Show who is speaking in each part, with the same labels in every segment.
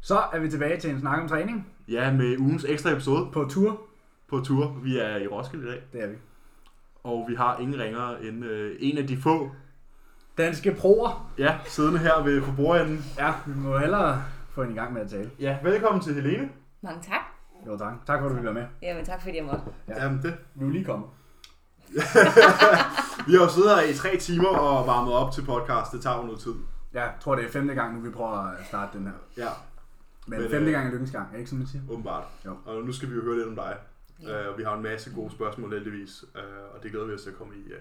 Speaker 1: Så er vi tilbage til en snak om træning
Speaker 2: Ja, med ugens ekstra episode
Speaker 1: på tur.
Speaker 2: på tur. Vi er i Roskilde i dag,
Speaker 1: Det er vi.
Speaker 2: og vi har ingen ringere end øh, en af de få,
Speaker 1: Danske proer.
Speaker 2: ja, siddende her ved forbrugerenden.
Speaker 1: Ja, vi må hellere få en i gang med at tale.
Speaker 2: Ja, velkommen til Helene.
Speaker 3: Mange tak.
Speaker 1: Jo tak. Tak for at du ville være med.
Speaker 3: Jamen tak fordi jeg måtte.
Speaker 1: Ja.
Speaker 2: Jamen det.
Speaker 1: Vi er jo lige kommet.
Speaker 2: Vi har jo siddet her i tre timer og varmet op til podcast. Det tager jo noget tid.
Speaker 1: Ja, jeg tror det er femte gang nu, vi prøver at starte den her.
Speaker 2: Ja,
Speaker 1: Men,
Speaker 2: Men,
Speaker 1: Men femte
Speaker 2: øh,
Speaker 1: gang er lykkens gang, er ikke som man siger?
Speaker 2: åbenbart.
Speaker 1: Jo.
Speaker 2: Og nu skal vi jo høre lidt om dig.
Speaker 3: Ja.
Speaker 2: Ja. Uh, vi har en masse gode spørgsmål heldigvis, uh, og det glæder vi os til at komme i, uh,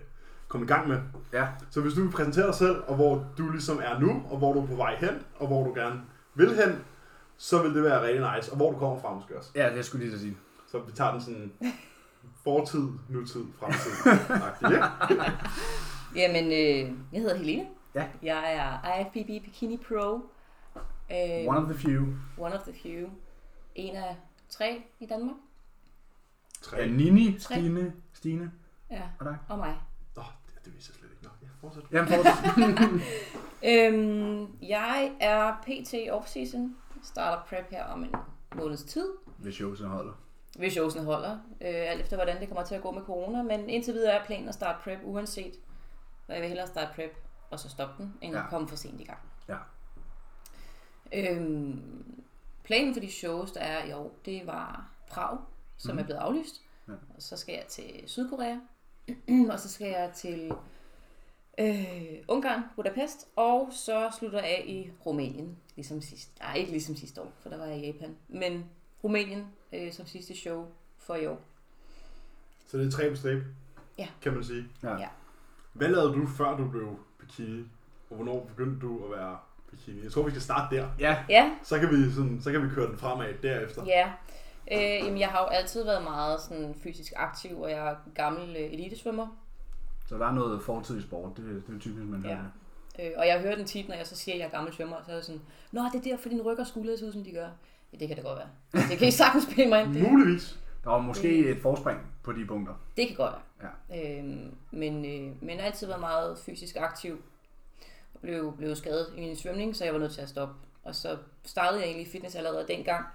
Speaker 2: komme i gang med.
Speaker 1: Ja.
Speaker 2: Så hvis du vil præsentere dig selv, og hvor du ligesom er nu, og hvor du er på vej hen, og hvor du gerne vil hen, så vil det være rigtig nice. Og hvor du kommer fra måske også.
Speaker 1: Ja, det skulle jeg lige så sige.
Speaker 2: Så vi tager den sådan fortid, nutid, fremtid. agtigt, ikke?
Speaker 3: Jamen, øh, jeg hedder Helene.
Speaker 1: Ja.
Speaker 3: Jeg er IFBB Bikini Pro. Øh,
Speaker 1: One of the few.
Speaker 3: one of the few. En af tre i Danmark.
Speaker 1: Ja,
Speaker 2: Tre.
Speaker 1: Nini,
Speaker 3: Tre.
Speaker 1: Stine, Stine
Speaker 3: Ja,
Speaker 1: og dig.
Speaker 3: og mig.
Speaker 2: Nå, det, det viser jeg slet ikke. Nå, ja, fortsæt.
Speaker 1: Jamen, fortsæt.
Speaker 3: Øhm, jeg er PT off-season. Starter prep her om en måneds tid.
Speaker 1: Hvis showsen holder.
Speaker 3: Hvis showsene holder. Øh, alt efter hvordan det kommer til at gå med corona. Men indtil videre er planen at starte prep uanset. Og jeg vil hellere starte prep og så stoppe den, end ja.
Speaker 1: Ja.
Speaker 3: at komme for sent i gang.
Speaker 1: Ja.
Speaker 3: Øhm, planen for de shows, der er i år, det var Prag, som mm. er blevet aflyst.
Speaker 1: Mhm. Ja.
Speaker 3: Ja. Og så skal jeg til Sydkorea. og så skal jeg til øh, Ungarn, Budapest. Og så slutter jeg af i Rumænien, ligesom sidst. Nej, ikke ligesom sidste år, for der var jeg i Japan. Men Rumænien øh, som sidste show for i år.
Speaker 2: Så det er tre på step,
Speaker 3: Ja.
Speaker 2: kan man sige.
Speaker 1: Ja.
Speaker 3: Ja.
Speaker 2: Hvad lavede du, før du blev bikini? Og hvornår begyndte du at være bikini? Jeg tror, vi skal starte der.
Speaker 1: Ja,
Speaker 3: Ja,
Speaker 2: Så kan vi, sådan, så kan vi køre den fremad derefter.
Speaker 3: Ja. Øh, jamen, jeg har jo altid været meget sådan, fysisk aktiv, og jeg er gammel øh, elitesvømmer.
Speaker 1: så der er noget fortid i sport. Det, det er typisk, man
Speaker 3: Ja.
Speaker 1: hører.
Speaker 3: Øh, og jeg hører den tit, når jeg så siger, at jeg er gammel svømmer, så er det sådan, Nå, det er derfor, din ryg og skuldre ser ud, som de gør. Ja, det kan det godt være. Det kan I sagtens spille mig
Speaker 2: Mm.
Speaker 3: ind. Det,
Speaker 2: Muligvis.
Speaker 1: Der var måske et forspring på de punkter.
Speaker 3: det kan godt være. Ja. Øhm, men, øh, men jeg har altid været meget fysisk aktiv. Og blev, blev skadet i min svømning, så jeg var nødt til at stoppe. Og så startede jeg egentlig i fitness allerede dengang.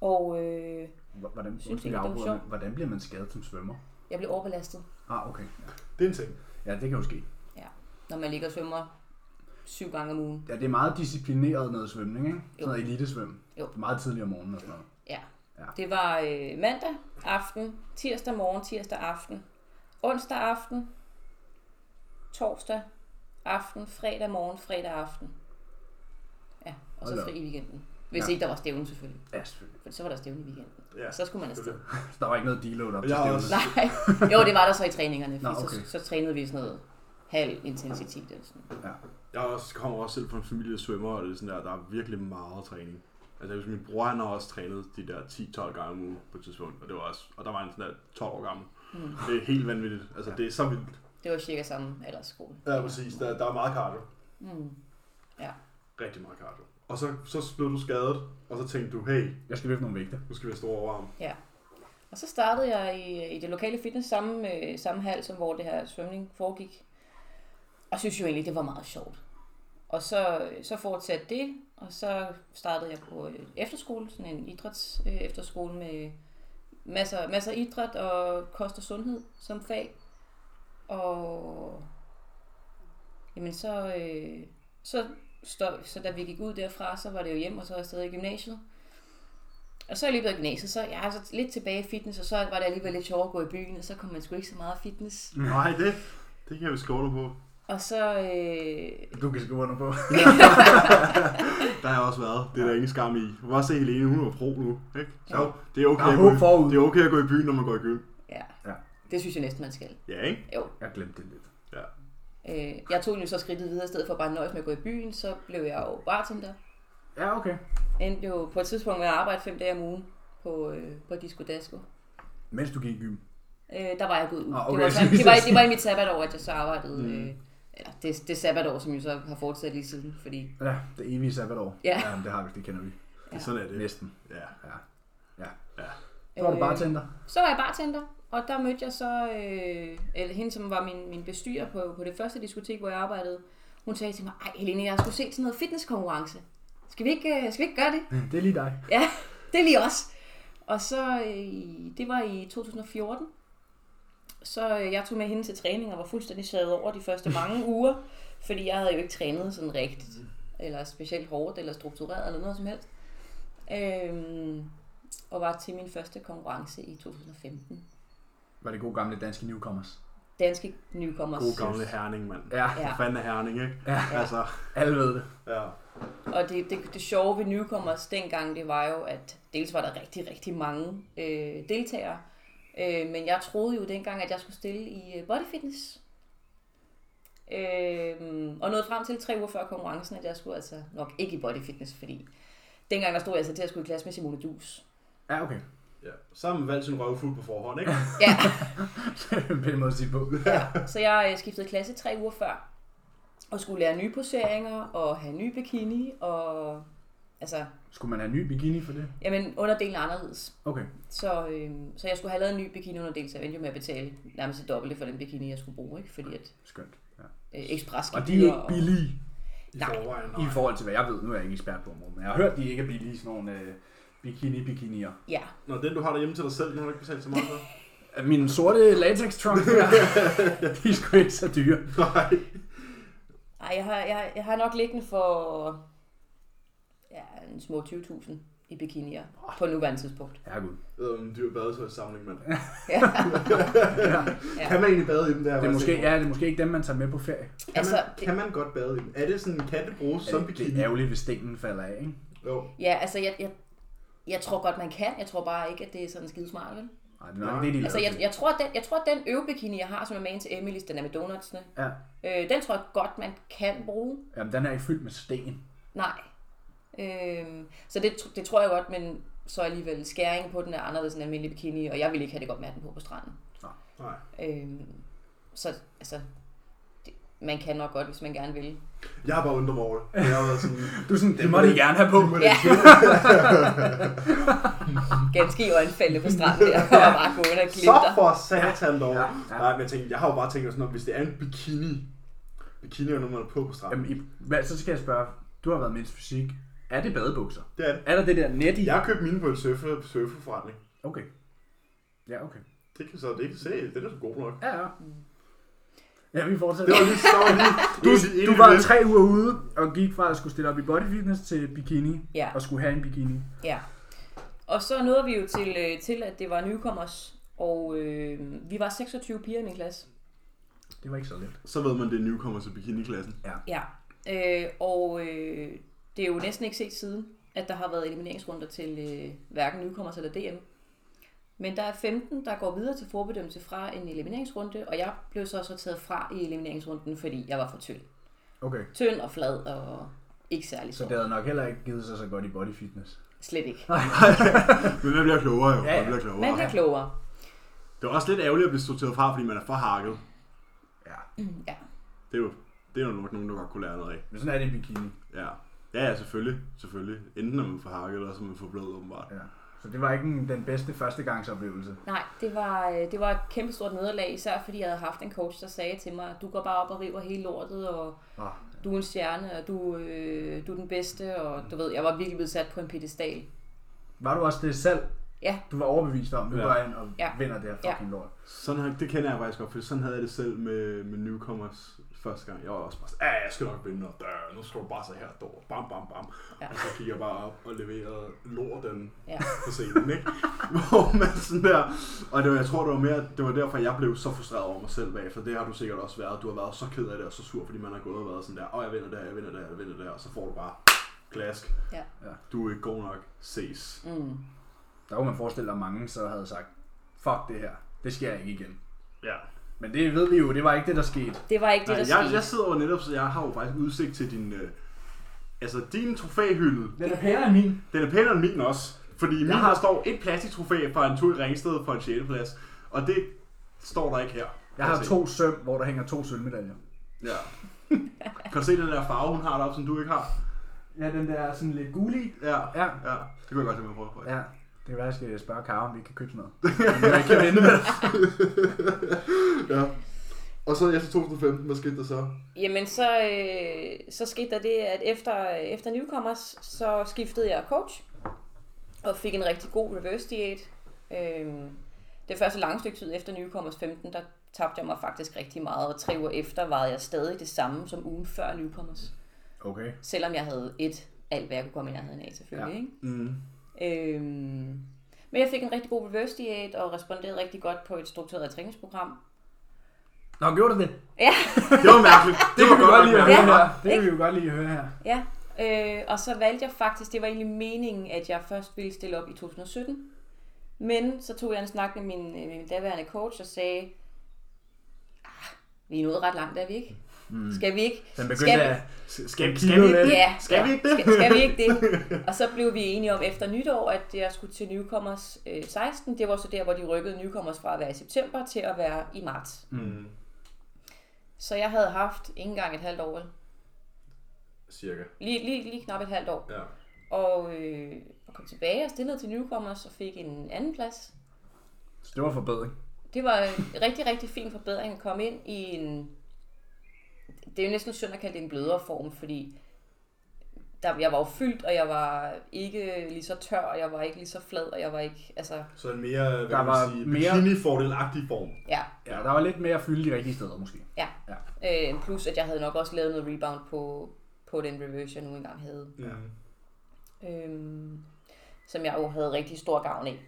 Speaker 3: Og øh,
Speaker 1: H- Hvordan,
Speaker 3: Synes
Speaker 1: undskyld,
Speaker 3: ikke,
Speaker 1: jeg
Speaker 3: det var
Speaker 1: afbryder,
Speaker 3: sjovt.
Speaker 1: men hvordan bliver man skadet som svømmer?
Speaker 3: jeg blev overbelastet,
Speaker 1: Ah, okay. Ja.
Speaker 2: Det er en ting.
Speaker 1: Ja, det kan jo ske.
Speaker 3: når man ligger og svømmer syv gange om ugen.
Speaker 1: Ja, det er meget disciplineret noget svømning, ikke? Sådan
Speaker 3: Jo.
Speaker 1: noget elitesvøm.
Speaker 3: Jo.
Speaker 1: Det er meget tidligt om morgenen og sådan noget.
Speaker 3: Ja.
Speaker 1: Ja.
Speaker 3: Det var øh, mandag aften, tirsdag morgen, tirsdag aften, onsdag aften, torsdag aften, fredag morgen, fredag aften. Ja, og så
Speaker 1: Hold da
Speaker 3: fri i weekenden. Hvis
Speaker 1: Ja.
Speaker 3: ja. ikke der var stævne selvfølgelig,
Speaker 1: Ja, selvfølgelig.
Speaker 3: for så var der stævne i weekenden.
Speaker 2: Ja.
Speaker 3: Ja. Så skulle man afsted.
Speaker 1: Så der var ikke noget deload op til
Speaker 2: Jeg har også-
Speaker 1: stævnet.
Speaker 3: Nej, jo det var der så i træningerne,
Speaker 1: Nå,
Speaker 3: for
Speaker 1: okay.
Speaker 3: så, så trænede vi sådan noget halv intensitet eller sådan noget.
Speaker 2: Jeg er også, kommer også selv fra en familie af svømmer, og det er sådan der, der er virkelig meget træning. Altså, hvis min bror, han har også trænet de der 10-12 gange om ugen på et tidspunkt, og, det var også, og der var han sådan der 12 år gammel.
Speaker 3: Mm.
Speaker 2: Det er helt vanvittigt. Altså, det er så vildt.
Speaker 3: Det var cirka samme aldersskole.
Speaker 2: Ja, præcis. Der, der er meget cardio.
Speaker 3: Mm.
Speaker 2: Rigtig meget cardio. Og så, så blev du skadet, og så tænkte du, hey,
Speaker 1: Jeg skal løfte nogle vægte.
Speaker 2: nu skal vi have store overarm.
Speaker 3: Og så startede jeg i, i det lokale fitness samme, øh, samme hal, som hvor det her svømning foregik. Og synes jo egentlig, det var meget sjovt. Og så, så fortsatte det, og så startede jeg på øh, efterskole, sådan en idræts øh, efterskole med masser, masser af idræt og kost og sundhed som fag. Og jamen så, øh, så, stod, så da vi gik ud derfra, så var det jo hjem, og så var jeg stadig i gymnasiet. Og så i løbet af gymnasiet, så jeg er så lidt tilbage i fitness, og så var det alligevel lidt sjovere at gå i byen, og så kom man sgu ikke så meget i fitness.
Speaker 2: Nej, det, det kan vi skåle på.
Speaker 3: Og så, øh,
Speaker 1: Du kan skrive under på.
Speaker 2: Der har jeg også været. Det er der ingen skam i. Du kan også se Helene, hun er pro nu. Ikke?
Speaker 3: Jo.
Speaker 2: Så det er okay,
Speaker 1: Der er
Speaker 2: at gå
Speaker 1: håb
Speaker 2: i-
Speaker 1: forud.
Speaker 2: det er okay at gå i byen, når man går i gym.
Speaker 3: ja,
Speaker 1: Ja.
Speaker 3: det synes jeg næsten, man skal.
Speaker 2: Ja, ikke?
Speaker 3: Jo.
Speaker 1: Jeg glemte det lidt.
Speaker 3: Øh, jeg tog jo så skridtet videre, i stedet for bare at nøjes med at gå i byen, så blev jeg jo bartender.
Speaker 1: Ja, okay.
Speaker 3: Endte jo på et tidspunkt med at arbejde fem dage om ugen på, øh, på Disco Dasco.
Speaker 1: Mens du gik i gym.
Speaker 3: Øh, der var jeg gået ud.
Speaker 1: Ah,
Speaker 3: Ah,
Speaker 1: okay.
Speaker 3: okay. det, var så, det, var, det var i mit sabbatår, at jeg så arbejdede. Mm. Øh, eller det, det sabbatår, som jeg så har fortsat lige siden, fordi
Speaker 1: Ja, det evige sabbatår.
Speaker 3: Ja.
Speaker 1: Jamen, det har vi, det kender vi.
Speaker 2: Det er sådan er det.
Speaker 1: Næsten.
Speaker 2: Ja.
Speaker 1: Så
Speaker 3: Øh.
Speaker 1: var du bartender.
Speaker 3: Så var jeg bartender, og der mødte jeg så øh, eller hende, som var min, min bestyrer på, på det første diskotek, hvor jeg arbejdede. Hun sagde til mig, ej Helene, jeg skulle se til noget fitnesskonkurrence. Skal vi ikke, øh, skal vi ikke gøre det?
Speaker 1: Det er lige dig.
Speaker 3: Ja, det er lige os. Og så, øh, det var i 2014. Så øh, jeg tog med hende til træning og var fuldstændig sad over de første mange uger, fordi jeg havde jo ikke trænet sådan rigtigt, eller specielt hårdt, eller struktureret, eller noget som helst. Øhm, og var til min første konkurrence i 2015.
Speaker 1: Var det gode gamle danske newcomers?
Speaker 3: Danske nykommers.
Speaker 2: God gamle herning, mand.
Speaker 1: Ja,
Speaker 3: Ja.
Speaker 2: Ja. Fanden er herning, ikke?
Speaker 1: Ja.
Speaker 2: Altså,
Speaker 1: alle ved det.
Speaker 2: ja.
Speaker 3: Og det, det, det sjove ved Newcomers dengang, det var jo, at dels var der rigtig, rigtig mange øh, deltagere, øh, men jeg troede jo dengang, at jeg skulle stille i øh, bodyfitness. Øh, og nåede frem til tre uger før konkurrencen, at jeg skulle altså nok ikke i bodyfitness, fordi dengang der stod jeg altså til at skulle i klasse med Simone Dus.
Speaker 1: Ja, okay.
Speaker 2: ja. Sammen valgte sin røvfuld på forhånd, ikke?
Speaker 3: Ja,
Speaker 1: Det er en pæn måde at sige det på.
Speaker 3: ja. Så jeg øh, skiftede klasse tre uger før, og skulle lære nye poseringer, og have ny bikini, og altså,
Speaker 1: Skulle man have en ny bikini for det?
Speaker 3: jamen underdelen er anderledes.
Speaker 1: Okay.
Speaker 3: Så, øh, så jeg skulle have lavet en ny bikini underdel, så jeg endte jo med at betale nærmest det dobbelte for den bikini, jeg skulle bruge, ikke? fordi at
Speaker 1: Skønt. Ja.
Speaker 3: øh, Express
Speaker 1: Og de er ikke billige
Speaker 2: I
Speaker 3: Nej.
Speaker 2: forvejen.
Speaker 1: i forhold til, hvad jeg ved. Nu er jeg ikke ekspert på området, men jeg har hørt, de ikke er billige, sådan nogle øh, bikini-bikinier.
Speaker 3: Ja,
Speaker 2: Når den du har derhjemme til dig selv, den har du ikke betalt så meget for.
Speaker 1: Min sorte latex trunk de er sgu ikke så dyre.
Speaker 2: Nej.
Speaker 3: Ej, jeg, har, jeg, jeg har nok liggende for ja, en små 20.000 i bikinier på nuværende tidspunkt.
Speaker 1: Herregud.
Speaker 2: Øhm, dyr badetøjssamling, mand.
Speaker 3: Ja.
Speaker 2: Ja. Kan man egentlig bade i dem der?
Speaker 1: Det er, måske, ja, det er måske ikke dem, man tager med på ferie.
Speaker 2: Kan,
Speaker 3: Altså,
Speaker 2: man, kan man godt bade i dem? Er det sådan, kan det bruges som
Speaker 1: det,
Speaker 2: bikini?
Speaker 1: det er ærgerligt, hvis stenen falder af, ikke?
Speaker 2: Jo.
Speaker 3: ja, altså jeg, jeg, jeg tror godt, man kan. Jeg tror bare ikke, at det er sådan skide smart, vel?
Speaker 1: Nej, det er nok det, de
Speaker 3: Altså,
Speaker 1: laver
Speaker 3: jeg, jeg, tror, at den, jeg tror, at den øvebikini, jeg har, som er magen til Emily's, den er med donutsene,
Speaker 1: Ja.
Speaker 3: øh, den tror jeg godt, man kan bruge.
Speaker 1: Jamen, den er ikke fyldt med sten.
Speaker 3: Nej. Øhm, så det, tr- det tror jeg godt, men så alligevel skæringen på den er anderledes end almindelig bikini, og jeg ville ikke have det godt med at have den på på stranden.
Speaker 2: Nej.
Speaker 3: Øhm, så altså, det, man kan nok godt, hvis man gerne vil.
Speaker 2: Jeg har bare undret mig over det. Jeg har været sådan,
Speaker 1: Du er sådan, det
Speaker 2: Det
Speaker 1: må
Speaker 2: må
Speaker 1: de
Speaker 2: de-
Speaker 1: gerne have på.
Speaker 2: det må de
Speaker 3: Ja. Ganske i øjenfaldene på stranden der, og bare gå ind og
Speaker 2: så
Speaker 3: glimter.
Speaker 2: for satan dog.
Speaker 1: Ja,
Speaker 2: Ja,
Speaker 1: ja.
Speaker 2: ja. Nej, men jeg, tænker, jeg har jo bare tænkt mig sådan, at hvis det er en bikini, bikini er noget, man har på på stranden.
Speaker 1: Jamen, i, hvad, så skal jeg spørge, du har været mindst fysik. Er det badebukser?
Speaker 2: Det er det.
Speaker 1: Er der det der net i?
Speaker 2: Jeg har købt mine på en surfe, surferforretning.
Speaker 1: Okay. Ja, okay.
Speaker 2: Det kan så det kan se, den er så god nok.
Speaker 1: Ja, ja. Ja, vi fortsætter.
Speaker 2: Det var lige så lige.
Speaker 1: Du,
Speaker 2: lige- lige-
Speaker 1: du var tre uger ude og gik fra at skulle stille op i bodyfitness til bikini.
Speaker 3: Ja.
Speaker 1: Og skulle have en bikini.
Speaker 3: Ja. Og så nåede vi jo til, øh, til at det var nykommers, og øh, vi var 26 piger i min klasse.
Speaker 1: Det var ikke så let.
Speaker 2: Så ved man, det er newcomer til bikiniklassen.
Speaker 3: Ja, øh, og øh, det er jo næsten ikke set siden, at der har været elimineringsrunder til øh, hverken nykommers eller DM. Men der er 15, der går videre til forbedømmelse fra en elimineringsrunde, og jeg blev så også taget fra i elimineringsrunden, fordi jeg var for tynd.
Speaker 1: Okay.
Speaker 3: Tynd og flad og ikke særlig
Speaker 1: Så
Speaker 3: stor.
Speaker 1: det havde nok heller ikke givet sig så godt i bodyfitness.
Speaker 3: Slet ikke.
Speaker 2: Men man bliver klogere jo.
Speaker 1: Ja, ja.
Speaker 2: Man bliver klogere.
Speaker 3: Man bliver klogere.
Speaker 2: Det er også lidt ærgerligt at blive sorteret fra, fordi man er for hakket.
Speaker 1: Ja.
Speaker 3: Ja.
Speaker 2: Det er jo, det er jo nok nogen, der godt kunne lære noget af.
Speaker 1: Men sådan er det i bikini.
Speaker 2: Ja. Ja, ja, selvfølgelig. Selvfølgelig. Enten er man for hakket, eller så er man for blød, åbenbart.
Speaker 1: Ja. Så det var ikke en- den bedste førstegangsoplevelse.
Speaker 3: Nej, det var, øh, det var et kæmpestort nederlag, især fordi jeg havde haft en coach, der sagde til mig, du går bare op og river hele lortet, og
Speaker 1: Oh,
Speaker 3: du er en stjerne, og du, øh, du er den bedste, og du ved, jeg var virkelig blevet sat på en pedestal.
Speaker 1: var du også det selv?
Speaker 3: Ja.
Speaker 1: Du var overbevist om, at du
Speaker 2: Ja.
Speaker 1: går ind og
Speaker 3: Ja.
Speaker 1: vinder det her fucking lort.
Speaker 2: Sådan har, det kender jeg faktisk godt, for sådan havde jeg det selv med, med newcomers første gang. Jeg var også bare sådan, "Ah, jeg skal nok vinde, og der, nu skal du bare så her dår. Bam, bam, bam.
Speaker 3: Ja.
Speaker 2: Ja. Og så gik jeg bare op og leverede lorten
Speaker 3: Ja.
Speaker 2: på scenen, ikke? Hvor man sådan der... Og det var, jeg tror, det var mere, det var derfor, jeg blev så frustreret over mig selv bagefter. Det har du sikkert også været. Du har været så ked af det og så sur, fordi man har gået og været sådan der, åh, jeg vinder det her, jeg vinder det her, jeg vinder det her, og så får du bare glask.
Speaker 3: Ja.
Speaker 1: Ja.
Speaker 2: Du er ikke god nok. Ses.
Speaker 3: Mm.
Speaker 1: Der kunne man forestille dig, at mange så havde sagt, fuck det her, det sker ikke igen.
Speaker 2: Ja.
Speaker 1: Men det ved vi jo, det var ikke det, der skete.
Speaker 3: Det var ikke det,
Speaker 2: Nej,
Speaker 3: der
Speaker 2: jeg,
Speaker 3: skete.
Speaker 2: jeg sidder jo netop, så jeg har jo faktisk udsigt til din... Øh, altså, din trofæhylde,
Speaker 1: Den er pænere end min.
Speaker 2: den er pænere end min også. Fordi min
Speaker 1: har-
Speaker 2: har... står et plastiktrofæ fra en tur i Ringsted for en 6. plads. Og det står der ikke her.
Speaker 1: Jeg
Speaker 2: Kan
Speaker 1: har
Speaker 2: se.
Speaker 1: to søm, hvor der hænger to sølvmedaljer.
Speaker 2: Ja. kan du se den der farve, hun har deroppe, som du ikke har?
Speaker 1: Ja, den der er sådan lidt gulig.
Speaker 2: Ja.
Speaker 1: Ja,
Speaker 2: Ja, det kunne jeg godt tænke mig at prøve på.
Speaker 1: ja. Det kan være, jeg skal spørge Kara, om vi kan købe sådan noget. Men jeg kan vente med det.
Speaker 2: ja. Og Og så efter 2015, hvad skete der så?
Speaker 3: Jamen, så, øh, så skete der det, at efter, efter Newcomers, så skiftede jeg coach og fik en rigtig god reverse diæt. Øhm, det første lange stykke tid efter Newcomers 15, der tabte jeg mig faktisk rigtig meget, og tre uger efter var jeg stadig det samme som ugen før Newcomers.
Speaker 1: Okay.
Speaker 3: Selvom jeg havde et alt, hvad jeg kunne komme i nærheden af, selvfølgelig.
Speaker 1: Ja.
Speaker 3: Ikke?
Speaker 2: Mm.
Speaker 3: Øhm, men jeg fik en rigtig god reverse diæt og responderede rigtig godt på et struktureret træningsprogram.
Speaker 1: Nå, gjorde du det?
Speaker 3: Ja,
Speaker 2: Det var mærkeligt.
Speaker 1: Det kan vi godt lide at høre
Speaker 3: mærkeligt.
Speaker 1: her. Det kan vi jo godt lide at høre her.
Speaker 3: ja. Øh, og så valgte jeg faktisk, det var egentlig meningen, at jeg først ville stille op i 2017. Men så tog jeg en snak med min, øh, med min daværende coach og sagde, ah, vi er nået ret langt, er vi ikke? Mm. Skal vi ikke?
Speaker 1: Den
Speaker 3: skal
Speaker 1: begyndte
Speaker 3: vi,
Speaker 1: at...
Speaker 2: Skal,
Speaker 1: skal vi ikke det?
Speaker 3: Ja,
Speaker 2: Skal vi ikke det?
Speaker 3: Skal, skal vi ikke det? Og så blev vi enige om efter nytår, at jeg skulle til Newcomers øh, 16. Det var så der, hvor de rykkede Newcomers fra at være i september til at være i marts.
Speaker 2: Mm.
Speaker 3: Så jeg havde haft ikke engang et halvt år. vel?
Speaker 2: Cirka.
Speaker 3: Lige, lige, lige knap et halvt år.
Speaker 2: Ja.
Speaker 3: Og, øh, og kom tilbage og stillede til Newcomers og fik en anden plads.
Speaker 1: Så det var en forbedring.
Speaker 3: Det var en rigtig, rigtig fin forbedring at komme ind i en... Det er jo næsten synd at kalde det en blødere form, fordi der, jeg var jo fyldt, og jeg var ikke lige så tør, og jeg var ikke lige så flad, og jeg var ikke... Altså,
Speaker 2: Så en mere, hvad
Speaker 1: Der
Speaker 2: kan
Speaker 1: var
Speaker 2: man sige,
Speaker 1: mere-
Speaker 2: bikini-fordelagtig form.
Speaker 3: ja.
Speaker 1: Ja, der var lidt mere at fylde de rigtige steder, måske.
Speaker 3: Øh, plus, at jeg havde nok også lavet noget rebound på, på den reverse, jeg nu engang havde.
Speaker 2: Ja.
Speaker 3: øhm, som jeg jo havde rigtig stor gavn af.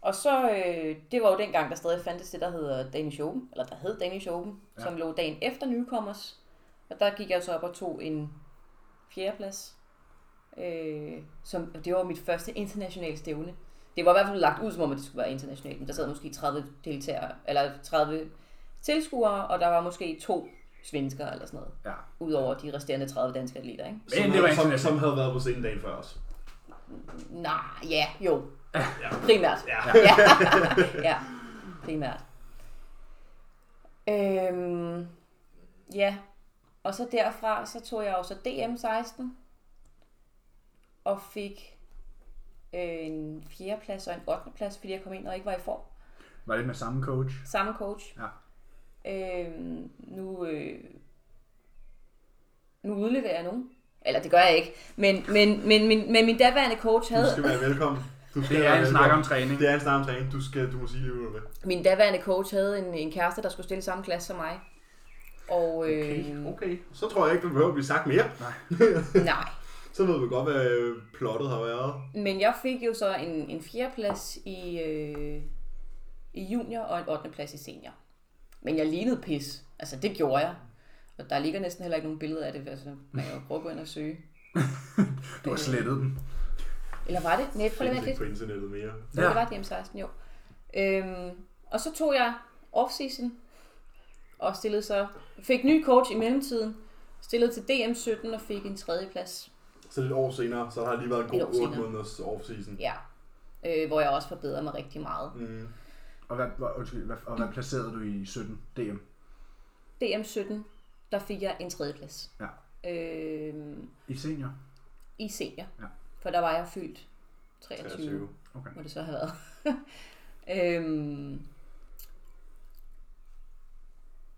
Speaker 3: Og så, øh, det var jo dengang, der stadig fandtes det, der hedder Danish Open, eller der hed Danish Open,
Speaker 1: Ja.
Speaker 3: ja. som lå dagen efter Newcomers. Og der gik jeg så op og tog en fjerdeplads, øh, som, det var mit første internationale stævne. Det var i hvert fald lagt ud, som om at det skulle være internationalt, men der sad måske 30 deltagere, eller 30 tilskuere, og der var måske to svensker eller sådan noget,
Speaker 1: Ja.
Speaker 3: udover de resterende 30 danske atleter, ikke?
Speaker 1: Men det var
Speaker 2: havde- som,
Speaker 1: internationalt.
Speaker 2: som havde været på scenen dagen før os.
Speaker 3: Nej, ja, jo.
Speaker 2: Ja.
Speaker 3: Primært.
Speaker 2: Ja.
Speaker 3: ja. ja. Primært. Øhm, ja, og så derfra, så tog jeg også DM16 og fik øh, en fjerdeplads og en ottendeplads, fordi jeg kom ind og ikke var i form.
Speaker 1: Var det med samme coach?
Speaker 3: Samme coach.
Speaker 1: Ja.
Speaker 3: Øhm, nu, øh, nu udleverer jeg nogen. Eller det gør jeg ikke. Men, men, men, men, men min daværende coach
Speaker 2: Du
Speaker 3: havde...
Speaker 2: skal være velkommen. Du skal
Speaker 1: Det er
Speaker 2: være
Speaker 1: en
Speaker 2: velkommen.
Speaker 1: snak om træning.
Speaker 2: Det er en snak om træning. Du, skal, du må sige lige ud med.
Speaker 3: Min daværende coach havde en, en kæreste, der skulle stille i samme klasse som mig. Og øh,
Speaker 2: Okay. Så tror jeg ikke, der behøver at blive sagt mere.
Speaker 3: nej.
Speaker 2: Så ved vi godt, hvad øh, plottet har været.
Speaker 3: Men jeg fik jo så en, en fjerdeplads i, øh, i junior og en 8. plads i senior. Men jeg lignede pis. Altså, det gjorde jeg. Og der ligger næsten heller ikke nogen billeder af det. Altså, man kan jo prøve at gå ind og søge. Øh,
Speaker 1: Du har slettet den.
Speaker 3: Eller var det? Nej, prøv
Speaker 2: Findes
Speaker 3: lige at vente lidt.
Speaker 2: ikke på internettet mere.
Speaker 3: Ja. Det var DM 16, jo. Øhm, og så tog jeg off-season og stillede så, fik ny coach i mellemtiden, stillede til DM 17 og fik en tredjeplads.
Speaker 2: Så lidt år senere, så har der lige været en god
Speaker 3: Et år senere.
Speaker 2: 8 måneders off-season.
Speaker 3: Ja. Øh, hvor jeg også forbedrede mig rigtig meget.
Speaker 2: Mm.
Speaker 1: Og hvad, hvor- undskyld, hvad, og hvad placerede du i 17 DM?
Speaker 3: DM 17, der fik jeg en tredjeplads.
Speaker 1: Ja.
Speaker 3: Øh,
Speaker 1: I senior?
Speaker 3: I senior.
Speaker 1: Ja.
Speaker 3: For der var jeg fyldt 23,
Speaker 2: 23.
Speaker 1: Okay.
Speaker 3: må det så have været. øhm,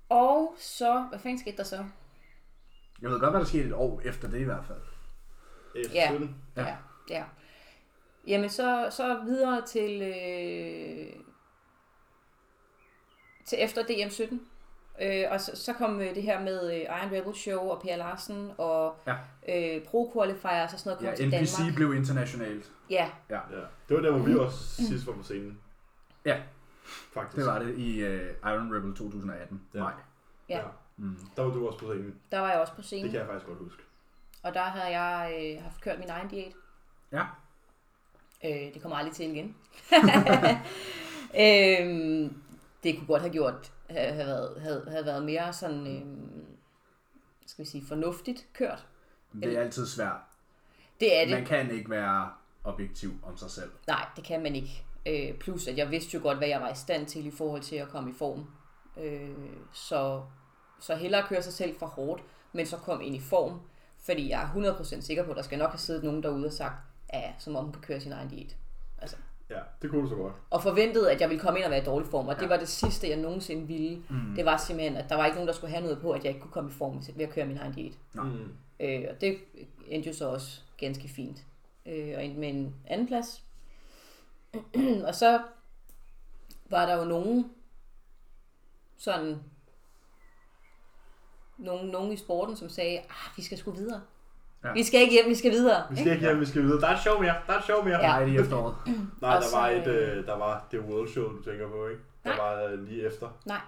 Speaker 3: og så, hvad fanden skete der så?
Speaker 1: Jeg ved godt, hvad der skete et år efter det i hvert fald.
Speaker 2: F17.
Speaker 3: Ja.
Speaker 1: Ja.
Speaker 3: Ja. ja. Jamen, så, så videre til, øh, til efter DM17. Øh, og så, så kom øh, det her med øh, Iron Rebel Show og Per Larsen og
Speaker 1: Ja.
Speaker 3: øh, Pro Qualifiers og sådan noget kom
Speaker 1: Ja,
Speaker 3: til
Speaker 1: NPC
Speaker 3: Danmark.
Speaker 1: blev internationalt.
Speaker 3: Ja,
Speaker 2: ja. Det var der, hvor vi
Speaker 3: Mm.
Speaker 2: også sidst var på scenen.
Speaker 1: Ja.
Speaker 2: Faktisk.
Speaker 1: Det var det i uh, Iron Rebel 2018.
Speaker 2: Ja.
Speaker 1: Nej.
Speaker 3: Ja.
Speaker 1: Mm.
Speaker 2: Der var du også på scenen.
Speaker 3: der var jeg også på
Speaker 2: Det
Speaker 3: scenen,
Speaker 2: kan jeg faktisk godt huske.
Speaker 3: og der havde jeg øh, haft kørt min egen diæt.
Speaker 1: Ja.
Speaker 3: Øh, det kommer aldrig til igen. øhm, det kunne godt have gjort, have, have, været, have, have været mere sådan, øhm, skal vi sige, fornuftigt kørt.
Speaker 1: Det er altid svært.
Speaker 3: Det er det.
Speaker 1: Man kan ikke være objektiv om sig selv.
Speaker 3: Nej, det kan man ikke. Øh, plus, at jeg vidste jo godt, hvad jeg var i stand til i forhold til at komme i form. Øh, så, så hellere køre sig selv for hårdt, men så kom ind i form. Fordi jeg er 100% sikker på, at der skal nok have siddet nogen derude og sagt, ja, som om hun kan køre sin egen diæt. Altså,
Speaker 2: Ja, det kunne du så godt.
Speaker 3: Og forventede, at jeg ville komme ind og være i dårlig form. Og det var det sidste, jeg nogensinde ville. Mm. Det var simpelthen, at der var ikke nogen, der skulle have noget på, at jeg ikke kunne komme i form ved at køre min egen diæt.
Speaker 1: Nå.
Speaker 2: Mm.
Speaker 3: Øh, og det endte jo så også ganske fint. Øh, og endte med en anden plads. og så var der jo nogen sådan nogen, nogen i sporten, som sagde, ah, vi skal sgu videre.
Speaker 1: Ja.
Speaker 3: Ja. Vi skal ikke hjem, vi skal videre.
Speaker 2: Vi skal ikke hjem, vi skal videre. Der er et show mere, der er et show mere.
Speaker 3: Ja.
Speaker 1: Nej, det er efteråret.
Speaker 2: Nej,
Speaker 3: Og
Speaker 2: der
Speaker 3: så,
Speaker 2: var et,
Speaker 3: øh,
Speaker 2: øh, der var det World Show, du tænker på, ikke? Der
Speaker 3: Nej.
Speaker 2: var øh, lige efter
Speaker 3: Nej,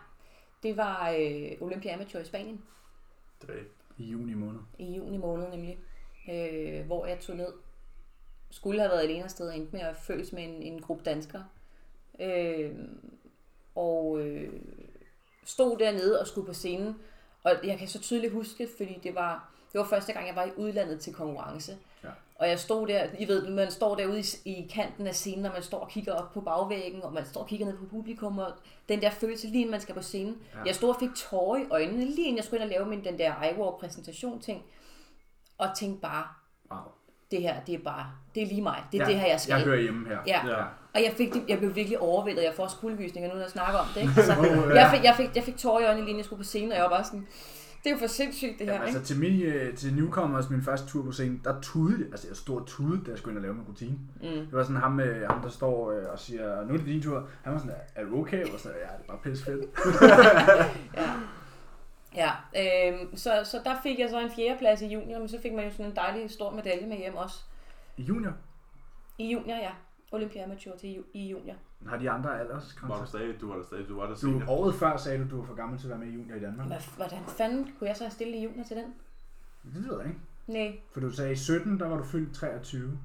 Speaker 3: det var øh, Olympia Amateur i Spanien
Speaker 2: tilbage.
Speaker 1: I juni måned.
Speaker 3: i juni måned nemlig, øh, hvor jeg tog ned. Skulle have været alene afsted og endte med at følges med en, en gruppe danskere. Øh, og øh, stod dernede og skulle på scenen. Og jeg kan så tydeligt huske, fordi det var, det var første gang, jeg var i udlandet til konkurrence.
Speaker 1: Ja.
Speaker 3: Og jeg stod der, I ved, man står derude i, i kanten af scenen, og man står og kigger op på bagvæggen, og man står og kigger ned på publikum, og den der følelse lige inden man skal på scenen.
Speaker 1: Ja.
Speaker 3: Ja. Jeg stod og fik tårer i øjnene, lige inden jeg skulle ind og lave min den der iWar-præsentation ting, og tænkte bare,
Speaker 1: Wow.
Speaker 3: det her, det er bare, det er lige mig, det er ja. det her, jeg skal.
Speaker 1: Jeg hører hjemme her.
Speaker 3: Ja.
Speaker 2: Ja.
Speaker 3: Og jeg, fik det, jeg blev virkelig overvældet. Jeg får også kuldegysninger nu, når jeg snakker om det. Ikke? Så jeg, fik, jeg, fik, jeg fik tårer i øjnene, lige inden jeg skulle på scenen, og jeg var bare sådan, det er jo for sindssygt det her.
Speaker 1: Jamen,
Speaker 3: Jamen, ikke?
Speaker 1: altså til, min, øh, til Newcomers, min første tur på scenen, der tudede, jeg. altså jeg stod og tudede, da jeg skulle ind og lave min rutine. Mm. Det var sådan ham, øh, ham der står øh, og siger, nu er det din tur. Han var sådan, er du okay? Jeg var sådan, ja, det er bare pisse fedt.
Speaker 3: Ja. Ja, øhm, så, så der fik jeg så en fjerdeplads i junior, men så fik man jo sådan en dejlig stor medalje med hjem også.
Speaker 1: I junior
Speaker 3: I junior, ja. Olympia Amateur til ju- i junior.
Speaker 1: har de andre
Speaker 2: Var du
Speaker 1: aldersgrænser.
Speaker 2: stadig, du var der stadig, du var der
Speaker 1: Du,
Speaker 2: senere.
Speaker 1: året før sagde du, du var for gammel til at være med i junior i Danmark.
Speaker 3: Hvad, hvordan fanden kunne jeg så have stillet i junior til den?
Speaker 1: Det ved jeg ikke.
Speaker 3: Nej,
Speaker 1: For du sagde, i 17, der var du fyldt 23.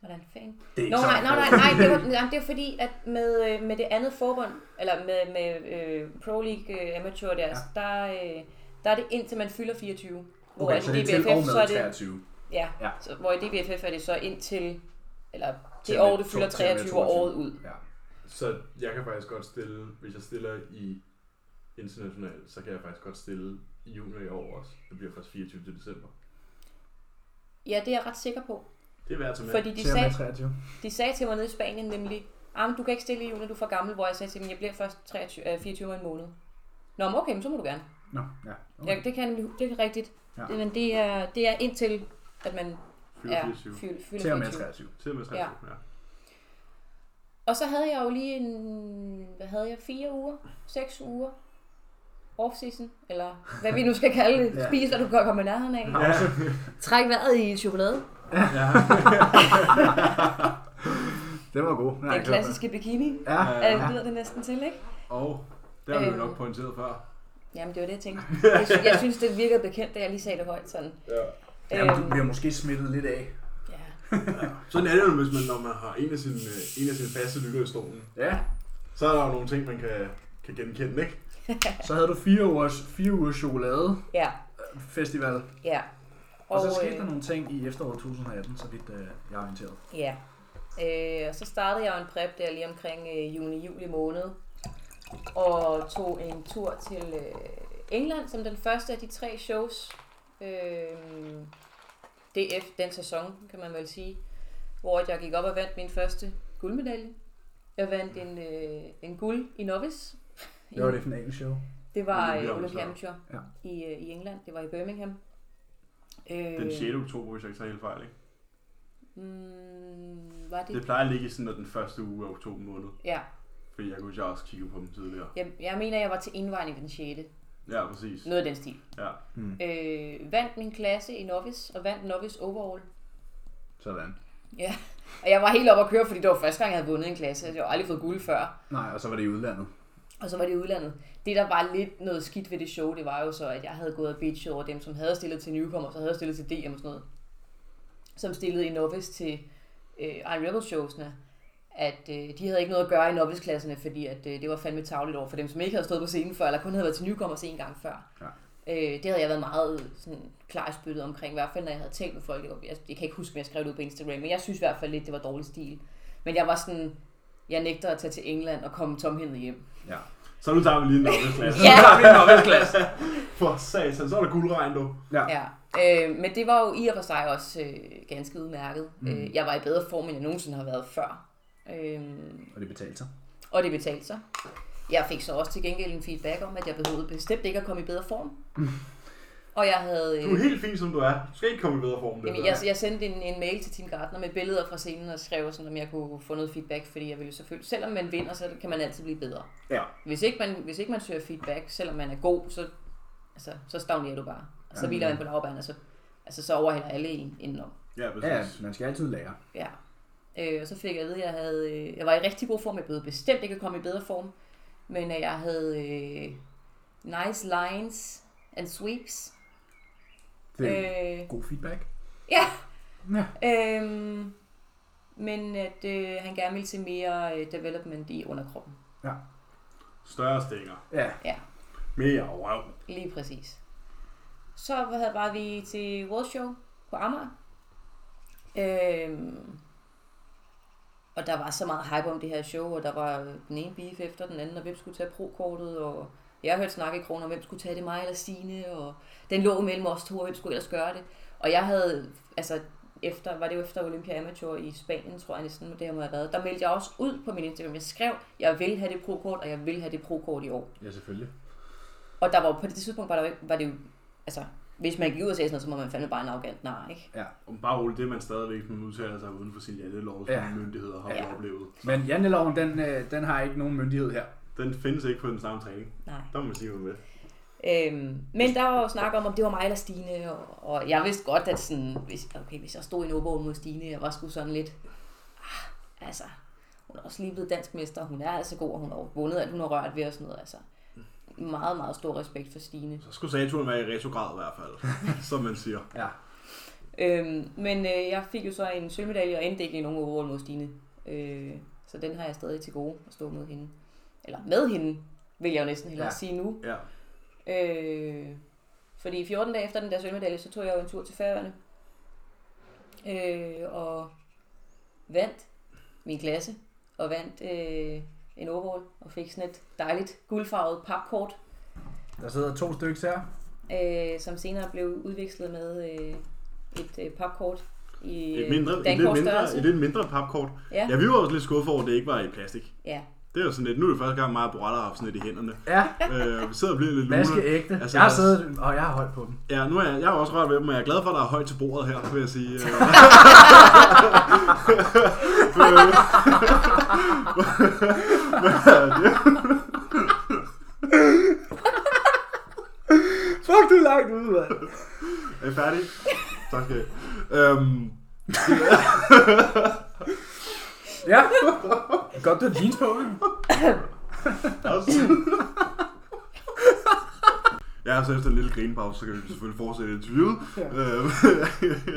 Speaker 3: hvordan fanden?
Speaker 1: Det er
Speaker 3: Nå,
Speaker 1: så
Speaker 3: nej, nej, nej,
Speaker 1: fedt.
Speaker 3: nej, det var, nej, det var fordi, at med, øh, med det andet forbund, eller med, med øh, Pro League øh, Amateur der,
Speaker 1: Ja.
Speaker 3: ja. der, øh, der er det indtil man fylder 24. Hvor
Speaker 1: Okay,
Speaker 3: at
Speaker 1: så det er til og
Speaker 3: DBFF, så er
Speaker 1: med
Speaker 3: det
Speaker 1: 23.
Speaker 3: Ja,
Speaker 1: Ja.
Speaker 3: ja. Så, hvor i DBFF er det så indtil, eller
Speaker 1: Til
Speaker 3: det
Speaker 1: og med
Speaker 3: år, du fylder
Speaker 1: to- til og med
Speaker 3: 23 og
Speaker 1: 22.
Speaker 3: året ud.
Speaker 1: Ja.
Speaker 2: Så jeg kan faktisk godt stille, hvis jeg stiller i internationalt, så kan jeg faktisk godt stille i juni i år også. Det bliver først 24. til december.
Speaker 3: Ja, det er jeg ret sikker på.
Speaker 2: Det er værd at tage med.
Speaker 3: Fordi de
Speaker 1: Til og med
Speaker 3: sagde,
Speaker 1: 23.
Speaker 3: de sagde til mig nede i Spanien nemlig, ah, men du kan ikke stille i juni, du er for gammel, hvor jeg sagde til dem, jeg bliver først 23, øh, 24 om en måned. Nå, men okay, men så må du gerne.
Speaker 1: Nå, ja. Okay.
Speaker 3: Ja, det kan jeg nemlig, det er rigtigt.
Speaker 1: Ja.
Speaker 3: Ja. Det, men det er, det er indtil, at man
Speaker 2: Fylder
Speaker 3: er
Speaker 2: 24.
Speaker 3: fyld,
Speaker 1: Til og
Speaker 3: fylder
Speaker 1: med
Speaker 3: 24.
Speaker 1: 23.
Speaker 2: Til og med 23, ja.
Speaker 3: Og så havde jeg jo lige en, hvad havde jeg, fire uger, seks uger off-season, eller hvad vi nu skal kalde det,
Speaker 1: Ja.
Speaker 3: spis, og du kan komme i nærheden af.
Speaker 2: Ja.
Speaker 3: Træk vejret i chokolade.
Speaker 2: ja.
Speaker 1: Det var god. Nej,
Speaker 3: Den klassiske bikini.
Speaker 1: Ja,
Speaker 3: Ja. Øh. lyder det næsten til, ikke?
Speaker 2: Øh, Og der har vi jo
Speaker 3: Øhm.
Speaker 2: nok pointeret før.
Speaker 3: Jamen, det var det, jeg tænkte. Jeg, sy- jeg synes, det virkede bekendt, da jeg lige sagde det højt sådan.
Speaker 2: Ja.
Speaker 1: Jamen, du
Speaker 3: Øhm,
Speaker 1: bliver måske smittet lidt af.
Speaker 3: ja.
Speaker 2: Sådan er det jo, hvis man, når man har en af sine, øh, en af sine faste lytter i stolen.
Speaker 1: Ja,
Speaker 2: Så er der jo nogle ting, man kan, kan genkende, ikke?
Speaker 1: så havde du fire ugers, fire ugers chokolade øh,
Speaker 3: Ja,
Speaker 1: festival.
Speaker 3: ja.
Speaker 1: Og, og så skete
Speaker 3: øh,
Speaker 1: der nogle ting i efteråret 2018, så vidt øh, jeg er orienteret.
Speaker 3: Ja. Øh, og så startede jeg jo en prep der lige omkring øh, juni-juli måned. Og tog en tur til øh, England som den første af de tre shows. Øh, DF, den sæson, kan man vel sige. Hvor jeg gik op og vandt min første guldmedalje. Jeg vandt en, øh, en guld i novice.
Speaker 1: Det var det finale show.
Speaker 3: Det var
Speaker 2: Olympia,
Speaker 3: øh,
Speaker 2: så.
Speaker 3: Olympia Amateur
Speaker 1: Ja.
Speaker 3: i, øh, i England. Det var i Birmingham. Øh,
Speaker 2: Den 6. oktober, hvis jeg ikke tager helt fejl, ikke?
Speaker 3: Mm, var det?
Speaker 2: Det plejer at ligge i sådan at den første uge af oktober måned.
Speaker 3: Ja.
Speaker 2: Fordi jeg kunne huske, jeg også kiggede på dem tidligere.
Speaker 3: Jeg, jeg mener, jeg var til indvejning den 6.
Speaker 2: Ja, præcis.
Speaker 3: Noget af den stil.
Speaker 2: Ja.
Speaker 1: Mm.
Speaker 3: Øh, vandt min klasse i novice, og vandt novice overall.
Speaker 1: Sådan.
Speaker 3: Og jeg var helt oppe at køre, fordi det var første gang, jeg havde vundet en klasse. Jeg har aldrig fået guld før.
Speaker 1: Nej, og så var det i udlandet.
Speaker 3: Og så var det i udlandet. Det, der var lidt noget skidt ved det show, det var jo så, at jeg havde gået og bitchet over dem, som havde stillet til Newcomer, så havde stillet til DM og sådan noget. Som stillede i novice til øh, Iron Rebel showsene at øh, de havde ikke noget at gøre i novice-klasserne, fordi at, øh, det var fandme tavligt over for dem, som ikke havde stået på scenen før, eller kun havde været til nykommers en gang før.
Speaker 1: Ja.
Speaker 3: Øh, det havde jeg været meget sådan, klar i spyttet omkring, i hvert fald når jeg havde talt med folk. Jeg, jeg kan ikke huske, om jeg skrev det ud på Instagram, men jeg synes i hvert fald lidt, det var dårlig stil. Men jeg var sådan, jeg nægter at tage til England og komme tomhændet hjem.
Speaker 1: Ja.
Speaker 2: Så nu tager vi lige en novice-klasse.
Speaker 3: Ja.
Speaker 1: det var en klasse.
Speaker 2: For satan, så er der guldregn, du.
Speaker 3: Ja. Øh, men det var jo i og for sig også øh, ganske udmærket. Mm. Øh, jeg var i bedre form, end jeg nogensinde har været før. Øh,
Speaker 1: Og det betalte sig.
Speaker 3: og det betalte sig. Jeg fik så også til gengæld en feedback om, at jeg behøvede bestemt ikke at komme i bedre form. og jeg havde... øh,
Speaker 2: Du er helt fin, som du er. Du skal ikke komme i bedre form. end Det
Speaker 3: Jamen,
Speaker 2: der.
Speaker 3: jeg, jeg sendte en, en mail til Team Gartner med billeder fra scenen og skrev, sådan, om jeg kunne få noget feedback, fordi jeg ville selvfølgelig, selvom man vinder, så kan man altid blive bedre.
Speaker 1: Ja.
Speaker 3: Hvis ikke man, hvis ikke man søger feedback, selvom man er god, så, altså, så stagnerer du bare. Og så
Speaker 1: Ja.
Speaker 3: hviler man på lavbærene, og så, altså, så overhælder alle en indenom.
Speaker 2: Ja,
Speaker 1: Ja,
Speaker 2: præcis.
Speaker 1: man skal altid lære.
Speaker 3: Ja. Øh, og så fik jeg at vide, at jeg, havde, øh, jeg var i rigtig god form. Jeg blev bestemt ikke at komme i bedre form. Men at jeg havde øh, nice lines and sweeps.
Speaker 1: Det er
Speaker 3: Øh,
Speaker 1: god feedback.
Speaker 3: ja,
Speaker 1: Ja.
Speaker 3: Øhm, men at øh, han gerne ville se mere øh, development i underkroppen.
Speaker 2: Større stænger.
Speaker 1: Ja.
Speaker 2: Mere røv.
Speaker 3: Lige præcis. Så havde, var vi til World Show på Amager. Øhm, og der var så meget hype om det her show, og der var den ene beef efter den anden, og hvem skulle tage prokortet, og jeg hørte snakke i kroner, hvem skulle tage det, mig eller Sine, og den lå mellem os to, og hvem skulle ellers gøre det. Og jeg havde, altså efter, var det jo efter Olympia Amateur i Spanien, tror jeg næsten, det her må have været, der meldte jeg også ud på min Instagram, jeg skrev, jeg vil have det prokort, og jeg vil have det prokort i år.
Speaker 1: Ja, selvfølgelig.
Speaker 3: Og der var jo- på det tidspunkt, var, der jo, ikke- var det jo, altså, hvis man gik ud og sagde sådan noget, så må man fandme bare en arrogant nar, ikke?
Speaker 2: Om bare roligt, det er man stadigvæk man udtaler sig uden for sin jantelov, som
Speaker 1: Ja.
Speaker 2: ja. myndigheder har
Speaker 3: Ja.
Speaker 2: ja. oplevet.
Speaker 1: Men janteloven, den, øh, den har ikke nogen myndighed her.
Speaker 2: Den findes ikke på den samme træning.
Speaker 3: Nej.
Speaker 2: Der må man sige, hvad med.
Speaker 3: Øhm, men der var jo snak om, om det var mig eller Stine, og, og jeg vidste godt, at sådan, hvis, okay, hvis jeg stod i en åbål mod Stine, jeg var sgu sådan lidt, ah, altså, hun er også lige blevet dansk mester, hun er altså god, og hun har vundet, at hun har rørt ved og sådan noget, altså. Meget, meget stor respekt for Stine.
Speaker 2: Så skulle Saturn være i retrograd i hvert fald, som man siger.
Speaker 1: Ja.
Speaker 3: Øhm, men øh, jeg fik jo så en sølvmedalje og endte ikke i nogen overhold mod Stine. Øh, så den har jeg stadig til gode at stå mod hende. Eller med hende, vil jeg jo næsten hellere
Speaker 1: Ja.
Speaker 3: ja. sige nu.
Speaker 2: Ja.
Speaker 3: Øh, fordi 14 dage efter den der sølvmedalje, så tog jeg jo en tur til Færøerne. Øh, og vandt min klasse. Og vandt øh, en overall og fik sådan et dejligt guldfarvet papkort,
Speaker 1: Der sidder to stykker her.
Speaker 3: øh, som senere blev udvekslet med øh, et øh, papkort i
Speaker 2: Et, mindre, et,
Speaker 3: den
Speaker 2: lidt mindre, et lidt mindre papkort.
Speaker 3: Øh, Ja.
Speaker 2: ja, vi var også lidt skuffet over, at det ikke var i plastik.
Speaker 3: Ja.
Speaker 2: Det er jo sådan lidt, nu er det første gang, mig og Borrella har haft sådan lidt i hænderne.
Speaker 1: Ja,
Speaker 2: øh, vi sidder og bliver lidt
Speaker 1: vaske
Speaker 2: lune.
Speaker 1: ægte.
Speaker 2: Altså,
Speaker 1: Jeg har
Speaker 2: der-
Speaker 1: siddet, og jeg har holdt på dem.
Speaker 2: Ja, nu er jeg, jeg er også rørt ved dem, og jeg er glad for, at der er højt til bordet her, vil jeg sige. Øh,
Speaker 1: Fuck, du er langt ude, mand.
Speaker 2: er I færdige? Tak skal I. have. Øhm,
Speaker 1: Ja. Godt, du har jeans på. ikke?
Speaker 2: Ja, så efter en lille grinpause, så kan vi selvfølgelig fortsætte interviewet.
Speaker 1: Ja.
Speaker 2: Øhm,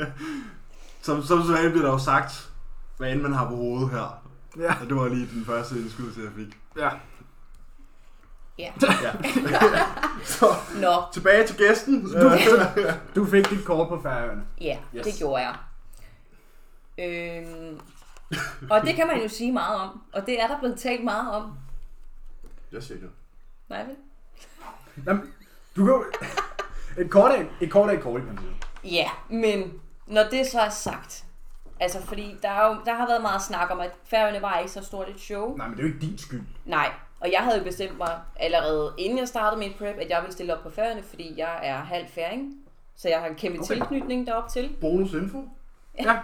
Speaker 2: som, som så vanligt bliver der jo sagt, hvad end man har på hovedet her.
Speaker 1: Ja.
Speaker 2: Og det var lige den første indskydelse, jeg fik.
Speaker 1: Ja.
Speaker 3: Ja.
Speaker 2: Ja. så
Speaker 3: Nå,
Speaker 2: tilbage til gæsten.
Speaker 1: Du,
Speaker 2: Øh,
Speaker 1: du, du fik dit kort på færøerne.
Speaker 3: ja,
Speaker 1: Yes.
Speaker 3: yes. det gjorde jeg. Øhm, og det kan man jo sige meget om, og det er der blevet talt meget om.
Speaker 2: jeg siger ikke.
Speaker 3: Nej, vel?
Speaker 1: Jamen, du kan jo- Et kort er et kort, er et kort, kan man sige.
Speaker 3: Ja, men når det så er sagt, altså fordi der, er jo, der har været meget snak om, at Færøerne var ikke så stort et show.
Speaker 1: Nej, men det er jo ikke din skyld.
Speaker 3: Nej, og jeg havde jo bestemt mig allerede inden jeg startede min prep, at jeg ville stille op på Færøerne, fordi jeg er halv færing, så jeg har en kæmpe
Speaker 1: Okay.
Speaker 3: okay. tilknytning derop til.
Speaker 2: Bonus info?
Speaker 1: Ja.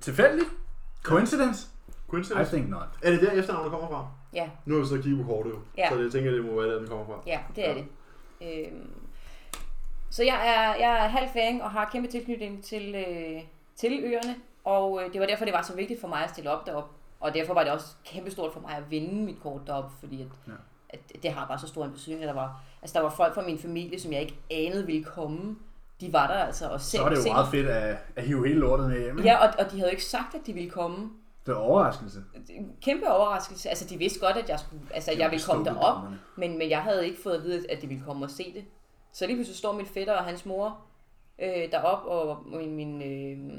Speaker 1: Tilfældigt? Coincidence? I
Speaker 2: Coincidence?
Speaker 1: think not.
Speaker 2: Er det der efternavnet kommer fra?
Speaker 3: Ja,
Speaker 2: Nu har vi så kigget på kortet jo.
Speaker 3: Ja.
Speaker 2: Så jeg tænker, det må være der, den kommer fra.
Speaker 3: Ja, det er det. Øhm, så jeg er, jeg er halv færing og har kæmpe tilknytning til, øh, til øerne, og øh, det var derfor, det var så vigtigt for mig at stille op derop. Og derfor var det også kæmpestort for mig at vinde mit kort derop, fordi at,
Speaker 1: Ja.
Speaker 3: ja. at det har bare så stor en betydning. At der var, altså, der var folk fra min familie, som jeg ikke anede ville komme. De var der altså og
Speaker 1: Så
Speaker 3: selv.
Speaker 1: er det jo
Speaker 3: selv-
Speaker 1: meget fedt at, at hive hele lortet med hjem. ikke?
Speaker 3: Ja, og, og de havde jo ikke sagt, at de ville komme.
Speaker 1: Det er overraskelse.
Speaker 3: En kæmpe overraskelse. Altså, de vidste godt, at jeg, skulle, altså, at
Speaker 1: De var
Speaker 3: jeg ville komme
Speaker 1: stukket,
Speaker 3: derop,
Speaker 1: dommerne.
Speaker 3: men, men jeg havde ikke fået at vide, at de ville komme og se det. Så lige pludselig står min fætter og hans mor øh, derop, og min, min, øh,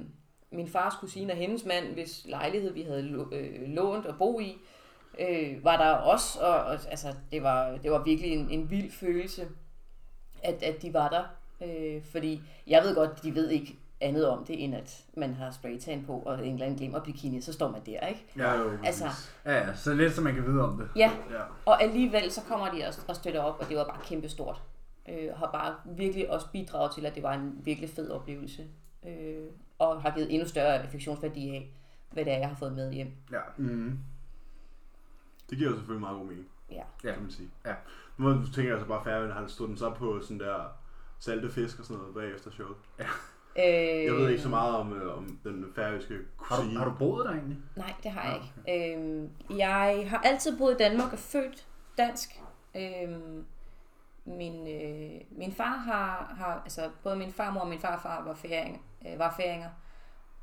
Speaker 3: min fars kusine og hendes mand, hvis lejlighed vi havde lå- øh, lånt og bo i, øh, var der også, og, og altså, det, var, det var virkelig en, en vild følelse. at, at de var der. Øh, fordi jeg ved godt, de ved ikke andet om det, end at man har spraytan på, og en eller anden glemmer bikini, så står man der, ikke?
Speaker 2: Ja, jo.
Speaker 3: Altså,
Speaker 1: Ja, ja, så lidt, så man kan vide om det.
Speaker 3: ja,
Speaker 2: Ja.
Speaker 3: og alligevel så kommer de og, og støtter op, og det var bare kæmpestort. Øh, og har bare virkelig også bidraget til, at det var en virkelig fed oplevelse. Øh, og har givet endnu større affektionsværdi af, hvad det er, jeg har fået med hjem.
Speaker 1: Ja.
Speaker 2: Mm. Det giver jo selvfølgelig meget god mening,
Speaker 3: Ja.
Speaker 1: Ja.
Speaker 2: kan man sige.
Speaker 1: Ja.
Speaker 2: Nu tænker jeg så bare, at han stod den så på sådan der salte fisk og sådan noget bagefter showet.
Speaker 3: Øh,
Speaker 2: Jeg ved ikke så meget om, øh, om den færøske
Speaker 1: Har du,
Speaker 2: kusine.
Speaker 1: har du boet der egentlig?
Speaker 3: Nej, det har jeg ikke. Øhm, jeg har altid boet i Danmark og født dansk. Øhm, min, øh, min far har, har, altså både min farmor og min farfar var færinger. Øh, var færinger.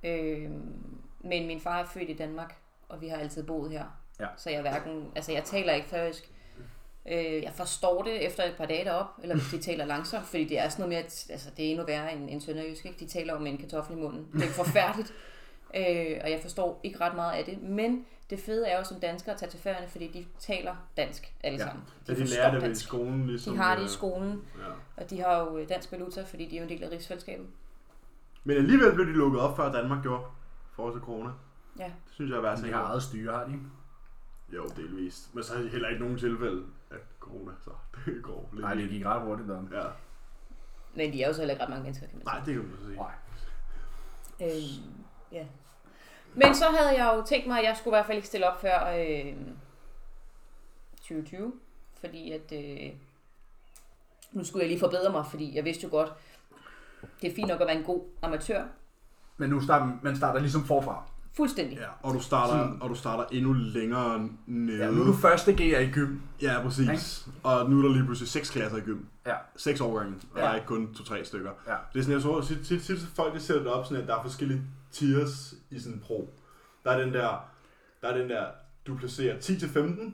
Speaker 3: Øhm, men min far er født i Danmark, og vi har altid boet her.
Speaker 1: Ja.
Speaker 3: Så jeg hverken, altså jeg taler ikke færøsk. Øh, jeg forstår det efter et par dage derop, eller hvis de taler langsomt, fordi det er sådan noget mere, at- altså det er endnu værre end, end sønderjysk, ikke? De taler om en kartoffel i munden. Det er forfærdeligt. Øh, og jeg forstår ikke ret meget af det, men det fede er jo som danskere at tage til færgerne, fordi de taler dansk alle
Speaker 1: Ja.
Speaker 3: sammen.
Speaker 2: Ja, de
Speaker 3: forstår
Speaker 2: lærer det ved i
Speaker 3: dansk.
Speaker 2: skolen, ligesom.
Speaker 3: De har det i
Speaker 2: øh,
Speaker 3: skolen,
Speaker 2: Ja.
Speaker 3: og de har jo øh, dansk valuta, fordi de er jo en del af rigsfællesskabet.
Speaker 2: Men alligevel blev de lukket op, før Danmark gjorde i forhold til corona.
Speaker 3: Ja.
Speaker 2: Det synes jeg er værd at
Speaker 1: Altså, de
Speaker 2: tænke
Speaker 1: har
Speaker 2: over.
Speaker 1: eget styre, har de ikke?
Speaker 2: Jo, delvist. Men så er det heller ikke nogen tilfælde af corona, så det går lidt.
Speaker 1: Nej, det gik ret hurtigt der.
Speaker 2: Ja.
Speaker 3: Altså. Men de er jo så heller ikke ret mange mennesker, kan man
Speaker 2: Nej, det kan man så sige.
Speaker 1: Nej.
Speaker 3: sige. Øh, ja. Men så havde jeg jo tænkt mig, at jeg skulle i hvert fald ikke stille op før øh, 2020, fordi at øh, nu skulle jeg lige forbedre mig, fordi jeg vidste jo godt, det er fint nok at være en god amatør.
Speaker 1: Men nu starter man starter ligesom forfra.
Speaker 3: Fuldstændig.
Speaker 2: Ja, og du starter, og du starter endnu længere nede.
Speaker 1: Ja, nu er du første G i gym.
Speaker 2: Ja, præcis. Og nu er der lige pludselig seks klasser i gym.
Speaker 1: Ja.
Speaker 2: Seks årgange, og
Speaker 1: Ja.
Speaker 2: der er ikke kun to-tre stykker.
Speaker 1: Ja.
Speaker 2: Det er sådan, jeg tror, tit, tit, tit folk de sætter det op sådan, at der er forskellige tiers i sådan en pro. Der er den der, der er den der, du placerer 10-15,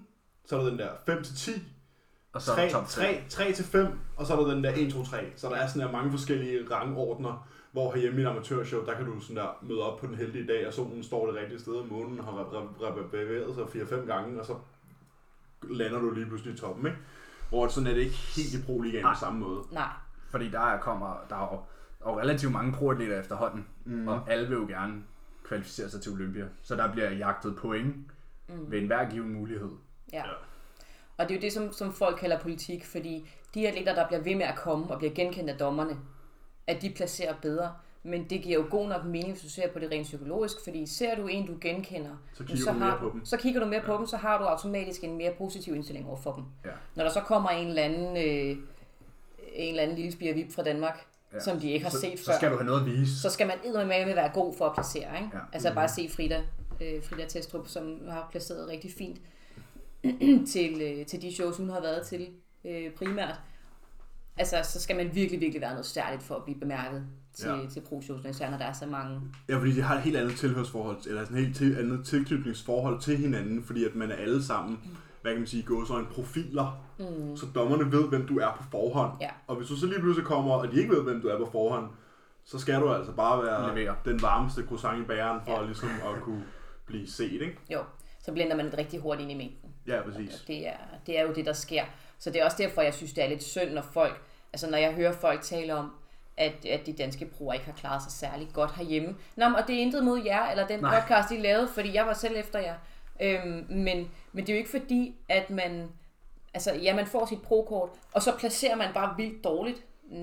Speaker 2: så er der den der 5-10,
Speaker 1: Og så
Speaker 2: 3,
Speaker 1: top
Speaker 2: 3, 3 til 5, og så er der den der 1, 2, 3. Så der er sådan der mange forskellige rangordner, hvor herhjemme i et amatørshow, der kan du sådan der møde op på den heldige dag, og solen står det rigtige sted, og månen har rep- rep- rep- bevæget sig 4-5 gange, og så lander du lige pludselig i toppen, ikke? Hvor sådan er det ikke helt i pro ligaen
Speaker 1: Nej.
Speaker 2: på samme måde.
Speaker 3: Nej.
Speaker 1: Fordi der er- kommer, der er jo, der er jo relativt mange proatleter efterhånden. Mm. Og alle vil jo gerne kvalificere sig til Olympia. Så der bliver jagtet point mm. ved enhver given mulighed.
Speaker 3: Ja.
Speaker 2: Ja.
Speaker 3: Og det er jo det, som, som folk kalder politik, fordi de atleter, der bliver ved med at komme og bliver genkendt af dommerne, at de placerer bedre. Men det giver jo god nok mening, hvis du ser på det rent psykologisk, fordi ser du en, du genkender,
Speaker 2: Så kigger
Speaker 3: så,
Speaker 2: du
Speaker 3: har,
Speaker 2: mere på dem.
Speaker 3: så kigger du mere på dem, så har du automatisk en mere positiv indstilling over for dem.
Speaker 1: Ja.
Speaker 3: Når der så kommer en eller anden, øh, en eller anden lille spirvip fra Danmark,
Speaker 1: Ja.
Speaker 3: ja. som de ikke har
Speaker 1: så,
Speaker 3: set
Speaker 1: så
Speaker 3: før,
Speaker 1: skal du have noget at vise.
Speaker 3: så skal man eddermame være god for at placere. Ikke?
Speaker 1: Ja.
Speaker 3: Ja. Altså bare se Frida, øh, Frida Testrup, som har placeret rigtig fint til, øh, til de shows, hun har været til øh, primært. Altså, så skal man virkelig, virkelig være noget særligt for at blive bemærket til,
Speaker 2: Ja.
Speaker 3: ja. til pro-shows, især når der er så mange.
Speaker 2: Ja, fordi de har et helt andet tilhørsforhold, eller sådan et helt til, andet tilknytningsforhold til hinanden, fordi at man er alle
Speaker 3: Mm.
Speaker 2: sammen, hvad kan man sige, gået så en profiler, mm. så dommerne ved, hvem du er på forhånd.
Speaker 3: Ja.
Speaker 2: Og hvis du så lige pludselig kommer, og de ikke ved, hvem du er på forhånd, så skal du altså bare være
Speaker 1: Levere.
Speaker 2: den varmeste croissant i bæren, for
Speaker 3: Ja.
Speaker 2: ja. ligesom at kunne blive set, ikke?
Speaker 3: Jo, så blander man det rigtig hurtigt ind i mængden.
Speaker 2: Ja, præcis.
Speaker 3: Det er, det er jo det, der sker. Så det er også derfor, jeg synes, det er lidt synd, når folk, altså når jeg hører folk tale om, at, at de danske brugere ikke har klaret sig særlig godt herhjemme. Nå, men, og det er intet mod jer, eller den
Speaker 1: Nej.
Speaker 3: Nej. podcast, I lavede, fordi jeg var selv efter jer. Øhm, men, men det er jo ikke fordi, at man, altså ja, man får sit pro-kort, og så placerer man bare vildt dårligt. Mm,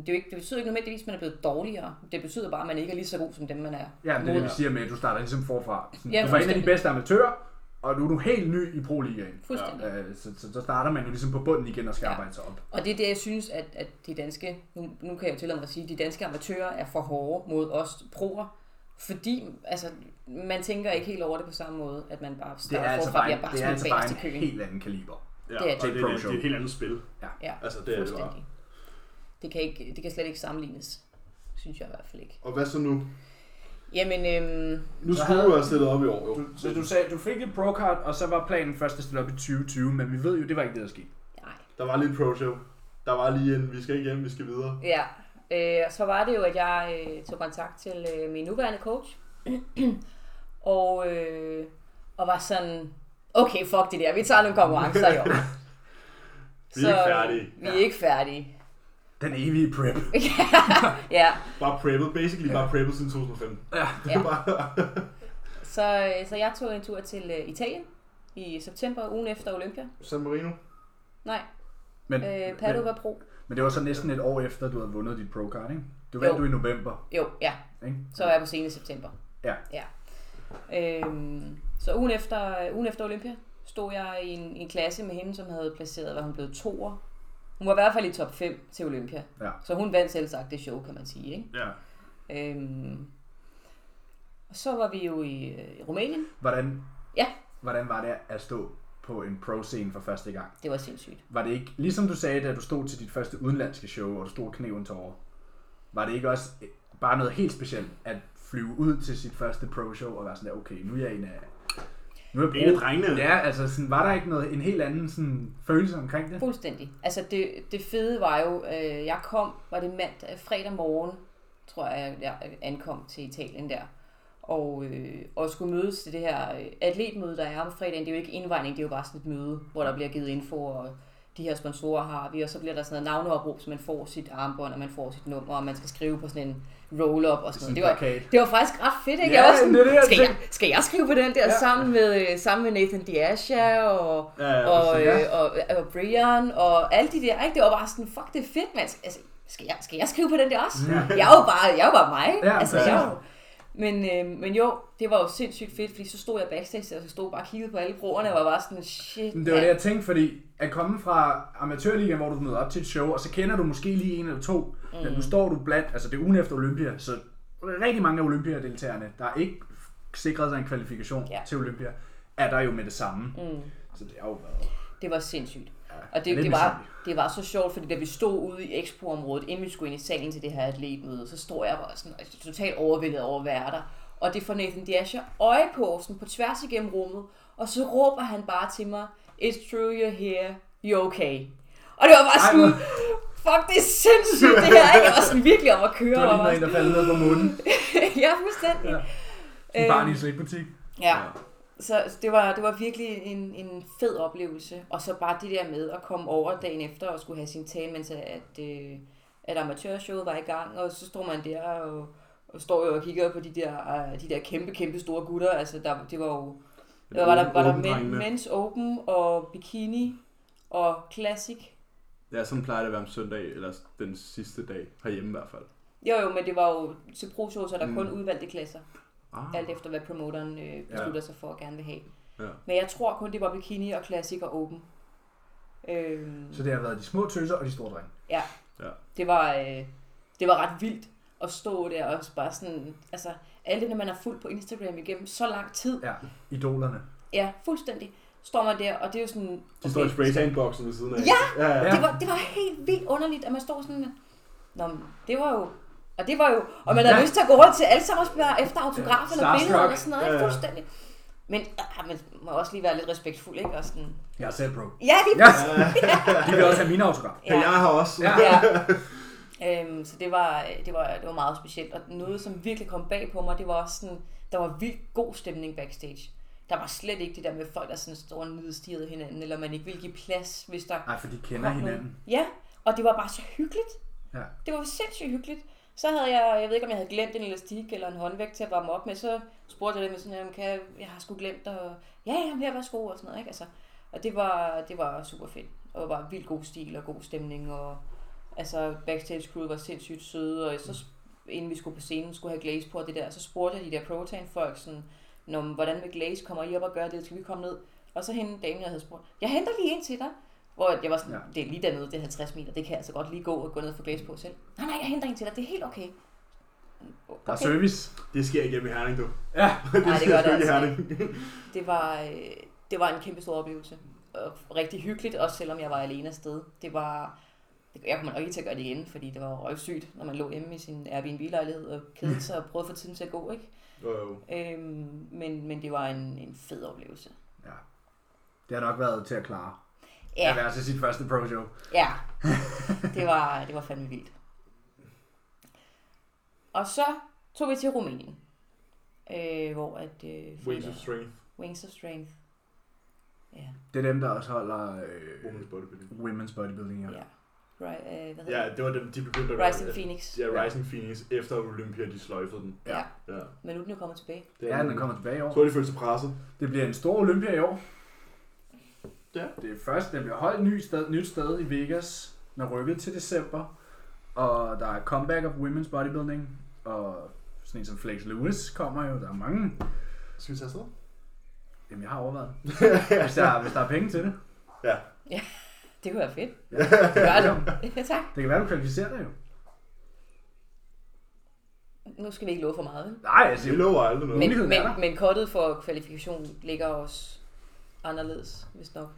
Speaker 3: det, er jo ikke, det betyder ikke nødvendigvis, at man er blevet dårligere. Det betyder bare, at man ikke er lige så god som dem, man er.
Speaker 1: Ja, men det er det,
Speaker 3: mod.
Speaker 1: vi siger med, at du starter ligesom forfra. Sådan,
Speaker 3: Ja,
Speaker 1: du var en af de
Speaker 3: fuldstændig.
Speaker 1: bedste amatører, og nu er du helt ny i pro-ligaen.
Speaker 3: Fuldstændig.
Speaker 1: Øh, så, så, så starter man jo ligesom på bunden igen og skal
Speaker 3: Ja.
Speaker 1: arbejde sig op.
Speaker 3: Og det er det, jeg synes, at, at de danske, nu, nu kan jeg jo tillade mig at sige, at de danske amatører er for hårde mod os proer, fordi altså, man tænker ikke helt over det på samme måde, at man bare
Speaker 1: Det er
Speaker 3: starter
Speaker 1: altså
Speaker 3: forfra og
Speaker 1: bare, en,
Speaker 3: bliver bare
Speaker 1: det er
Speaker 3: smidt
Speaker 1: altså bare
Speaker 3: bagerst i
Speaker 1: en
Speaker 3: køen.
Speaker 1: helt anden kaliber.
Speaker 2: Ja,
Speaker 3: det er
Speaker 2: og
Speaker 3: det.
Speaker 2: det, er, det, er et helt andet spil.
Speaker 3: Ja,
Speaker 2: Altså, det er det bare.
Speaker 3: fuldstændig. Det kan, ikke, det kan slet ikke sammenlignes, synes jeg i hvert fald ikke.
Speaker 2: Og hvad så nu?
Speaker 3: Jamen, øhm,
Speaker 2: Nu
Speaker 1: Jeg
Speaker 2: skulle
Speaker 1: havde-
Speaker 2: du have stillet op i år, jo.
Speaker 1: Du, så du sagde, du fik et pro-card, og så var planen først at stille op i 2020, men vi ved jo, det var ikke det, der skete.
Speaker 3: nej.
Speaker 2: Der var lige et pro-show. Der var lige en, vi skal ikke hjem, vi skal videre.
Speaker 3: Ja, øh, og så var det jo, at jeg øh, tog kontakt til øh, min nuværende coach, og, øh, og var sådan, okay, fuck det der, vi tager nogle konkurrencer i år.
Speaker 2: Vi er ikke færdige.
Speaker 3: Vi er øh, ikke færdige.
Speaker 1: Den evige prep.
Speaker 3: Ja,
Speaker 2: Bare preppet, basically bare preppet siden 2015.
Speaker 1: Ja.
Speaker 2: Det
Speaker 3: Ja.
Speaker 2: er bare...
Speaker 3: så, øh, så jeg tog en tur til øh, Italien i september, ugen efter Olympia.
Speaker 2: San Marino.
Speaker 3: Nej,
Speaker 1: Men,
Speaker 3: øh,
Speaker 1: men,
Speaker 3: Padova Pro.
Speaker 1: men, det var så næsten et år efter, du havde vundet dit pro-card, ikke? Det vandt
Speaker 3: Jo.
Speaker 1: du i november,
Speaker 3: Jo, ja,
Speaker 1: ikke?
Speaker 3: så var jeg på scenen i september.
Speaker 1: Ja.
Speaker 3: ja. Øhm, så ugen efter, ugen efter Olympia stod jeg i en, en klasse med hende, som havde placeret, var hun blevet toer. Hun var i hvert fald i top 5 til Olympia.
Speaker 1: Ja.
Speaker 3: Så hun vandt selv sagt det show, kan man sige. Ikke?
Speaker 1: ja.
Speaker 3: Øhm, og så var vi jo i, øh, i Rumænien.
Speaker 1: Hvordan,
Speaker 3: Ja.
Speaker 1: hvordan var det at stå på en pro-scene for første gang?
Speaker 3: Det var sindssygt.
Speaker 1: Var det ikke, ligesom du sagde, da du stod til dit første udenlandske show, og du stod kneven til over, var det ikke også øh, bare noget helt specielt at flyve ud til sit første pro-show og være sådan der, okay, nu er jeg en af... Nu er jeg
Speaker 2: En af
Speaker 1: pro.
Speaker 2: drengene.
Speaker 1: Ja, altså sådan, var der ikke noget, en helt anden sådan, følelse omkring det?
Speaker 3: Fuldstændig. Altså det, det fede var jo, øh, jeg kom, var det mandag, fredag morgen, tror jeg, jeg ankom til Italien der. Og, øh, og skulle mødes til det her øh, atletmøde, der er om fredagen. Det er jo ikke indvejning, det er jo bare sådan et møde, hvor der bliver givet info, og de her sponsorer har vi, og så bliver der sådan noget navneopråb, så man får sit armbånd, og man får sit nummer, og man skal skrive på sådan en roll-up og sådan
Speaker 1: Sådan
Speaker 3: noget. Det var,
Speaker 1: plakat.
Speaker 3: det var faktisk ret fedt, ikke?
Speaker 1: Ja,
Speaker 3: jeg var sådan,
Speaker 1: det er det, jeg
Speaker 3: skal, jeg,
Speaker 1: tænker.
Speaker 3: skal jeg skrive på den der ja. sammen, med, øh, sammen med Nathan Diasha og,
Speaker 2: Ja, ja,
Speaker 3: og,
Speaker 2: præcis.
Speaker 3: øh, og, og Brian og alle de der, ikke? Det var bare sådan, fuck, det er fedt, mand. Altså, skal jeg, skal jeg skrive på den der også?
Speaker 1: Ja.
Speaker 3: Jeg er jo bare, jeg er jo bare mig.
Speaker 1: Ja,
Speaker 3: altså,
Speaker 1: præcis.
Speaker 3: jeg er jo- men, øh, men jo, det var jo sindssygt fedt, fordi så stod jeg backstage, og så stod jeg bare og kiggede på alle broerne, og var bare sådan, shit,
Speaker 1: Men Det var det,
Speaker 3: mand.
Speaker 1: jeg tænkte, fordi at komme fra amatørligaen, hvor du møder op til et show, og så kender du måske lige en eller to, mm. men nu står du blandt, altså det er ugen efter Olympia, så rigtig mange af Olympiadeltagerne, der ikke sikret sig en kvalifikation
Speaker 3: Ja.
Speaker 1: ja. til Olympia, er der jo med det samme. Mm. Så det er jo været...
Speaker 3: Det var sindssygt.
Speaker 1: Ja,
Speaker 3: Og det,
Speaker 1: lidt
Speaker 3: det, var,
Speaker 1: misundeligt.
Speaker 3: det var så sjovt, fordi da vi stod ude i Expo-området, inden vi skulle ind i salen til det her atletmøde, så stod jeg bare sådan altså, totalt overvældet over at være der. Og det får Nathan Diasha øje på sådan på tværs igennem rummet, og så råber han bare til mig, It's true you're here, you're okay. Og det var bare
Speaker 1: Ej,
Speaker 3: sådan,
Speaker 1: hvor-
Speaker 3: fuck det er sindssygt det her, ikke? Jeg var sådan virkelig om at køre.
Speaker 1: Det var
Speaker 3: og
Speaker 1: lige
Speaker 3: var
Speaker 1: noget, der faldt ned på munden.
Speaker 3: sådan, ja, fuldstændig.
Speaker 1: Ja.
Speaker 3: Øhm,
Speaker 1: En barn i en slikbutik.
Speaker 3: Ja. Så det var, det var virkelig en, en fed oplevelse. Og så bare det der med at komme over dagen efter og skulle have sin tale, mens at, øh, at amatørshowet var i gang. Og så stod man der og, og står jo og kigger på de der, øh, de der kæmpe, kæmpe store gutter. Altså der, det var jo... Der var der, var der men,
Speaker 2: Åbendrengene.
Speaker 3: men's open og bikini og classic.
Speaker 2: Ja, sådan plejer det at være om søndag, eller den sidste dag herhjemme i hvert fald.
Speaker 3: Jo jo, men det var jo til pro så der mm. kun udvalgte klasser.
Speaker 2: Ah,
Speaker 3: Alt efter hvad promoteren øh, beslutter ja. sig for at gerne vil have.
Speaker 2: Ja.
Speaker 3: Men jeg tror kun, det var bikini og classic og open. Øhm,
Speaker 1: Så det har været de små tøser og de store drenge.
Speaker 3: ja,
Speaker 2: ja.
Speaker 3: det var, øh, det var ret vildt at stå der og bare sådan, altså alt det, når man har fulgt på Instagram igennem så lang tid. Ja,
Speaker 1: Ja, idolerne.
Speaker 3: ja fuldstændig. Står man der, og det er jo sådan...
Speaker 2: De står i spraytanboksen ved siden af.
Speaker 3: Ja!
Speaker 2: ja, ja.
Speaker 3: det, var, det var helt vildt underligt, at man står sådan... Nå, men det var jo... Og det var jo... Og man havde
Speaker 1: Ja.
Speaker 3: lyst til at gå rundt til alle sammen og spørge efter autografer eller
Speaker 1: Starstruck.
Speaker 3: billeder eller sådan noget.
Speaker 2: Ja,
Speaker 3: Ja,
Speaker 2: ja.
Speaker 3: fuldstændig. Men ah, man må også lige være lidt respektfuld, ikke? Og sådan...
Speaker 1: Jeg er selv pro.
Speaker 3: Ja, lige
Speaker 1: Ja, de vil også have mine autograf.
Speaker 2: ja. Jeg har også.
Speaker 1: Ja.
Speaker 3: Ja. Øhm, så det var, det, var, det var meget specielt. Og noget, som virkelig kom bag på mig, det var også sådan, der var vildt god stemning backstage. Der var slet ikke det der med folk, der sådan stod og nedstirrede hinanden, eller man ikke ville give plads, hvis der
Speaker 1: Nej, for de kender
Speaker 3: kom
Speaker 1: hinanden.
Speaker 3: nogen. Ja, og det var bare så hyggeligt.
Speaker 1: Ja.
Speaker 3: Det var sindssygt hyggeligt. Så havde jeg, jeg ved ikke om jeg havde glemt en elastik eller en håndvægt til at varme op med, så spurgte jeg dem sådan, jamen, kan jeg, jeg har sgu glemt, og ja, jamen, her var sko og sådan noget, ikke? Altså, og det var, det var super fedt, og det var vildt god stil og god stemning, og altså backstage crew var sindssygt søde, og så sp- inden vi skulle på scenen, skulle have glaze på og det der, så spurgte jeg de der protein folk sådan, Nå, men hvordan vil glaze, kommer I op og gøre det, skal vi komme ned? Og så hende damen, jeg havde spurgt, jeg henter lige en til dig, hvor jeg var sådan, ja.
Speaker 1: Ja.
Speaker 3: det er lige dernede, det er 50 meter, det kan jeg altså godt lige gå og gå ned og få glaze på selv. Nej, nej, jeg henter en til dig, det er helt okay.
Speaker 1: Der er
Speaker 3: okay.
Speaker 1: service.
Speaker 2: Det sker ikke hjemme i Herning, du.
Speaker 1: Ja.
Speaker 2: Det
Speaker 3: Nej, det
Speaker 2: sker
Speaker 3: gør det
Speaker 2: sgu ikke i
Speaker 3: altså
Speaker 2: Herning.
Speaker 3: ikke. Det var, øh, det var en kæmpe stor oplevelse. Og rigtig hyggeligt, også selvom jeg var alene afsted. Det var, jeg kommer nok ikke til at gøre det igen, fordi det var røvsygt, når man lå hjemme i sin Airbnb-lejlighed og
Speaker 2: Mm.
Speaker 3: kedede sig og prøvede at få tiden til at gå, ikke?
Speaker 2: Jo, jo.
Speaker 3: Øhm, men, men det var en, en fed oplevelse.
Speaker 1: ja. Det har nok været til at klare. Ja.
Speaker 3: Ja,
Speaker 1: At være til sit første pro-show.
Speaker 3: ja. Det var, det var fandme vildt. Og så tog vi til Rumænien. Øh, hvor at... Øh,
Speaker 2: Wings of Strength.
Speaker 3: Wings of Strength. Ja,
Speaker 1: Det er dem, der også holder øh,
Speaker 2: Women's Bodybuilding.
Speaker 1: women's bodybuilding. Ja.
Speaker 3: ja. Right, øh, hvad hedder
Speaker 2: Ja, det var dem, de begyndte at
Speaker 3: det? Rising
Speaker 2: gøre.
Speaker 3: Phoenix.
Speaker 2: Ja, Rising Phoenix, efter Olympia, de sløjfede den.
Speaker 3: Ja.
Speaker 2: Ja,
Speaker 3: Men nu er den jo kommet tilbage.
Speaker 2: det
Speaker 1: Ja, den kommer tilbage i
Speaker 2: Jeg
Speaker 1: år.
Speaker 2: tror, de følte sig presset.
Speaker 1: Det bliver en stor Olympia i år.
Speaker 2: Ja.
Speaker 1: Det er først, den bliver holdt ny sted, nyt sted i Vegas, når rykket til december. Og der er comeback of women's bodybuilding, og sådan en som Flex Lewis kommer jo. Der er mange.
Speaker 2: Skal vi tage afsted?
Speaker 1: Jamen, jeg har overvejet. Hvis der, hvis der er penge til det.
Speaker 2: Ja.
Speaker 3: Det kunne være fedt. Gør det. Ja, tak.
Speaker 1: Det kan være, du kvalificerer dig jo.
Speaker 3: Nu skal vi ikke love for meget, vel?
Speaker 1: Nej, altså,
Speaker 2: Vi lover aldrig noget.
Speaker 3: Men,
Speaker 1: Muligheden
Speaker 3: men,
Speaker 1: er der.
Speaker 3: men kortet for kvalifikation ligger også anderledes, hvis nok.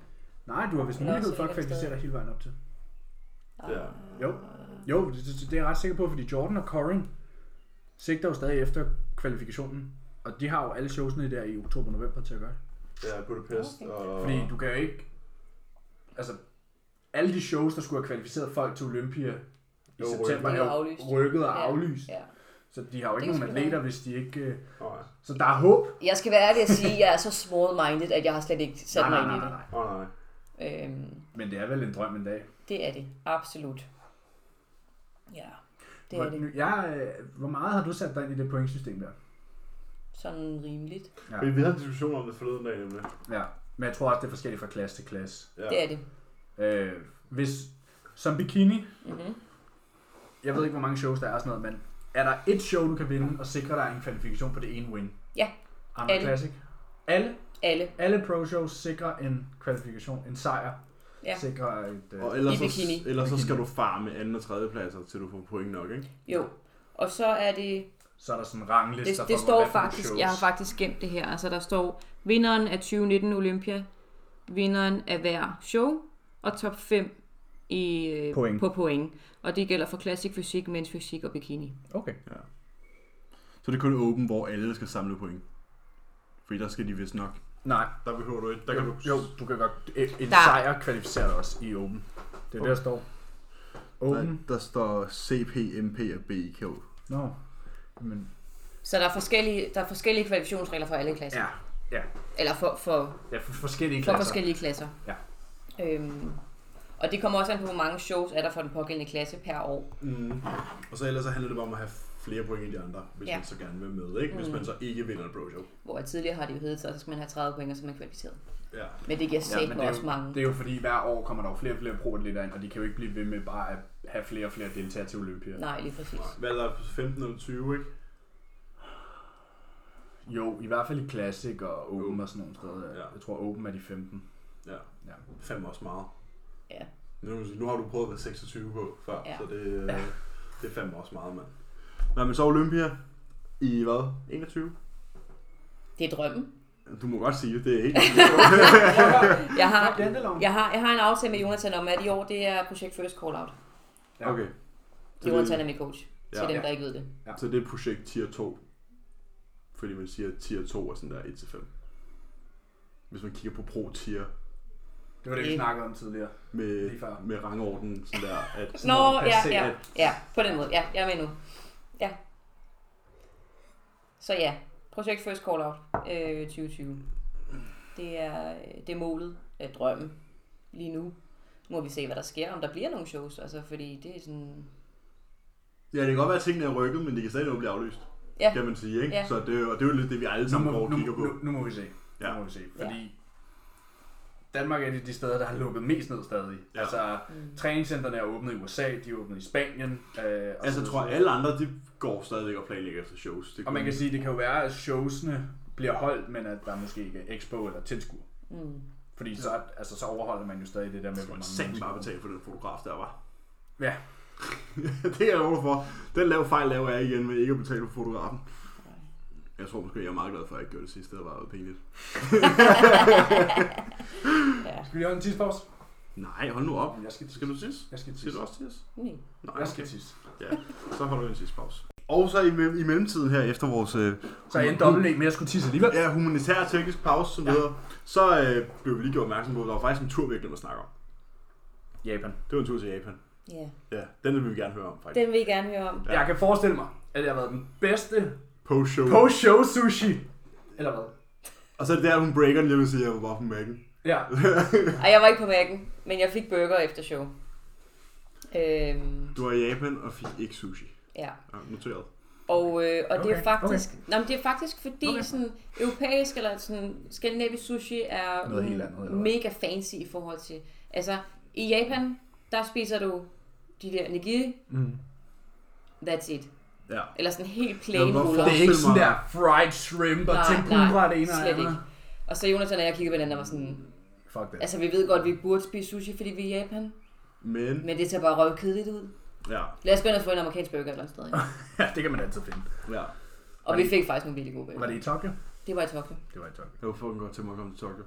Speaker 1: nej, du har vist mulighed for at kvalificere dig hele vejen op til.
Speaker 2: Ja.
Speaker 1: Jo, jo det, det, det er jeg ret sikker på, fordi Jordan og Coring sigter jo stadig efter kvalifikationen. Og de har jo alle showsene der i oktober og november til at gøre. det.
Speaker 2: Ja, Budapest
Speaker 3: Okay.
Speaker 2: og...
Speaker 1: Fordi du kan jo ikke... Altså, alle de shows, der skulle have kvalificeret folk til Olympia i
Speaker 2: Jo,
Speaker 1: september,
Speaker 3: rykket.
Speaker 1: er jo
Speaker 3: Aflyst.
Speaker 1: rykket og aflyst.
Speaker 3: Ja.
Speaker 1: Så de har jo ikke
Speaker 3: Det er
Speaker 1: nogen
Speaker 3: sgu da.
Speaker 1: atleter, hvis de ikke... øh,
Speaker 2: Nej,
Speaker 1: Så der er håb.
Speaker 3: Jeg skal være ærlig at sige, at jeg er så small-minded, at jeg har slet ikke sat
Speaker 1: Nej,
Speaker 3: mig
Speaker 1: nej,
Speaker 3: ind i
Speaker 1: nej,
Speaker 3: det.
Speaker 1: nej, nej.
Speaker 2: Åh, nej.
Speaker 3: Øhm,
Speaker 1: Men det er vel en drøm en dag.
Speaker 3: det er det. Absolut. Ja, det er
Speaker 1: Hvor,
Speaker 3: det.
Speaker 1: nu- jeg, øh, hvor meget har du sat dig ind i det pointsystem der?
Speaker 3: Sådan rimeligt.
Speaker 1: Ja.
Speaker 2: Vi, vi havde en diskussion om det forleden dag, nemlig.
Speaker 1: Ja. Men jeg tror også, det er forskelligt fra klasse til klasse.
Speaker 2: Ja.
Speaker 3: Det er det.
Speaker 1: Øh, hvis, som bikini,
Speaker 3: Mm-hmm.
Speaker 1: jeg ved ikke, hvor mange shows der er og sådan noget, men er der et show, du kan vinde og sikre dig en kvalifikation på det ene win?
Speaker 3: Ja.
Speaker 1: Andre
Speaker 3: Alle.
Speaker 1: Classic? Alle?
Speaker 3: Alle.
Speaker 1: Alle pro shows sikrer en kvalifikation, en sejr.
Speaker 3: Ja.
Speaker 1: Sikrer et... Øh,
Speaker 2: Og ellers,
Speaker 3: I bikini.
Speaker 2: så, ellers så
Speaker 1: Bikini.
Speaker 2: skal du farme anden og tredje pladser, til du får point nok, ikke?
Speaker 3: Jo. Og så er det
Speaker 1: så er der sådan en rangliste
Speaker 3: det,
Speaker 1: for,
Speaker 3: det
Speaker 1: hvor-
Speaker 3: står
Speaker 1: hvad for nogle
Speaker 3: faktisk,
Speaker 1: shows.
Speaker 3: jeg har faktisk gemt det her, altså der står vinderen af 2019 Olympia, vinderen af hver show, og top 5 i, øh,
Speaker 1: Point.
Speaker 3: på point. Og det gælder for klassisk fysik, mens fysik og bikini.
Speaker 1: Okay.
Speaker 2: Så det er kun åben, hvor alle skal samle point. Fordi der skal de vist nok.
Speaker 1: Nej.
Speaker 2: Der behøver du ikke. Der
Speaker 1: Jo,
Speaker 2: kan du...
Speaker 1: jo, du kan godt... En en
Speaker 3: Der-
Speaker 1: sejr kvalificerer dig også i Open. Det er det, der står. Open?
Speaker 2: der står CP, MP og BK.
Speaker 1: Nå. No. Men...
Speaker 3: Så der er forskellige, der er forskellige kvalifikationsregler for alle klasser.
Speaker 1: Ja. Ja.
Speaker 3: Eller for, for,
Speaker 1: Ja, for forskellige
Speaker 3: Altså- for
Speaker 1: klasser.
Speaker 3: forskellige klasser.
Speaker 1: Ja.
Speaker 3: Øhm, og det kommer også an på, hvor mange shows er der for den pågældende klasse per år.
Speaker 2: Mm. Og så ellers så handler det bare om at have flere point end de andre, hvis
Speaker 3: Ja. Mm.
Speaker 2: ja. man så gerne vil med, ikke? Hvis man så ikke vinder et bro show.
Speaker 3: Hvor tidligere har det jo heddet, så så skal man have 30 point, og så er man kvalificeret.
Speaker 2: Ja.
Speaker 3: Men det giver
Speaker 1: Ja, men
Speaker 3: sæt ja,
Speaker 1: det er,
Speaker 3: også
Speaker 1: jo,
Speaker 3: mange.
Speaker 1: det er jo fordi, hver år kommer der jo flere og flere pro ind, og de kan jo ikke blive ved med bare at have flere og flere deltagere til Olympia.
Speaker 3: Nej, lige præcis.
Speaker 2: Hvad er der 15 eller 20, ikke?
Speaker 1: Jo, i hvert fald i Classic og Open
Speaker 2: Open.
Speaker 1: og sådan nogle steder.
Speaker 2: Ja.
Speaker 1: Jeg tror Open er de 15.
Speaker 2: Ja.
Speaker 1: Ja.
Speaker 2: Fem er også meget.
Speaker 3: Ja.
Speaker 2: Nu, nu har du prøvet at være 26 på før,
Speaker 3: Ja.
Speaker 2: ja. så det, ja. det er fandme også meget, mand. Hvad med så Olympia i hvad? 21?
Speaker 3: Det er drømmen.
Speaker 2: Du må godt sige det, det er ikke
Speaker 3: Jeg har,
Speaker 1: Janteloven.
Speaker 3: Jeg har, jeg har en aftale med Jonathan om, at i år det er projekt First Call Out.
Speaker 2: Okay, Det-
Speaker 3: Jonathan er min coach, til
Speaker 2: Ja.
Speaker 3: dem,
Speaker 1: Ja.
Speaker 3: der ikke ved det.
Speaker 2: så det er projekt tier 2. Fordi man siger, at tier 2 er sådan der 1-5. Hvis man kigger på pro-tier
Speaker 1: Det var det, vi
Speaker 3: Det-
Speaker 1: snakkede om tidligere.
Speaker 2: med,
Speaker 1: Lige før.
Speaker 2: med rangorden, sådan der, at
Speaker 3: Nå,
Speaker 1: hvor du kan
Speaker 3: ja,
Speaker 1: se,
Speaker 3: ja,
Speaker 1: at-
Speaker 3: ja, på den måde. Ja, jeg er med nu. Ja. Så ja, projekt First Call Out øh, 2020. Det er, det er målet, øh, drømmen lige nu. Nu må vi se, hvad der sker, om der bliver nogle shows, altså, fordi det er sådan...
Speaker 2: Ja, det kan godt være, at tingene er rykket, men de kan stadig nå at blive aflyst,
Speaker 3: Ja,
Speaker 2: kan man sige, ikke?
Speaker 3: Ja.
Speaker 2: Så det, er jo- og det er jo lidt det, vi alle
Speaker 1: Nu
Speaker 2: sammen går
Speaker 1: må,
Speaker 2: og
Speaker 1: nu,
Speaker 2: kigger på.
Speaker 1: nu, nu må vi se. Ja.
Speaker 2: Ja.
Speaker 1: Nu må vi se. Fordi Danmark er et af de steder, der har lukket mest ned stadig. Ja.
Speaker 2: Ja.
Speaker 1: Altså,
Speaker 3: mm,
Speaker 1: træningscenterne er åbnet i USA, de er åbnet i Spanien. Øh, og
Speaker 2: Altså,
Speaker 1: så-
Speaker 2: jeg tror,
Speaker 1: så-
Speaker 2: alle andre, de går stadigvæk og planlægger efter shows. Det
Speaker 1: Og man
Speaker 2: kunne-
Speaker 1: kan sige, det kan jo være, at showsene bliver holdt, men at der måske ikke er expo eller tilskuer.
Speaker 3: mm,
Speaker 1: Fordi så, er- altså, så overholder man jo stadig det der med,
Speaker 2: Det
Speaker 1: hvor
Speaker 2: var
Speaker 1: mange
Speaker 2: satme bare
Speaker 1: mennesker-
Speaker 2: betale for den fotograf der, var.
Speaker 1: Ja,
Speaker 2: det er jeg over for. Den lav fejl laver jeg igen med ikke at betale for fotografen. Jeg tror måske, jeg er meget glad for, at jeg ikke gjorde det sidste. Det var jo pinligt.
Speaker 3: ja.
Speaker 1: skal vi holde en tidspause?
Speaker 2: Nej, hold nu op.
Speaker 1: Jeg skal
Speaker 2: Skal du tisse?
Speaker 1: Jeg skal
Speaker 2: Skal du
Speaker 1: tisse.
Speaker 2: også tisse?
Speaker 3: Nej.
Speaker 2: Nej,
Speaker 1: Jeg skal
Speaker 2: okay.
Speaker 1: tisse.
Speaker 2: Ja, så holder vi en sidste pause. Og så i, mell- i mellemtiden her, efter vores øh,
Speaker 1: Så jeg endte dobbelt med, at jeg skulle tisse alligevel.
Speaker 2: ja, humanitære teknisk pause, så, videre, så øh, blev vi lige gjort opmærksom på, at der var faktisk en tur, vi ikke glemte at snakke om.
Speaker 1: Japan.
Speaker 2: Det var en tur til Japan.
Speaker 3: Ja.
Speaker 2: Ja, den vil vi gerne høre om, faktisk.
Speaker 3: Den vil I gerne høre om.
Speaker 2: Ja.
Speaker 1: Jeg kan forestille mig, at jeg har været den bedste
Speaker 2: Post-show.
Speaker 1: post-show sushi. Eller hvad?
Speaker 2: Og så er det der, hun breaker den lige ved siden, jeg var bare på mærken.
Speaker 1: Ja.
Speaker 3: Ej, jeg var ikke på mærken, men jeg fik burger efter show. Øhm,
Speaker 2: Du var i Japan og fik ikke sushi.
Speaker 3: ja.
Speaker 2: Ja, noteret.
Speaker 3: Og, øh, og okay, det er
Speaker 1: Okay,
Speaker 3: faktisk, okay. nej, men det er faktisk fordi okay.
Speaker 1: Okay.
Speaker 3: sådan europæisk eller sådan skandinavisk sushi er
Speaker 1: Noget helt andet, eller hvad?
Speaker 3: mega fancy i forhold til. Altså i Japan, der spiser du de der nigiri.
Speaker 1: Mm.
Speaker 3: That's it.
Speaker 1: Ja.
Speaker 3: Eller sådan helt
Speaker 2: Ja,
Speaker 3: plain
Speaker 2: hvorfor?
Speaker 3: ruller.
Speaker 1: Det er ikke
Speaker 2: Forestil mig-
Speaker 1: sådan der fried shrimp og
Speaker 3: Nej,
Speaker 1: tempura
Speaker 3: nej,
Speaker 1: det ene og
Speaker 3: slet
Speaker 1: det andet.
Speaker 3: ikke. Og så Jonathan og jeg kiggede på hinanden og var sådan,
Speaker 1: Fuck det.
Speaker 3: altså vi ved godt, at vi burde spise sushi, fordi vi er i Japan,
Speaker 2: Men,
Speaker 3: men det ser bare røvkedeligt ud.
Speaker 2: ja,
Speaker 3: Lad os gå ind og få en amerikansk burger et eller andet sted. ikke?
Speaker 1: Ja, det kan man altid finde.
Speaker 2: ja.
Speaker 3: Og vi fik faktisk nogle virkelig gode burger.
Speaker 1: Var det i Tokyo?
Speaker 3: Det var i Tokyo.
Speaker 1: Det var i Tokyo.
Speaker 2: Jeg kunne fucking godt tænke mig at komme til Tokyo.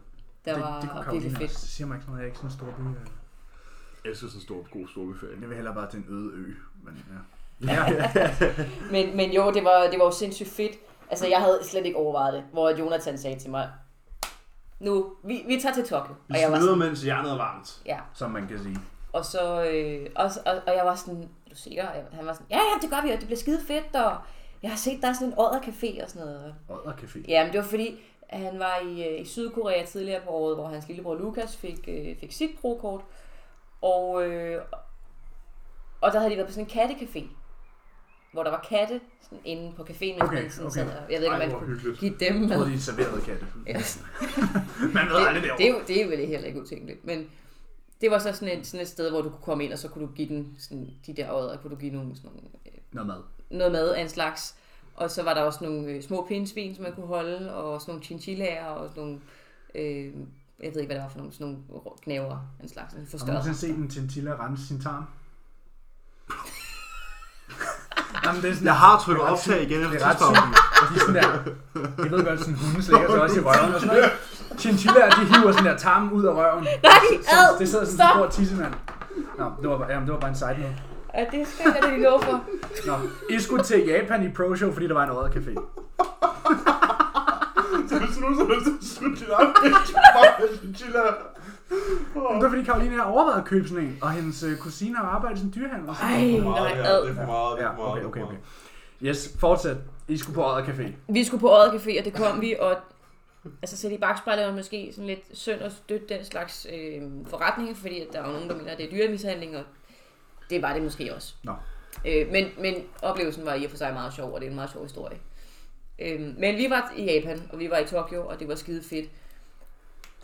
Speaker 3: Der
Speaker 1: det,
Speaker 3: var
Speaker 1: det kunne
Speaker 3: virkelig
Speaker 1: Karoline
Speaker 3: fedt.
Speaker 1: også. Det siger mig ikke sådan noget, jeg er ikke sådan en stor by. øh.
Speaker 2: Jeg elsker sådan en stor, god storbyferie.
Speaker 1: Jeg vil hellere bare til en øde ø. Men, ja.
Speaker 3: Men, men jo, det var, det var jo sindssygt fedt. Altså, jeg havde slet ikke overvejet det, hvor Jonathan sagde til mig, nu, vi, vi tager til Tokyo.
Speaker 2: Vi
Speaker 3: Og jeg var
Speaker 2: smider,
Speaker 3: sådan,
Speaker 2: mens jernet er varmt.
Speaker 3: ja.
Speaker 1: Som man kan sige.
Speaker 3: Og så, øh, og, og, og jeg var sådan, er du sikker? Og jeg- han var sådan, ja, ja, det gør vi, og det bliver skide fedt, og jeg har set, der er sådan en åddercafé og sådan noget.
Speaker 1: Oddercafé.
Speaker 3: Ja, men det var fordi, han var i, øh, i Sydkorea tidligere på året, hvor hans lillebror Lukas fik, øh, fik sit brokort. Og, øh, og der havde de været på sådan en kattecafé, hvor der var katte sådan inde på caféen, mens
Speaker 1: Okay,
Speaker 3: man sådan
Speaker 1: okay.
Speaker 3: sad, og jeg ved ikke, om
Speaker 2: Ej,
Speaker 3: man
Speaker 2: hvor
Speaker 3: kunne
Speaker 2: hyggeligt.
Speaker 3: give dem
Speaker 1: Jeg
Speaker 3: noget.
Speaker 1: troede, de serverede katte.
Speaker 3: Ja,
Speaker 1: Man ved aldrig
Speaker 3: det,
Speaker 1: derovre.
Speaker 3: det, er jo, det er vel heller ikke utænkeligt, men det var så sådan et, sådan et sted, hvor du kunne komme ind, og så kunne du give den sådan, de der ådder, kunne du give nogle, sådan nogle, øh,
Speaker 1: Noget mad.
Speaker 3: noget mad af en slags. Og så var der også nogle øh, små pindsvin, som man kunne holde, og sådan nogle chinchillaer, og sådan nogle, øh, jeg ved ikke, hvad det var for nogle, sådan nogle rå- knæver af en slags, sådan
Speaker 1: Har du
Speaker 3: forstørret.
Speaker 1: nogensinde set en chinchilla rense sin tarm? Jamen, det er sådan,
Speaker 2: Jeg har trykket optag igen efter
Speaker 1: Det er ret
Speaker 2: tidspunktet.
Speaker 1: sygt. Og de er sådan der, jeg ved godt, sådan hunde slikker sig også i røven og sådan noget. Chinchillaer, de hiver sådan der tarmen ud af røven.
Speaker 3: Nej,
Speaker 1: Så,
Speaker 3: ad,
Speaker 1: det sidder sådan en
Speaker 3: stop!
Speaker 1: stor tissemand. Nå, det var, bare- jamen, det var bare en side note.
Speaker 3: Ja, det skal jeg da lige love for.
Speaker 1: Nå, I skulle til Japan i Pro Show, fordi der var en café.
Speaker 2: Hvis nu så lyst til at slutte din aften, chiller.
Speaker 1: Det var fordi Karoline har overvejet at købe sådan en, og hendes øh, kusine har arbejdet som dyrehandler. og sådan
Speaker 3: Ej,
Speaker 1: noget.
Speaker 3: nej,
Speaker 2: ja,
Speaker 3: ad.
Speaker 2: det er for meget, det
Speaker 1: Ja,
Speaker 2: er for
Speaker 1: okay,
Speaker 2: meget. det er
Speaker 1: okay,
Speaker 2: for
Speaker 1: okay.
Speaker 2: meget.
Speaker 1: Yes, fortsat. I skulle på Odder Café.
Speaker 3: Vi skulle på Odder Café, og det kom vi, og altså set i bagspejlet var det måske sådan lidt synd at støtte den slags øh, forretninger, fordi at der er jo nogen, der mener, at det er dyremishandling, og det var det måske også.
Speaker 1: Nå.
Speaker 3: Øh, men, men oplevelsen var i og for sig meget sjov, og det er en meget sjov historie. Øh, men vi var i Japan, og vi var i Tokyo, og det var skide fedt.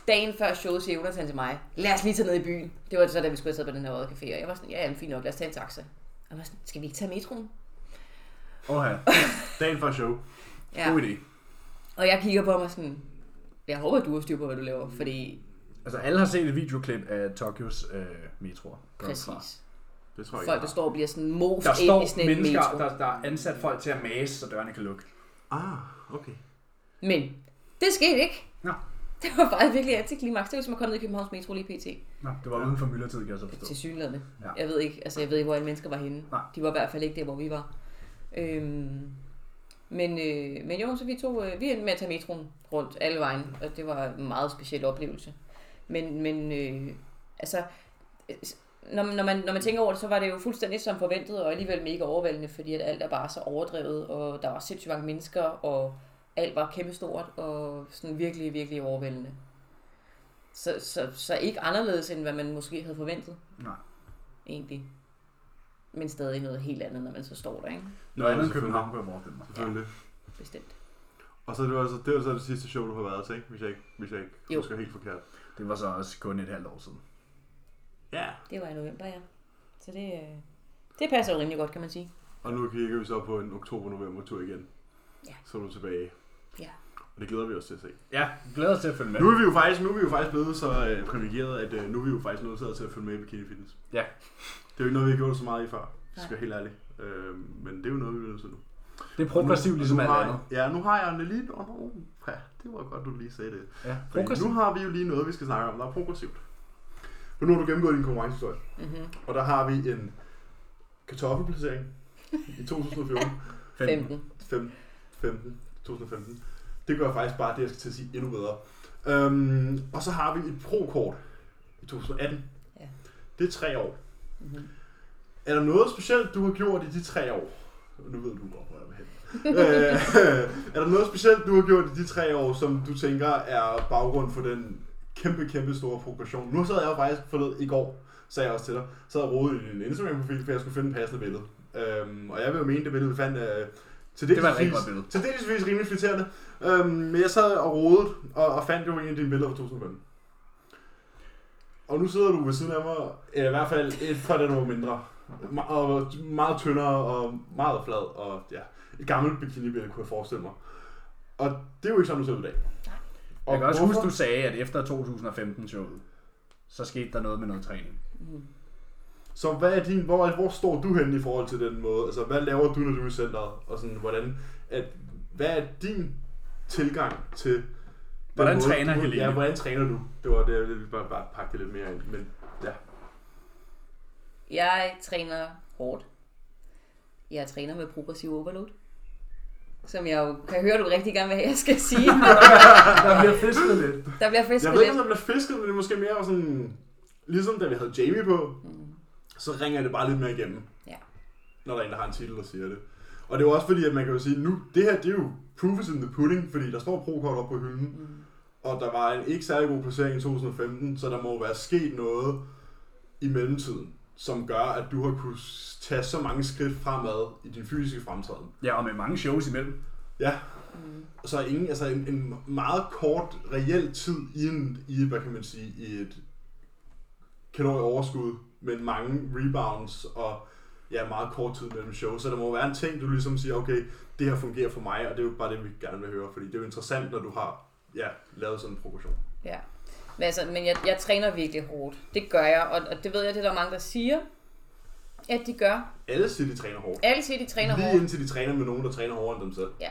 Speaker 3: Dagen før showet siger Jonathan til mig, lad os lige tage ned i byen. Det var så, da vi skulle have siddet på den her Odder Café, og jeg var sådan, ja, ja, fint nok, lad os tage en taxa. Og jeg var sådan, skal vi ikke tage metroen?
Speaker 1: Åh ja,
Speaker 2: Dagen før show.
Speaker 3: Ja.
Speaker 1: god idé.
Speaker 3: Og jeg kigger på ham og sådan, jeg håber, du har styr på, hvad du
Speaker 1: Mm.
Speaker 3: laver, fordi
Speaker 1: Altså, alle har set et videoklip af Tokyos øh, metroer.
Speaker 3: præcis.
Speaker 2: Det tror jeg
Speaker 3: Folk,
Speaker 2: ikke.
Speaker 3: der står og bliver sådan most
Speaker 1: Der
Speaker 3: ind i
Speaker 1: står
Speaker 3: sådan en
Speaker 1: mennesker,
Speaker 3: metro.
Speaker 1: der, der er ansat folk til at mase, så dørene kan lukke.
Speaker 2: Ah, okay.
Speaker 3: Men det skete ikke.
Speaker 1: Nå.
Speaker 3: Det var faktisk virkelig antiklimaks. Det var som at komme ned i Københavns metro lige pt.
Speaker 1: Nå, det var uden for myldretid, kan jeg så forstå.
Speaker 3: Til synlædende.
Speaker 1: Ja.
Speaker 3: Jeg ved ikke, altså jeg ved ikke, hvor alle mennesker var henne.
Speaker 1: Nej.
Speaker 3: De var i hvert fald ikke der, hvor vi var. Øhm, men, øh, men jo, så vi tog, øh, vi endte med at tage metroen rundt alle vejen, og det var en meget speciel oplevelse. Men, men øh, altså, øh, når, når, man, når man tænker over det, så var det jo fuldstændig som forventet, og alligevel mega overvældende, fordi at alt er bare så overdrevet, og der var sindssygt mange mennesker, og alt var kæmpestort, og sådan virkelig, virkelig overvældende. Så, så, så ikke anderledes, end hvad man måske havde forventet
Speaker 1: Nej.
Speaker 3: egentlig. Men stadig noget helt andet, når man så står der, ikke?
Speaker 1: Noget andet end
Speaker 2: selvfølgelig.
Speaker 1: København, kunne jeg forestille mig.
Speaker 2: Selvfølgelig.
Speaker 3: Bestemt.
Speaker 2: Og så er det var altså, det var så det sidste show, du har været til, ikke? Hvis jeg ikke, hvis jeg ikke
Speaker 3: Jo.
Speaker 2: husker helt forkert.
Speaker 1: Det var så også kun et halvt år siden.
Speaker 2: Ja.
Speaker 3: Det var i november, ja. Så det, øh, det passer jo rimelig godt, kan man sige.
Speaker 2: Og nu kigger vi så på en oktober-november-tur igen.
Speaker 3: Ja.
Speaker 2: Så er du tilbage.
Speaker 3: Ja.
Speaker 2: Og det glæder vi os til at se.
Speaker 1: Ja, vi glæder os til at følge med.
Speaker 2: Nu er vi jo faktisk, nu er vi jo faktisk blevet så øh, privilegeret, at øh, nu er vi jo faktisk nødt til at følge med i Bikini Fitness.
Speaker 1: Ja.
Speaker 2: Det er jo ikke noget, vi har gjort så meget i før. Det skal
Speaker 3: Nej.
Speaker 2: være helt ærligt. Øh, men det er jo noget, vi er nødt til nu.
Speaker 1: Det er progressivt
Speaker 2: Nu-
Speaker 1: ligesom
Speaker 2: nu
Speaker 1: alt
Speaker 2: har-
Speaker 1: andet.
Speaker 2: Ja, nu har jeg en lille... Oh, no. ja, det var godt, du lige sagde det.
Speaker 1: Ja,
Speaker 2: Fordi
Speaker 1: progressivt.
Speaker 2: nu har vi jo lige noget, vi skal snakke om, der er progressivt. For nu har du gennemgået din konkurrencehistorie.
Speaker 3: Mm-hmm.
Speaker 2: Og der har vi en kartoffelplacering i 2014.
Speaker 3: 15.
Speaker 2: 15, 15, 2015. Det gør faktisk bare det, jeg skal til at sige endnu bedre. Øhm, og så har vi et pro-kort i 2018.
Speaker 3: Ja.
Speaker 2: Det er tre år.
Speaker 3: Mm-hmm.
Speaker 2: Er der noget specielt, du har gjort i de tre år? Nu ved du godt, hvor jeg vil hen. øh, er der noget specielt, du har gjort i de tre år, som du tænker er baggrund for den kæmpe, kæmpe store progression? Nu sad jeg jo faktisk forled i går sagde jeg også til dig, så havde jeg rodet i din Instagram-profil, for jeg skulle finde en passende billede. Øhm, og jeg vil jo mene, det billede, vi fandt, øh, til
Speaker 1: Det var et rigtig godt billede.
Speaker 2: Til delvis rimelig flitterende. Øhm, men jeg sad og rodede, og, og fandt jo en af dine billeder fra 2015. Og nu sidder du ved siden af mig, eller i hvert fald et par, der var mindre. Me- Og meget tyndere og meget flad, og ja, et gammelt bikinibillede kunne jeg forestille mig. Og det er jo ikke sådan, du ser ud i dag. Og
Speaker 1: Jeg kan også
Speaker 2: hvorfor-
Speaker 1: huske, du sagde, at efter 2015-showet, så skete der noget med noget træning.
Speaker 2: Så hvad er din, hvor, hvor står du henne i forhold til den måde? Altså, hvad laver du, når du er i centret? Og sådan, hvordan, at, hvad er din tilgang til den
Speaker 1: Hvordan
Speaker 2: måde,
Speaker 1: træner
Speaker 2: du,
Speaker 1: Helene?
Speaker 2: Ja, hvordan træner du? Det var det, jeg ville bare, bare pakke det lidt mere ind. Men ja,
Speaker 3: Jeg træner hårdt. Jeg træner med progressiv overload. Som jeg jo kan høre, du rigtig gerne vil have, jeg skal sige.
Speaker 1: Der bliver fisket lidt.
Speaker 3: Der bliver
Speaker 2: jeg
Speaker 3: fisket
Speaker 2: ved ikke, om
Speaker 3: lidt.
Speaker 2: der bliver fisket, men det er måske mere sådan, ligesom da vi havde Jamie på, så ringer det bare lidt mere igennem.
Speaker 3: Ja.
Speaker 2: når der er en, der har en titel, der siger det. Og det er jo også fordi, at man kan jo sige, nu, det her, det er jo proof is in the pudding, fordi der står ProCard op på hylden, mm. og der var en ikke særlig god placering i 2015, så der må jo være sket noget i mellemtiden, som gør, at du har kunnet tage så mange skridt fremad i din fysiske fremtræden.
Speaker 1: Ja, og med mange shows imellem.
Speaker 2: Ja. Mm. Så ingen, altså en, en meget kort, reel tid i, en, i, hvad kan man sige, i et kalorieoverskud, men mange rebounds og ja, meget kort tid mellem shows. Så der må være en ting, du ligesom siger, okay, det her fungerer for mig, og det er jo bare det, vi gerne vil høre, fordi det er jo interessant, når du har ja, lavet sådan en progression.
Speaker 3: Ja. Men, altså, men jeg, jeg træner virkelig hårdt. Det gør jeg, og, og det ved jeg, det er der mange, der siger, at de gør.
Speaker 2: Alle siger, de træner hårdt.
Speaker 3: Alle siger, de træner
Speaker 2: Lige
Speaker 3: hårdt.
Speaker 2: indtil de træner med nogen, der træner hårdere end dem selv.
Speaker 3: Ja.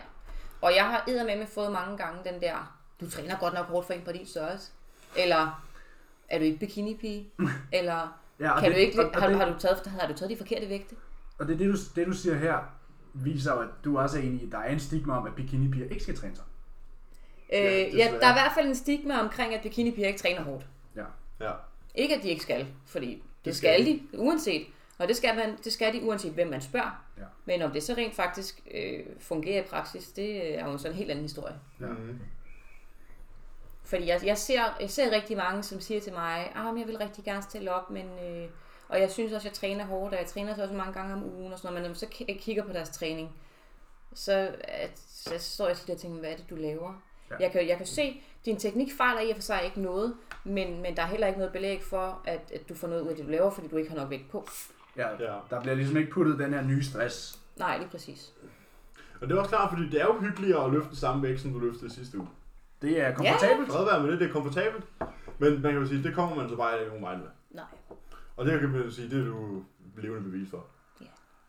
Speaker 3: Og jeg har eddermame fået mange gange den der, du træner godt nok hårdt for en på din størrelse. Eller, er du ikke bikinipige? Eller,
Speaker 1: Ja, og
Speaker 3: kan
Speaker 1: det-
Speaker 3: du ikke,
Speaker 1: og- og
Speaker 3: har,
Speaker 1: det-
Speaker 3: har, du taget, har du taget de forkerte vægte?
Speaker 1: Og det, er det, du, det du siger her, viser jo, at du også er enig i, at der er en stigma om, at bikinipiger ikke skal træne sig.
Speaker 2: Ja,
Speaker 3: Øh, ja,
Speaker 2: desværre.
Speaker 3: der er i hvert fald en stigma omkring, at bikinipiger ikke træner hårdt.
Speaker 1: Ja.
Speaker 2: Ja.
Speaker 3: Ikke at de ikke skal, fordi det, det
Speaker 2: skal
Speaker 3: skal de, uanset. Og det skal, man, det skal de, uanset hvem man spørger.
Speaker 1: Ja.
Speaker 3: Men om det så rent faktisk øh, fungerer i praksis, det øh, er jo sådan en helt anden historie.
Speaker 1: Ja.
Speaker 2: Mm.
Speaker 3: Fordi jeg, jeg, ser, jeg ser rigtig mange, som siger til mig, at jeg vil rigtig gerne stille op, men, øh, og jeg synes også, at jeg træner hårdt, og jeg træner så også mange gange om ugen, og sådan noget, men når man så ki- kigger på deres træning, så, at, så står jeg tit og tænker, hvad er det, du laver?
Speaker 1: Ja.
Speaker 3: Ja. Jeg, kan, jeg kan se, din teknik fejler i og for sig ikke noget, men, men der er heller ikke noget belæg for, at, at du får noget ud af det, du laver, fordi du ikke har nok vægt på.
Speaker 1: Ja,
Speaker 2: Ja.
Speaker 1: der bliver ligesom ikke puttet den her nye stress.
Speaker 3: Nej, lige præcis.
Speaker 2: Og det er også klart, fordi det er jo hyggeligere at løfte den samme vægt, som du løftede sidste uge.
Speaker 1: Det er komfortabelt.
Speaker 2: Fred være med det, det er komfortabelt. Men man kan jo sige, det kommer man så bare ikke nogen vej med.
Speaker 3: Nej.
Speaker 2: Og det kan man jo sige, det er du levende bevis for.
Speaker 3: Ja.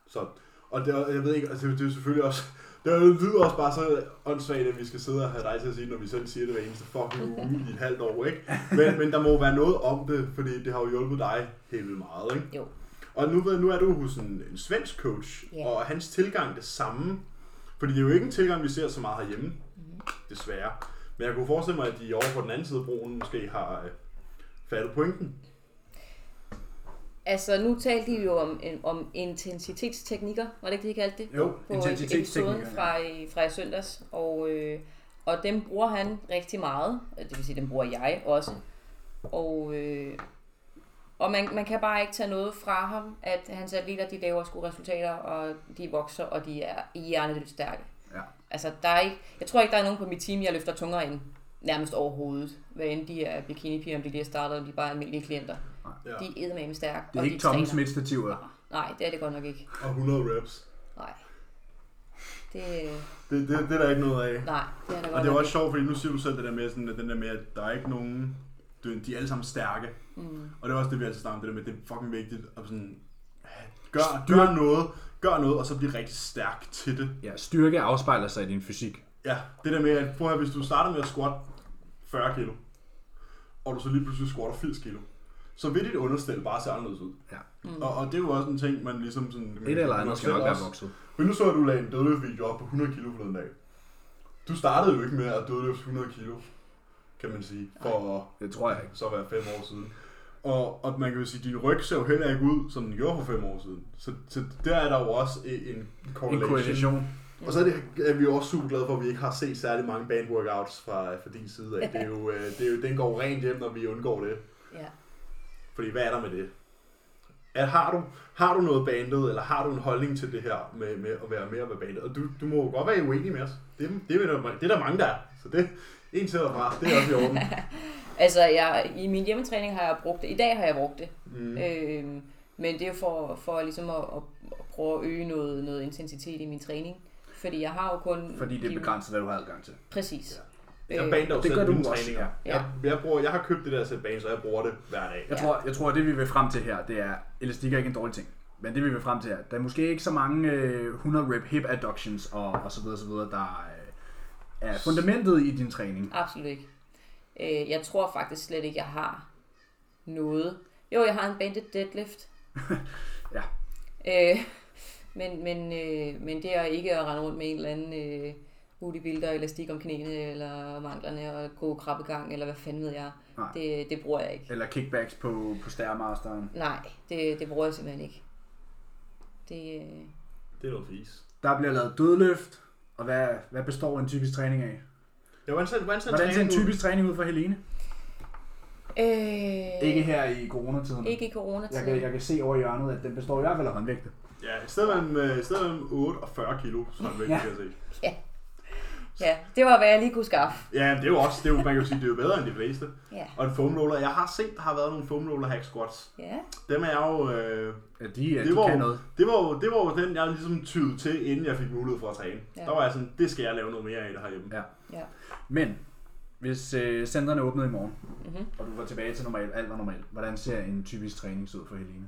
Speaker 2: Så, og det, er- jeg ved ikke, altså det er jo selvfølgelig også, det er jo- det lyder også bare så åndssvagt, at vi skal sidde og have dig til at sige, det, når vi selv siger det hver eneste fucking uge i et halvt år, ikke? Men, men der må jo være noget om det, fordi det har jo hjulpet dig helt vildt meget, ikke?
Speaker 3: Jo.
Speaker 2: Og nu, ved- nu er du hos en, en svensk coach,
Speaker 3: Ja.
Speaker 2: og er hans tilgang det samme. Fordi det er jo ikke en tilgang, vi ser så meget herhjemme,
Speaker 3: Mhm.
Speaker 2: mm-hmm. desværre. Men jeg kunne forestille mig, at de over på den anden side af broen måske har øh, fattet pointen.
Speaker 3: Altså, nu talte de jo om, om intensitetsteknikker, var det ikke det, de kaldte det?
Speaker 1: Jo,
Speaker 3: på episoden
Speaker 1: intensitetsteknikker. ja.
Speaker 3: fra, i- fra i søndags, og, øh, og dem bruger han rigtig meget, Øh, det vil sige, dem bruger jeg også. Og, øh, og man, man kan bare ikke tage noget fra ham, at hans atleter, de laver sgu resultater, og de vokser, og de er hjernedødt stærke.
Speaker 1: Ja.
Speaker 3: Altså, der er ikke, jeg tror ikke, der er nogen på mit team, jeg løfter tungere end nærmest overhovedet. Hvad end de er bikinipiger, om de lige er startet, eller de er bare almindelige klienter.
Speaker 2: Ja.
Speaker 3: De er eddermame stærke,
Speaker 1: Det er ikke
Speaker 3: de
Speaker 1: tomme
Speaker 3: træner.
Speaker 1: smitstativer.
Speaker 3: Nej, det er det godt nok ikke.
Speaker 2: Og 100 reps.
Speaker 3: Nej. Det, øh,
Speaker 2: Det, det, det er der ikke noget af.
Speaker 3: nej, det er det godt
Speaker 2: Og det er
Speaker 3: nok
Speaker 2: jo også sjovt, fordi nu siger du selv det der med, sådan, at den der med, at der er ikke nogen... Du, ved, de er alle sammen stærke.
Speaker 3: Mhm.
Speaker 2: Mm. Og det er også det, vi altid snakker om, det der med, at det er fucking vigtigt at sådan... Gør, gør noget, gør noget, og så blive rigtig stærk til det.
Speaker 1: Ja, styrke afspejler sig i din fysik.
Speaker 2: Ja, det der med, at prøv at høre, hvis du starter med at squat 40 kilo, og du så lige pludselig squatter 80 kilo, så vil dit understel bare se anderledes ud.
Speaker 1: Ja.
Speaker 2: Mm. Og, og, det er jo også en ting, man ligesom sådan... man
Speaker 1: Et
Speaker 3: Mm.
Speaker 2: kan-
Speaker 1: eller
Speaker 2: man
Speaker 1: andet skal
Speaker 2: selv
Speaker 1: nok være
Speaker 2: også-
Speaker 1: vokset.
Speaker 2: Men nu så, at du lagde en dødløftvideo op på 100 kilo forleden dag. Du startede jo ikke med at dødløfte 100 kilo, kan man sige, for at
Speaker 1: Det tror jeg ikke.
Speaker 2: så være fem år siden. Og, og man kan jo sige, at din ryg ser jo heller ikke ud, som den gjorde for fem år siden. Så, så der er der jo også en, en
Speaker 1: En
Speaker 2: correlation.
Speaker 1: koalition.
Speaker 2: Og så er, det, er vi jo også super glade for, at vi ikke har set særlig mange bandworkouts fra, fra din side af. Det er jo, øh, det er jo, den går rent hjem, når vi undgår det.
Speaker 3: Ja.
Speaker 2: Fordi hvad er der med det? at har du, har du noget bandet, eller har du en holdning til det her med, med at være mere med bandet? Og du, du må jo godt være uenig med os. Det, det, er, der- det er der mange, der er. Så det, en til fra, det er også i orden.
Speaker 3: Altså, jeg, i min hjemmetræning har jeg brugt det. I dag har jeg brugt det. Mm. Øhm, men det er jo for, for ligesom at, at, at prøve at øge noget, noget intensitet i min træning. Fordi jeg har jo kun...
Speaker 1: Fordi det er
Speaker 3: de-
Speaker 1: begrænset, hvad du har adgang til.
Speaker 3: Præcis.
Speaker 2: Jeg bander jo
Speaker 1: det gør
Speaker 2: selv
Speaker 1: du
Speaker 2: mine
Speaker 1: også,
Speaker 2: træninger.
Speaker 3: ja.
Speaker 2: Jeg, jeg, bruger, jeg har købt det der sæt bane, så jeg bruger det hver dag.
Speaker 1: Jeg,
Speaker 3: Ja.
Speaker 1: ja. tror, jeg tror, at det vi vil frem til her, det er, elastik er ikke en dårlig ting. Men det vi vil frem til her, der er måske ikke så mange øh, 100 rep hip adductions og, og så videre, så videre, der øh, er fundamentet i din træning.
Speaker 3: Absolut ikke. Øh, jeg tror faktisk slet ikke, jeg har noget. Jo, jeg har en banded deadlift.
Speaker 1: Ja.
Speaker 3: Øh, men, men, øh, men det er ikke at rende rundt med en eller anden øh, bodybuilder, elastik om knæene, eller manglerne, og gå krabbegang, eller hvad fanden ved jeg.
Speaker 1: Nej.
Speaker 3: Det, det bruger jeg ikke.
Speaker 1: Eller kickbacks på, på Stairmasteren.
Speaker 3: Nej, det, det bruger jeg simpelthen ikke. Det, øh,
Speaker 2: Det er noget fis.
Speaker 1: Der bliver lavet dødløft, og hvad, hvad består en typisk træning af?
Speaker 2: Jeg var ansat, hvordan
Speaker 1: Hvordan ser en typisk træning ud for Helene?
Speaker 3: øh,
Speaker 1: Ikke her i coronatiden.
Speaker 3: Ikke i
Speaker 1: Jeg kan,
Speaker 3: coronatiden.
Speaker 1: jeg kan se over i hjørnet, at den består i hvert fald af håndvægte.
Speaker 2: Ja, i stedet mellem, øh, i stedet mellem 8 og 40 kilo, som er vigtigt
Speaker 1: Ja.
Speaker 2: ja. at se.
Speaker 3: Ja, det var, hvad jeg lige kunne skaffe.
Speaker 2: Ja, men det er jo også, det er jo, man kan jo sige, det er jo bedre end de fleste.
Speaker 3: Ja.
Speaker 2: Og en foam roller, jeg har set, der har været nogle foam roller hack squats.
Speaker 3: ja.
Speaker 2: Dem er jeg jo, øh,
Speaker 1: Ja, de, øh,
Speaker 2: Det
Speaker 1: de
Speaker 2: var-
Speaker 1: kan noget.
Speaker 2: det, var jo, det var jo den, jeg ligesom tyede til, inden jeg fik mulighed for at træne.
Speaker 3: Ja.
Speaker 2: Ja. Der var jeg sådan, det skal jeg lave noget mere af det herhjemme.
Speaker 1: Ja.
Speaker 3: Ja.
Speaker 1: Men hvis øh, centrene åbnede i morgen,
Speaker 3: Mhm.
Speaker 1: og du var tilbage til normalt, alt var normalt, hvordan ser en typisk træning ud for Helene?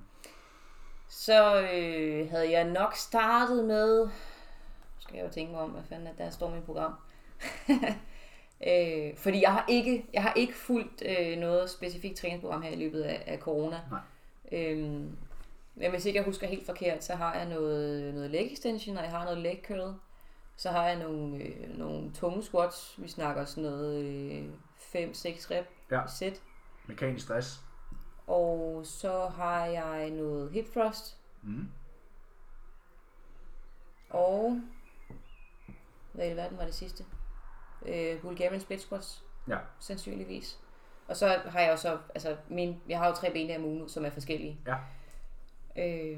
Speaker 3: Så øh, havde jeg nok startet med... Nu skal jeg jo tænke mig om, hvad fanden er det, der står i mit program. øh, fordi jeg har ikke, jeg har ikke fulgt øh, noget specifikt træningsprogram her i løbet af, af corona.
Speaker 1: Nej.
Speaker 3: Øhm, men hvis ikke jeg husker helt forkert, så har jeg noget, noget leg extension, og jeg har noget leg curl. Så har jeg nogle, øh, nogle tunge squats. Vi snakker sådan noget øh, 5-6 rep
Speaker 1: Ja.
Speaker 3: i sæt.
Speaker 1: Mekanisk stress.
Speaker 3: Og så har jeg noget hip thrust.
Speaker 1: Mm.
Speaker 3: Og... Hvad i alverden var det sidste? Øh, Bulgarian split squats,
Speaker 1: Ja.
Speaker 3: sandsynligvis. Og så har jeg jo så... Altså, min, jeg har jo tre ben af nu, som er forskellige.
Speaker 1: Ja.
Speaker 3: Øh,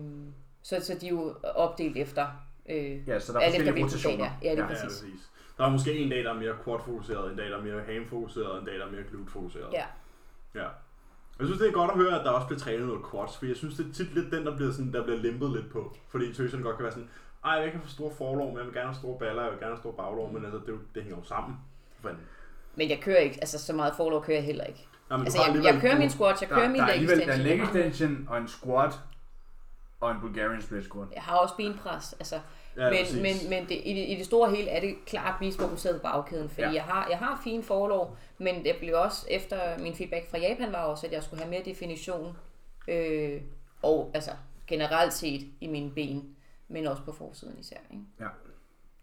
Speaker 3: så, så de er jo opdelt efter... Øh,
Speaker 1: ja, så der er
Speaker 3: Ja, det
Speaker 1: forskellige
Speaker 3: bliver
Speaker 1: rotationer.
Speaker 3: vildt, ja. Ja, det er
Speaker 2: Ja,
Speaker 3: Præcis.
Speaker 2: præcis. Der er måske en dag, der er mere quad-fokuseret, en dag, der er mere ham-fokuseret, en dag, der er mere glute-fokuseret.
Speaker 3: ja.
Speaker 2: Ja. Jeg synes, det er godt at høre, at der også bliver trænet noget quads, for jeg synes, det er tit lidt den, der bliver, sådan, der bliver limpet lidt på. Fordi tøserne godt kan være sådan, ej, jeg kan få store forlov, men jeg vil gerne have store baller, jeg vil gerne have store baglov, men altså, det, er jo- det hænger jo sammen. Fanden.
Speaker 3: Men jeg kører ikke... Altså, så meget forlov kører jeg heller ikke.
Speaker 2: Nej, men
Speaker 3: Altså,
Speaker 2: du har
Speaker 3: jeg,
Speaker 2: alligevel-
Speaker 3: jeg kører min squats, jeg
Speaker 1: Der,
Speaker 3: kører min
Speaker 1: der er
Speaker 3: leg
Speaker 1: alligevel der er en leg
Speaker 3: extension.
Speaker 1: extension og en squat og en Bulgarian split squat.
Speaker 3: Jeg har også benpres, altså.
Speaker 2: Ja,
Speaker 3: men
Speaker 2: præcis.
Speaker 3: men, men det, i, det, i det store hele er det klart mest fokuseret på bagkæden, fordi ja.
Speaker 1: Ja.
Speaker 3: jeg, har, jeg har fine forlov, men jeg blev også, efter min feedback fra Japan var også, at jeg skulle have mere definition, øh, og altså generelt set i mine ben, men også på forsiden især. Ikke?
Speaker 1: Ja.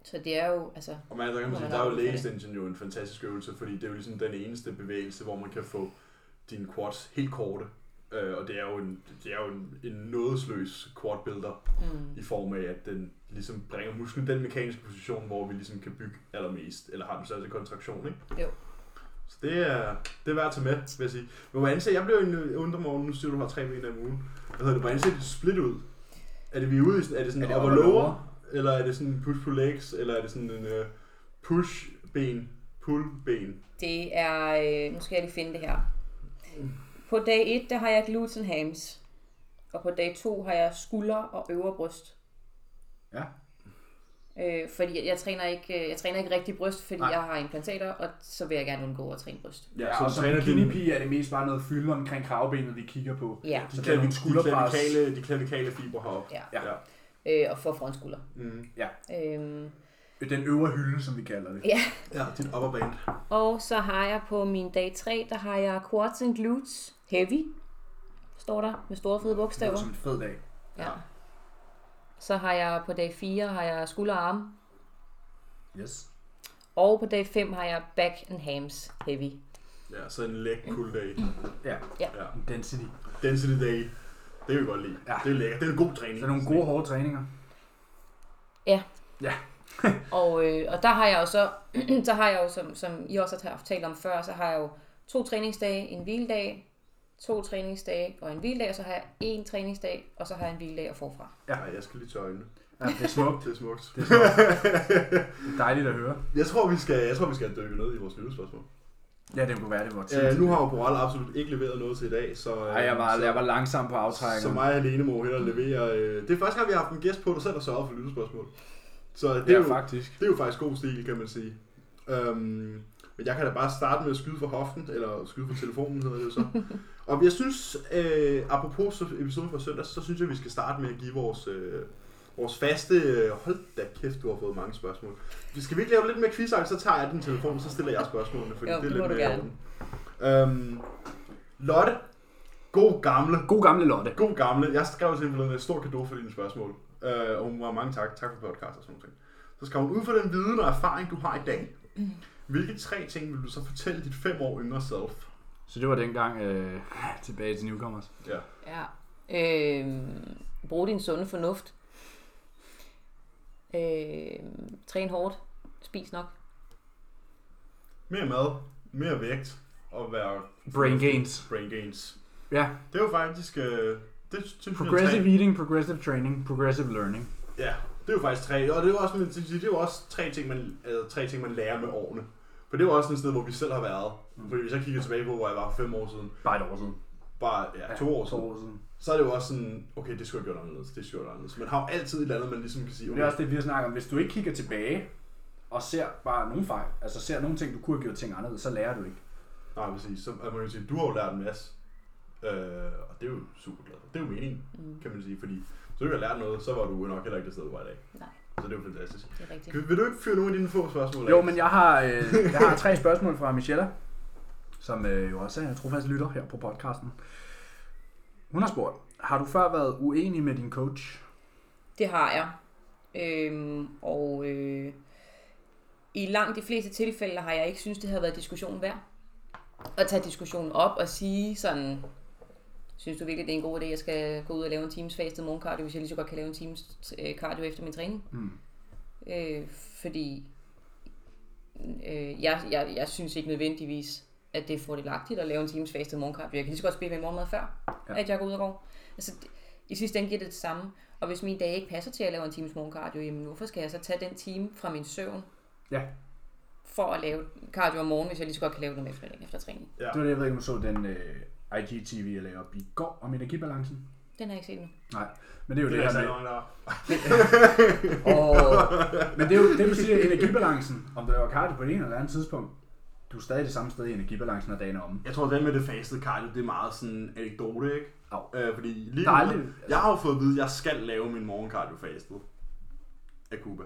Speaker 3: Så det er jo, altså,
Speaker 2: Og man, der kan man
Speaker 3: Hvor
Speaker 2: sige,
Speaker 3: man
Speaker 2: der er jo
Speaker 3: har brug for
Speaker 2: leg
Speaker 3: det.
Speaker 2: extension jo en fantastisk øvelse, fordi det er jo ligesom den eneste bevægelse, hvor man kan få dine quads helt korte. Øh, og det er jo en, det er jo en, en nådesløs quad builder mm. i form af, at den ligesom bringer musklen i den mekaniske position, hvor vi ligesom kan bygge allermest, eller har den største kontraktion, ikke?
Speaker 3: Jo.
Speaker 2: Så det er, det er værd at tage med, vil jeg sige. Men hvordan ser, jeg blev en undre morgen, nu siger du, du har tre ben om ugen. Hvad hedder det, hvordan ser det split ud? Er det vi er ude i, sådan- er det sådan
Speaker 1: Er det
Speaker 2: op og
Speaker 1: op og
Speaker 2: lower?
Speaker 1: lower?
Speaker 2: Eller er det sådan push-pull-legs? Eller er det sådan en øh, push-ben, pull-ben?
Speaker 3: det er, øh, nu skal jeg lige finde det her. På dag 1, der har jeg glutes and hams, og på dag 2 har jeg skulder og øvre bryst.
Speaker 1: Ja.
Speaker 3: Øh, fordi jeg, jeg træner ikke øh, jeg træner ikke rigtig bryst, fordi Nej.
Speaker 1: Nej.
Speaker 3: jeg har implantater, og så vil jeg gerne undgå at træne bryst.
Speaker 1: Ja, så og som bikini-pige er det mest bare noget fylde omkring kravbenet, vi kigger på.
Speaker 3: Ja.
Speaker 1: Så
Speaker 2: de,
Speaker 1: bliver det nogle
Speaker 2: klavi- de,
Speaker 1: skulderpres.
Speaker 2: klavikale, de klavikale fibre heroppe.
Speaker 3: Ja.
Speaker 1: Ja.
Speaker 2: ja.
Speaker 3: Øh, og for frontskulder.
Speaker 2: Mm.
Speaker 3: Øhm,
Speaker 1: øh, Den øvre hylde, som vi kalder det.
Speaker 3: ja.
Speaker 2: ja dit upper band.
Speaker 3: Og så har jeg på min dag 3, der har jeg quads and glutes heavy, står der med store fede
Speaker 1: Det er jo
Speaker 3: bogstaver.
Speaker 1: som en fed dag.
Speaker 3: Ja. Så har jeg på dag 4, har jeg skulder og arme.
Speaker 1: Yes.
Speaker 3: Og på dag 5 har jeg back and hams heavy.
Speaker 2: Ja, så en leg cool day.
Speaker 1: Ja.
Speaker 2: Ja.
Speaker 1: Density.
Speaker 2: Density day. Det kan vi godt lide.
Speaker 1: Ja.
Speaker 2: Det er lækkert. Det er en god træning.
Speaker 1: Så nogle gode, hårde træninger.
Speaker 3: Og, øh, og der har jeg jo så, så har jeg jo, som, som I også har talt om før, så har jeg jo to træningsdage, en hviledag, to træningsdage og en hviledag, og så har jeg en træningsdag, og så har jeg en hviledag og forfra.
Speaker 2: Nej, jeg skal lige tørre øjnene.
Speaker 1: Ja, det er smukt.
Speaker 2: Det er smukt.
Speaker 1: Det er smukt. Det er dejligt at høre.
Speaker 2: Jeg tror, vi skal, jeg tror, vi skal dykke ned i vores lyttespørgsmål.
Speaker 1: Ja, det kunne være, det var tid.
Speaker 2: Øh, nu har jo Boral absolut ikke leveret noget til i dag, så... øh,
Speaker 1: Ej, jeg var,
Speaker 2: så,
Speaker 1: jeg var langsom på
Speaker 2: så
Speaker 1: aftrækkeren.
Speaker 2: mig alene må hellere levere... Øh, det er første gang, vi har haft en gæst på, der selv har sørget for lyttespørgsmål. Så det, er
Speaker 1: Ja,
Speaker 2: jo,
Speaker 1: faktisk.
Speaker 2: det er jo faktisk god stil, kan man sige. Øhm, men jeg kan da bare starte med at skyde for hoften, eller skyde for telefonen, hedder det jo så. Og jeg synes, øh, apropos så- episoden fra søndag, så synes jeg, vi skal starte med at give vores, øh, vores faste... Øh, hold da kæft, du har fået mange spørgsmål. Vi skal vi ikke lave lidt mere quiz, så tager jeg din telefon, så stiller jeg spørgsmålene, for
Speaker 3: Jo,
Speaker 2: det er
Speaker 3: det må
Speaker 2: lidt
Speaker 3: du
Speaker 2: mere i
Speaker 3: gerne.
Speaker 2: orden. Øhm, Lotte, god gamle,
Speaker 1: God gamle Lotte.
Speaker 2: god gamle. Jeg skrev til hende forleden et stort kado for dine spørgsmål. Øh, og hun var mange tak. Tak for podcast og sådan noget. Så skrev hun, ud fra den viden og erfaring, du har i dag, hvilke tre ting vil du så fortælle dit fem år yngre self?
Speaker 1: Så det var dengang øh, tilbage til Newcomers.
Speaker 2: Ja.
Speaker 3: Ja. Øh, brug din sunde fornuft. Øh, træn hårdt. Spis nok.
Speaker 2: Mere mad, mere vægt og være...
Speaker 1: Brain gains.
Speaker 2: Brain gains.
Speaker 1: Ja,
Speaker 2: Det var faktisk... Øh, det synes jeg er
Speaker 1: progressive
Speaker 2: tre.
Speaker 1: eating, progressive training, progressive learning.
Speaker 2: Ja, det var faktisk tre. Og det var også, sådan- det det var også tre, ting, man, altså, tre ting, man lærer med årene. For det var også et sted, hvor vi selv har været. Fordi hvis jeg kigger tilbage på, hvor jeg var for fem år siden,
Speaker 1: Bare et år siden.
Speaker 2: bare ja, to år siden,
Speaker 1: To år siden.
Speaker 2: så er det jo også sådan, okay, det skulle jeg have gjort anderledes, det skulle jeg have gjort anderledes. Man har jo altid et eller andet, man ligesom kan sige,
Speaker 1: Det er
Speaker 2: okay,
Speaker 1: også det, vi har snakket om. Hvis du ikke kigger tilbage og ser bare nogle fejl, altså ser nogle ting, du kunne have gjort ting anderledes, så lærer du ikke.
Speaker 2: nej, præcis, så at man kan sige, du har jo lært en masse, øh, og det er jo super glad for. Det er jo meningen, mm. kan man sige, fordi så du ikke har lært noget, så var du nok heller ikke det sted, du var i dag.
Speaker 3: Nej,
Speaker 2: Så det er jo fantastisk.
Speaker 3: det er rigtigt.
Speaker 2: Vil, vil du ikke fyre nogle af dine få spørgsmål
Speaker 1: Jo,
Speaker 2: af?
Speaker 1: men jeg har, øh, jeg har tre spørgsmål fra Michelle, som øh, jo også er en trofast lytter her på podcasten. Hun har spurgt, har du før været uenig med din coach?
Speaker 3: Det har jeg. Øhm, og øh, i langt de fleste tilfælde har jeg ikke synes, det har været diskussion værd. At tage diskussionen op og sige sådan, synes du virkelig, det er en god idé, at jeg skal gå ud og lave en times fastet morgenkardio, hvis jeg lige så godt kan lave en times øh, cardio efter min træning?
Speaker 1: Mm.
Speaker 3: Øh, fordi øh, jeg, jeg, jeg synes ikke nødvendigvis, at det er fordelagtigt at lave en times fastet morgenkardio. Jeg kan lige så godt spille med morgenmad før,
Speaker 1: Ja.
Speaker 3: ja. at jeg går ud og går. Altså, det- i sidste ende giver det det samme. Og hvis min dag ikke passer til at lave en times morgenkardio, jamen hvorfor skal jeg så tage den time fra min søvn
Speaker 1: Ja,
Speaker 3: for at lave cardio om morgenen, hvis jeg lige så godt kan lave den om eftermiddagen efter træning?
Speaker 2: Ja.
Speaker 1: det var det, jeg ved ikke, om du så den øh, IGTV, jeg lavede op i går om energibalancen.
Speaker 3: Den har jeg ikke set nu.
Speaker 1: Nej, men det er jo
Speaker 2: Det
Speaker 1: det,
Speaker 2: er
Speaker 1: det
Speaker 2: altså
Speaker 1: her med,
Speaker 2: nogen, der...
Speaker 1: Og, men det er jo det, du siger, energibalancen. Om du laver cardio på det ene eller andet tidspunkt, du er stadig det samme sted i energibalancen, når dagen er omme.
Speaker 2: Jeg tror, den med det fastede cardio, det er meget sådan anekdote, ikke?
Speaker 1: Au.
Speaker 2: Øh, fordi lige
Speaker 1: Der er aldrig-
Speaker 2: nu, jeg har jo fået at vide, at jeg skal lave min morgenkardio fastet af Cuba.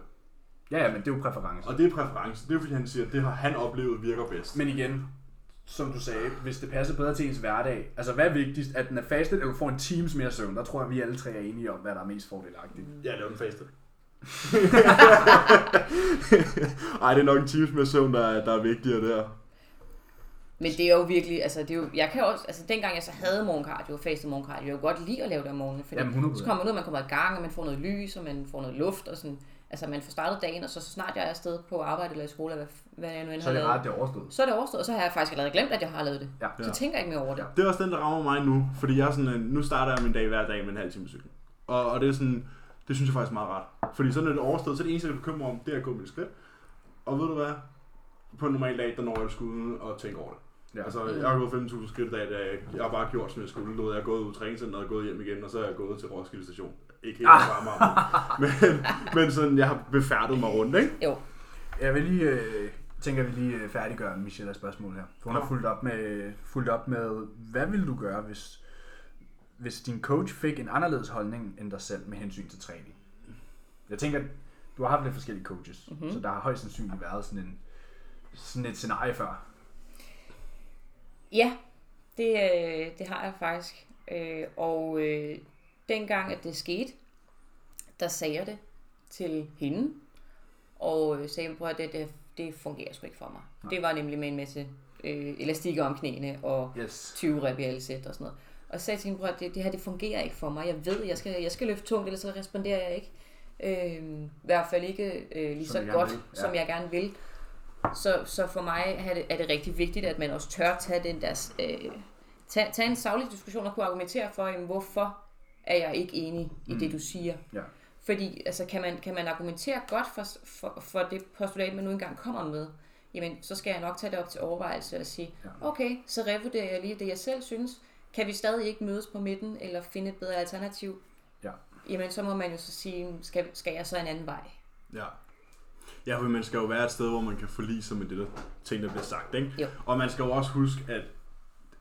Speaker 1: Ja, ja, men det er jo præference.
Speaker 2: Og det er præference. Det er jo fordi, han siger, at det har han oplevet virker bedst.
Speaker 1: Men igen, som du sagde, hvis det passer bedre til ens hverdag, altså hvad er vigtigst, at den er fastet, eller du får en times mere søvn? Der tror jeg, vi alle tre er enige om, hvad der er mest fordelagtigt.
Speaker 2: Ja, lav den faste. Ej, det er nok en times med søvn, der er, der er vigtigere der.
Speaker 3: Men det er jo virkelig, altså det er jo, jeg kan også, altså dengang jeg så havde morgenkardio, fastet morgenkardio, jeg kunne godt lide at lave det om morgenen, fordi
Speaker 1: Jamen, 100%.
Speaker 3: så kommer man ud, og man kommer i gang, og man får noget lys, og man får noget luft, og sådan, altså man får startet dagen, og så, så snart jeg er afsted på arbejde eller i skole, eller hvad, hvad jeg nu end
Speaker 1: Så
Speaker 3: har
Speaker 1: er det rart,
Speaker 3: lavet,
Speaker 1: det er overstået.
Speaker 3: så er det overstået, og så har jeg faktisk allerede glemt, at jeg har lavet det.
Speaker 1: Ja.
Speaker 3: Så tænker jeg ikke mere over det.
Speaker 2: Det er også den, der rammer mig nu, fordi jeg er sådan, øh, nu starter jeg min dag hver dag med en halv time cykling. Og, og det er sådan, det synes jeg faktisk er meget rart. Fordi sådan er det overstået, så det eneste, jeg bekymrer om, det er at gå med skridt. Og ved du hvad? På en normal dag, der når jeg det sgu uden at tænke over det.
Speaker 1: Ja.
Speaker 2: Ja. Altså, jeg har gået 5.000 skridt i dag, da jeg, jeg har bare gjort, som jeg skulle. Du ved, Jeg er gået ud i træningscenteret og gået hjem igen, og så er jeg gået til Roskilde station. Ikke helt ah. men, men sådan, jeg har befærdet mig rundt, ikke?
Speaker 3: Jo,
Speaker 1: Jeg vil lige, øh, tænker vi lige øh, færdiggør Michellas spørgsmål her. For hun har fulgt op med, fulgt op med hvad ville du gøre, hvis, hvis din coach fik en anderledes holdning end dig selv med hensyn til træning? Jeg tænker, du har haft lidt forskellige coaches, mm-hmm. så der har højst sandsynligt været sådan, en, sådan et scenarie før.
Speaker 3: Ja, det, øh, det har jeg faktisk. Øh, og øh, dengang, at det skete, der sagde jeg det til hende. Og øh, sagde, prøv at høre, det, det, det fungerer sgu ikke for mig. Nej. Det var nemlig med en masse øh, elastikker om knæene og
Speaker 1: Yes.
Speaker 3: 20 rep i alle sæt og sådan noget. Og så sagde jeg til hende, prøv at høre, det, det her det fungerer ikke for mig. Jeg ved, jeg skal, jeg skal løfte tungt, ellers så responderer jeg ikke. Øh, I hvert fald ikke øh, lige
Speaker 1: Som
Speaker 3: så
Speaker 1: jeg gerne
Speaker 3: godt,
Speaker 1: vil, ja.
Speaker 3: som jeg gerne vil. Så, så for mig er det, er det rigtig vigtigt, at man også tør tage den der øh, tage, tage en savlig diskussion og kunne argumentere for, jamen, hvorfor er jeg ikke enig i
Speaker 1: Mm.
Speaker 3: det, du siger.
Speaker 1: Ja.
Speaker 3: Fordi altså, kan, man, kan man argumentere godt for, for, for det postulat, man nu engang kommer med, jamen så skal jeg nok tage det op til overvejelse og sige,
Speaker 1: Ja.
Speaker 3: okay, så revurderer jeg lige det, jeg selv synes. Kan vi stadig ikke mødes på midten eller finde et bedre alternativ?
Speaker 1: Ja.
Speaker 3: Jamen så må man jo så sige, "Mm, skal, skal jeg så en anden vej?
Speaker 2: Ja. Ja, for man skal jo være et sted, hvor man kan forlige sig med det der ting, der bliver sagt, ikke?
Speaker 3: Jo.
Speaker 2: Og man skal jo også huske, at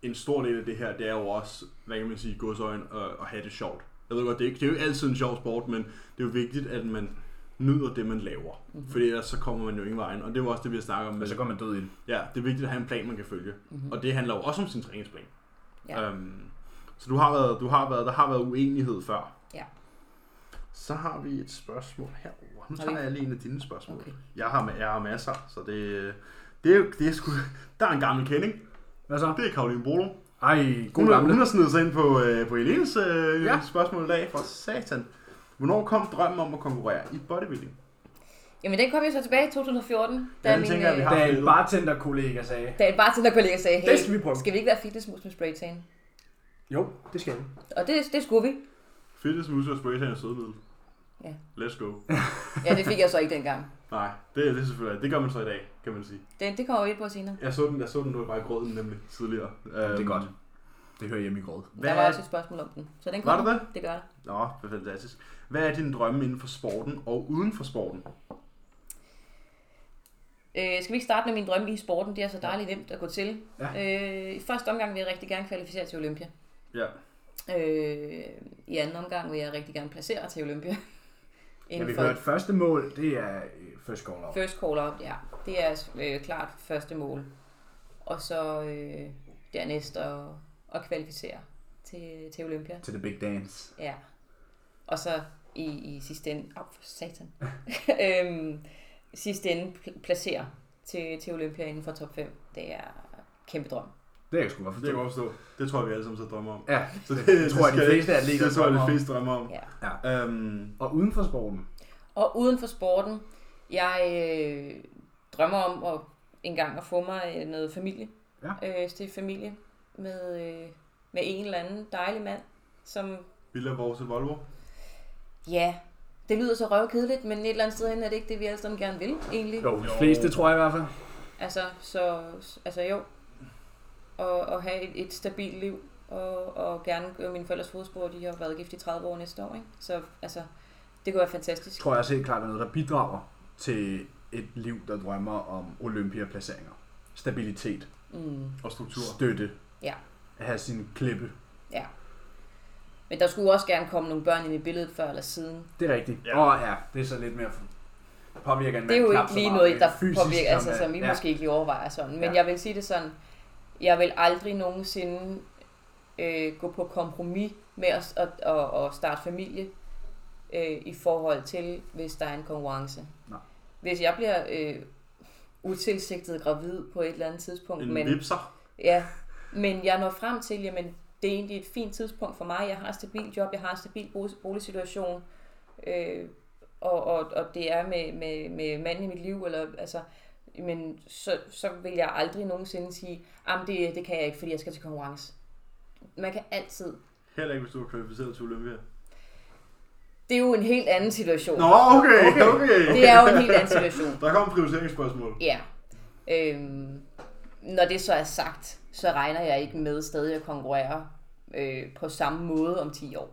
Speaker 2: en stor del af det her, det er jo også, hvad kan man sige, godsøjen og, og have det sjovt. Jeg ved godt, det er, ikke, det er jo ikke altid en sjov sport, men det er jo vigtigt, at man nyder det, man laver.
Speaker 3: Mhm.
Speaker 2: Mm-hmm. Fordi ellers så kommer man jo ingen vejen, og det er jo også det, vi har snakket om.
Speaker 1: Men
Speaker 2: med-
Speaker 3: Altså-
Speaker 1: så går man død ind.
Speaker 2: Ja, det er vigtigt at have en plan, man kan følge. Mm-hmm. Og det handler jo også om sin træningsplan.
Speaker 3: Mhm. Ja.
Speaker 2: Øhm, så du har været, du har været, der har været uenighed før.
Speaker 3: Ja.
Speaker 2: Så har vi et spørgsmål herovre. Nu
Speaker 3: Har
Speaker 2: tager
Speaker 3: vi-
Speaker 2: jeg lige en af dine spørgsmål.
Speaker 3: Okay.
Speaker 2: Okay. Jeg, har, jeg har masser, så det, øh, det er jo det er sgu, Der er en gammel kending.
Speaker 1: Hvad så?
Speaker 2: Det er Karoline Bolo.
Speaker 1: Ej, god
Speaker 2: Hun, har-
Speaker 1: gamle.
Speaker 2: hun har snedet sig ind på, øh, på Elenes øh,
Speaker 1: Ja.
Speaker 2: ja. spørgsmål i dag. For satan. Hvornår kom drømmen om at konkurrere i bodybuilding?
Speaker 3: Jamen den kom jo så tilbage i 2014,
Speaker 2: Ja,
Speaker 3: da,
Speaker 2: den
Speaker 3: min,
Speaker 2: tænker jeg, vi
Speaker 3: øh,
Speaker 2: har.
Speaker 1: Da en bartenderkollega sagde,
Speaker 3: da en bartenderkollega sagde, hey,
Speaker 1: Det skal vi prøve.
Speaker 3: skal vi ikke være fitnessmus med spraytan?
Speaker 1: jo, det skal vi.
Speaker 3: Og det, det skulle vi.
Speaker 2: Fitness, muscle og spraytan og sødmiddel.
Speaker 3: Ja.
Speaker 2: Let's go.
Speaker 3: Ja, det fik jeg så ikke dengang.
Speaker 2: Nej, det, det er selvfølgelig. Det gør man så i dag, kan man sige.
Speaker 3: Det, det kommer vi ind på senere.
Speaker 2: Jeg så den, jeg så den nu var i grøden nemlig tidligere. Øhm,
Speaker 1: Det er godt. Det hører hjemme i gråd.
Speaker 2: Hvad
Speaker 3: Der var
Speaker 2: er,
Speaker 3: også et spørgsmål om den. Så den
Speaker 2: Var
Speaker 3: kommer.
Speaker 2: der det?
Speaker 3: Det gør der.
Speaker 2: nå, det er fantastisk. Hvad er din drømme inden for sporten og uden for sporten?
Speaker 3: Øh, skal vi ikke starte med min drømme i sporten? Det er så dejligt nemt at gå til.
Speaker 1: Ja.
Speaker 3: Øh, I første omgang vil jeg rigtig gerne kvalificere til Olympia.
Speaker 2: Ja.
Speaker 3: Øh, I anden omgang vil jeg rigtig gerne placere til Olympia.
Speaker 1: Jeg
Speaker 3: Inden
Speaker 1: vil
Speaker 3: for
Speaker 1: høre, at første mål, det er øh, first goal out.
Speaker 3: first call up, ja. Det er øh, klart første mål. Og så øh, dernæst at, at kvalificere til, til Olympia.
Speaker 1: Til the big dance.
Speaker 3: Ja. Og så i, i sidste ende... Au, for satan. øhm, sidste ende pl- placere til, til Olympia inden for top 5. Det er kæmpe drøm.
Speaker 1: Det er jeg sgu godt
Speaker 2: Det kan jeg
Speaker 1: forstå.
Speaker 2: godt forstå. Det tror jeg, vi alle sammen så drømmer om.
Speaker 1: Ja,
Speaker 2: Så det,
Speaker 1: tror jeg, de
Speaker 2: skal-
Speaker 1: fleste atleter
Speaker 2: Det tror jeg,
Speaker 1: drømmer om.
Speaker 2: de fleste drømmer om.
Speaker 3: Ja.
Speaker 2: Øhm,
Speaker 1: og uden for sporten.
Speaker 3: Og uden for sporten, jeg øh, drømmer om at engang at få mig øh, noget familie. Ja. Øh, stifte familie med, øh, med en eller anden dejlig mand, som
Speaker 2: Villa Vorse Volvo.
Speaker 3: ja, det lyder så røvkedeligt, men et eller andet sted hen er det ikke det, vi alle sammen gerne vil, egentlig.
Speaker 1: Jo, de fleste tror jeg i hvert fald.
Speaker 3: Altså, så, altså jo. Og, og have et, et stabilt liv. Og, og gerne gøre mine forældres fodspor. De har været gift i 30 år næste år, ikke? Så altså, det kunne være fantastisk.
Speaker 1: tror jeg også helt klart er noget, der bidrager til et liv, der drømmer om olympiaplaceringer. Stabilitet,
Speaker 3: Mm.
Speaker 2: Og struktur.
Speaker 1: støtte,
Speaker 3: Ja.
Speaker 1: at have sin klippe.
Speaker 3: Men der skulle også gerne komme nogle børn ind i billedet før eller siden.
Speaker 1: Det er rigtigt.
Speaker 2: Ja.
Speaker 1: Og ja, det er så lidt mere påvirker en
Speaker 3: Det er
Speaker 1: mand
Speaker 3: jo
Speaker 1: knap
Speaker 3: ikke
Speaker 1: så
Speaker 3: lige
Speaker 1: meget
Speaker 3: noget, der
Speaker 1: fysisk,
Speaker 3: påvirker, altså,
Speaker 1: at-
Speaker 3: som I ja. måske ikke lige overvejer sådan. Men
Speaker 1: Ja.
Speaker 3: ja. jeg vil sige det sådan, jeg vil aldrig nogensinde øh, gå på kompromis med at, at, at, at starte familie øh, i forhold til, hvis der er en konkurrence.
Speaker 1: Nej.
Speaker 3: Hvis jeg bliver øh, utilsigtet gravid på et eller andet tidspunkt,
Speaker 2: En
Speaker 3: men,
Speaker 2: vipser.
Speaker 3: ja, men jeg når frem til, jamen det er egentlig et fint tidspunkt for mig. Jeg har et stabilt job, jeg har en stabil bo- boligsituation, øh, og, og, og det er med, med, med manden i mit liv, eller altså, men så, så vil jeg aldrig nogensinde sige, at det, det kan jeg ikke, fordi jeg skal til konkurrence. Man kan altid.
Speaker 2: Heller ikke, hvis du er kvalificeret til Olympia.
Speaker 3: Det er jo en helt anden situation.
Speaker 2: Nå, okay, okay.
Speaker 3: Det er jo en helt anden situation.
Speaker 2: Der kom et prioriteringsspørgsmål.
Speaker 3: Ja. Øhm, når det så er sagt, så regner jeg ikke med stadig at konkurrere øh, på samme måde om 10 år.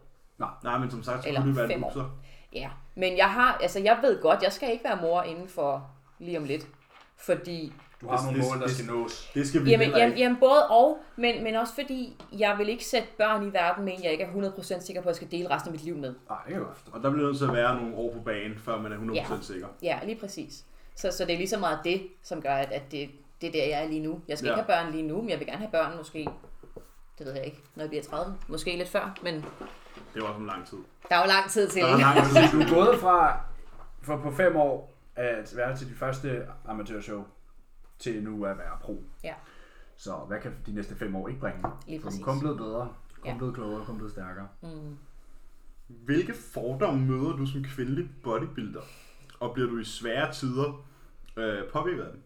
Speaker 2: Nej, men som sagt, så
Speaker 3: Eller
Speaker 2: kunne det være en
Speaker 3: fem år.
Speaker 2: vipser.
Speaker 3: Ja, men jeg har, altså jeg ved godt, jeg skal ikke være mor inden for lige om lidt. Fordi,
Speaker 1: Du har nogle
Speaker 2: Det-
Speaker 1: mål, der
Speaker 2: det-
Speaker 1: skal nås.
Speaker 2: Det skal vi
Speaker 3: jamen,
Speaker 2: heller
Speaker 3: jamen,
Speaker 2: ikke.
Speaker 3: jamen både og, men, men også fordi, jeg vil ikke sætte børn i verden med en, jeg ikke er 100% sikker på, at jeg skal dele resten af mit liv med.
Speaker 1: Nej, det kan jeg godt forstå.
Speaker 2: Og der bliver nødt til at være nogle år på banen, før man er 100% sikker.
Speaker 3: Ja, lige præcis. Så, så det er lige så meget det, som gør, at, at det, det er der, jeg er lige nu. Jeg skal ja.
Speaker 2: Ja.
Speaker 3: ikke have børn lige nu, men jeg vil gerne have børn måske, det ved jeg ikke, når jeg bliver 30. Måske lidt før, men
Speaker 2: Det var også om lang tid.
Speaker 3: der er jo lang tid til.
Speaker 2: Der er lang tid.
Speaker 1: Du er gået fra for på fem år at være til de første amatørshow, til nu at være pro.
Speaker 3: Ja.
Speaker 1: Så hvad kan de næste fem år ikke bringe?
Speaker 3: Lige
Speaker 1: Så du er
Speaker 3: præcis.
Speaker 1: kun blevet bedre, kun
Speaker 3: Ja.
Speaker 1: blevet klogere, kun blevet stærkere.
Speaker 3: Mm.
Speaker 2: Hvilke fordomme møder du som kvindelig bodybuilder? Og bliver du i svære tider øh, påvirket af dem?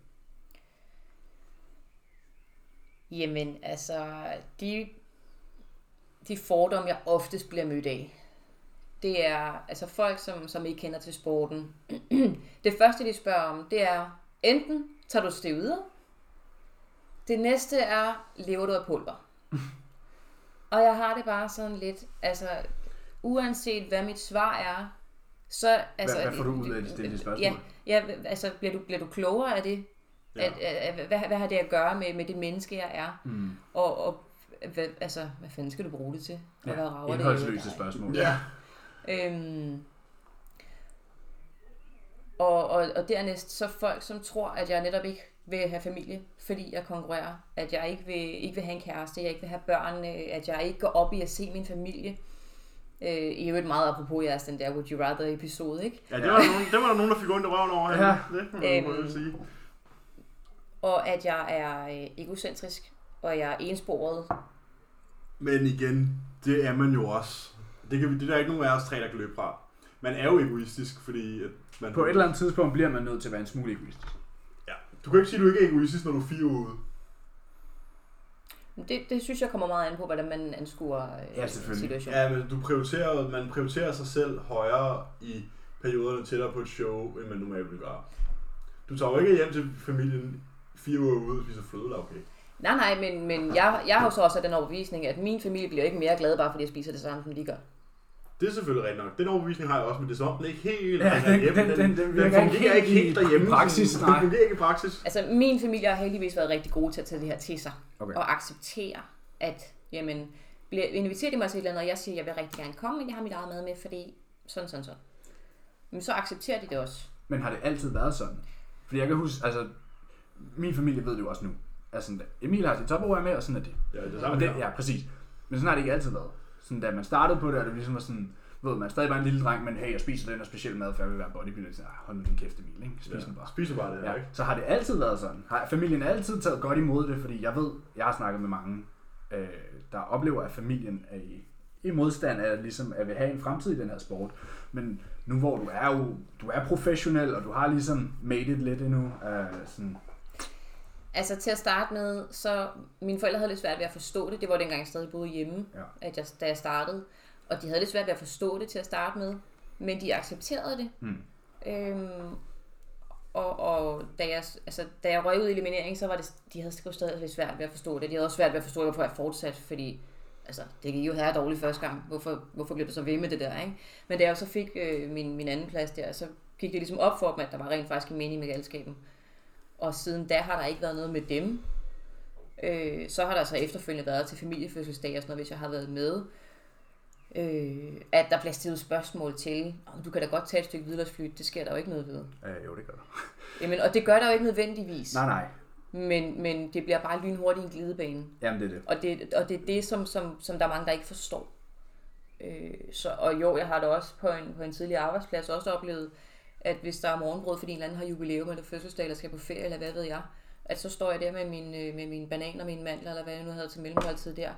Speaker 3: Jamen, altså, de de fordomme, jeg oftest bliver mødt af, det er altså folk, som, som ikke kender til sporten. det første, de spørger om, det er, enten tager du steroider, det næste er, lever du af pulver? og jeg har det bare sådan lidt, altså uanset hvad mit svar er, så... Altså,
Speaker 1: hvad får du ud af at stille det spørgsmål?
Speaker 3: Ja, ja altså bliver du, bliver du klogere af det?
Speaker 2: Ja.
Speaker 3: Ja. At, at, at, hvad, hvad har det at gøre med, med det menneske, jeg er? Mm. Og, og hvad, altså, hvad fanden skal du bruge det til? Og hvad rager det i
Speaker 1: Indholdsløse
Speaker 3: dig?
Speaker 1: spørgsmål.
Speaker 2: Ja.
Speaker 3: Øhm, og, og, og dernæst så folk, som tror, at jeg netop ikke vil have familie, fordi jeg konkurrerer. At jeg ikke vil, ikke vil have en kæreste, jeg ikke vil have børn, øh, at jeg ikke går op i at se min familie. Øh, I øvrigt meget apropos jeres den der Would You Rather episode, ikke?
Speaker 2: Ja, det var, der nogen, det var der nogen, der fik ondt i røven over her.
Speaker 1: Ja.
Speaker 2: Det må man
Speaker 3: Øhm.
Speaker 2: øhm. sige.
Speaker 3: Og at jeg er øh, egocentrisk, og jeg er ensporet.
Speaker 2: Men igen, det er man jo også. Det, kan vi, det er der ikke nogen af os tre, der kan løbe fra. Man er jo egoistisk, fordi... At man,
Speaker 1: På et eller andet tidspunkt bliver man nødt til at være en smule egoistisk.
Speaker 2: Ja. Du kan ikke sige, at du ikke er egoistisk, når du er fire uger ude.
Speaker 3: Men Det, det synes jeg kommer meget an på, hvordan man anskuer øh,
Speaker 1: Ja, selvfølgelig.
Speaker 3: situationen.
Speaker 2: Ja, men du prioriterer, man prioriterer sig selv højere i perioderne tættere på et show, end man normalt vil gøre. Du tager jo ikke hjem til familien fire uger ude og spiser flødelagkage.
Speaker 3: Nej, nej, men, men jeg, jeg har jo så også den overbevisning, at min familie bliver ikke mere glad, bare fordi jeg spiser det samme, som de gør.
Speaker 2: Det er selvfølgelig rigtigt nok. Den overbevisning har jeg også, men det er som om, den ikke helt
Speaker 1: Ja,
Speaker 2: ringer
Speaker 1: den-
Speaker 2: hjem.
Speaker 1: den- den- den
Speaker 2: den,
Speaker 1: virker
Speaker 2: fungerer
Speaker 1: ikke
Speaker 2: ikke
Speaker 1: helt
Speaker 2: helt
Speaker 1: i
Speaker 2: derhjemme.
Speaker 1: praksis,
Speaker 2: Sådan,
Speaker 1: nej.
Speaker 2: Den fungerer ikke i praksis.
Speaker 3: Altså, min familie har heldigvis været rigtig gode til at tage det her til sig.
Speaker 1: Okay.
Speaker 3: Og acceptere, at jamen, bliver, inviterer de mig til et eller andet, og jeg siger, at jeg vil rigtig gerne komme, men jeg har mit eget mad med, fordi sådan, sådan, sådan. Men så accepterer de det også.
Speaker 1: Men har det altid været sådan? Fordi jeg kan huske, altså, min familie ved det jo også nu. Altså, Emil har sit topord med, og sådan er det.
Speaker 2: Ja, det er
Speaker 1: Og
Speaker 2: samme
Speaker 1: det,
Speaker 2: her.
Speaker 1: ja, præcis. Men sådan har det ikke altid været. Sådan, da man startede på det, og det ligesom var sådan, ved man stadig bare en lille dreng, men hey, jeg spiser den her specielle mad, for jeg vil være bodybuilder. Så, "Ah, hold nu din kæft, Emil, ikke? Spis den bare.
Speaker 2: Spiser bare det her,
Speaker 1: Ja,
Speaker 2: ikke?
Speaker 1: så har det altid været sådan. Har familien altid taget godt imod det? Fordi jeg ved, jeg har snakket med mange, øh, der oplever, at familien er i, i modstand af, ligesom, at vil have en fremtid i den her sport. Men nu hvor du er jo du er professionel, og du har ligesom made it lidt endnu. Øh, sådan,
Speaker 3: Altså til at starte med, så mine forældre havde lidt svært ved at forstå det. Det var dengang, jeg stadig boede hjemme,
Speaker 1: Ja.
Speaker 3: at jeg, da jeg startede. Og de havde lidt svært ved at forstå det til at starte med, men de accepterede det.
Speaker 1: Mm.
Speaker 3: Øhm, og, og da, jeg, altså, da jeg røg ud i eliminering, så var det, de havde sgu stadig lidt svært ved at forstå det. De havde også svært ved at forstå, hvorfor jeg fortsatte, fordi altså, det gik jo her dårligt første gang. Hvorfor, hvorfor blev det så ved med det der, ikke? Men da jeg så fik øh, min, min anden plads der, så gik det ligesom op for dem, at der var rent faktisk en mening med galskaben. Og siden da har der ikke været noget med dem. Øh, så har der så efterfølgende været til familiefødselsdag og sådan noget, hvis jeg har været med. Øh, at der bliver stillet spørgsmål til, om du kan da godt tage et stykke hvidløgsflyt, det sker der jo ikke noget ved.
Speaker 1: øh, jo, det gør du.
Speaker 3: Jamen, og det gør der jo ikke nødvendigvis,
Speaker 1: Nej, nej.
Speaker 3: men, men det bliver bare lynhurtigt en glidebane.
Speaker 1: Jamen, det er det.
Speaker 3: Og det, og det er det, som, som, som der er mange, der ikke forstår. Øh, så, og jo, jeg har da også på en, på en tidligere arbejdsplads også oplevet, at hvis der er morgenbrød, fordi en eller anden har jubilæum eller fødselsdag, eller skal på ferie, eller hvad ved jeg, at så står jeg der med min, øh, med min banan og mine mandler, eller hvad jeg nu havde til mellemmåltid der,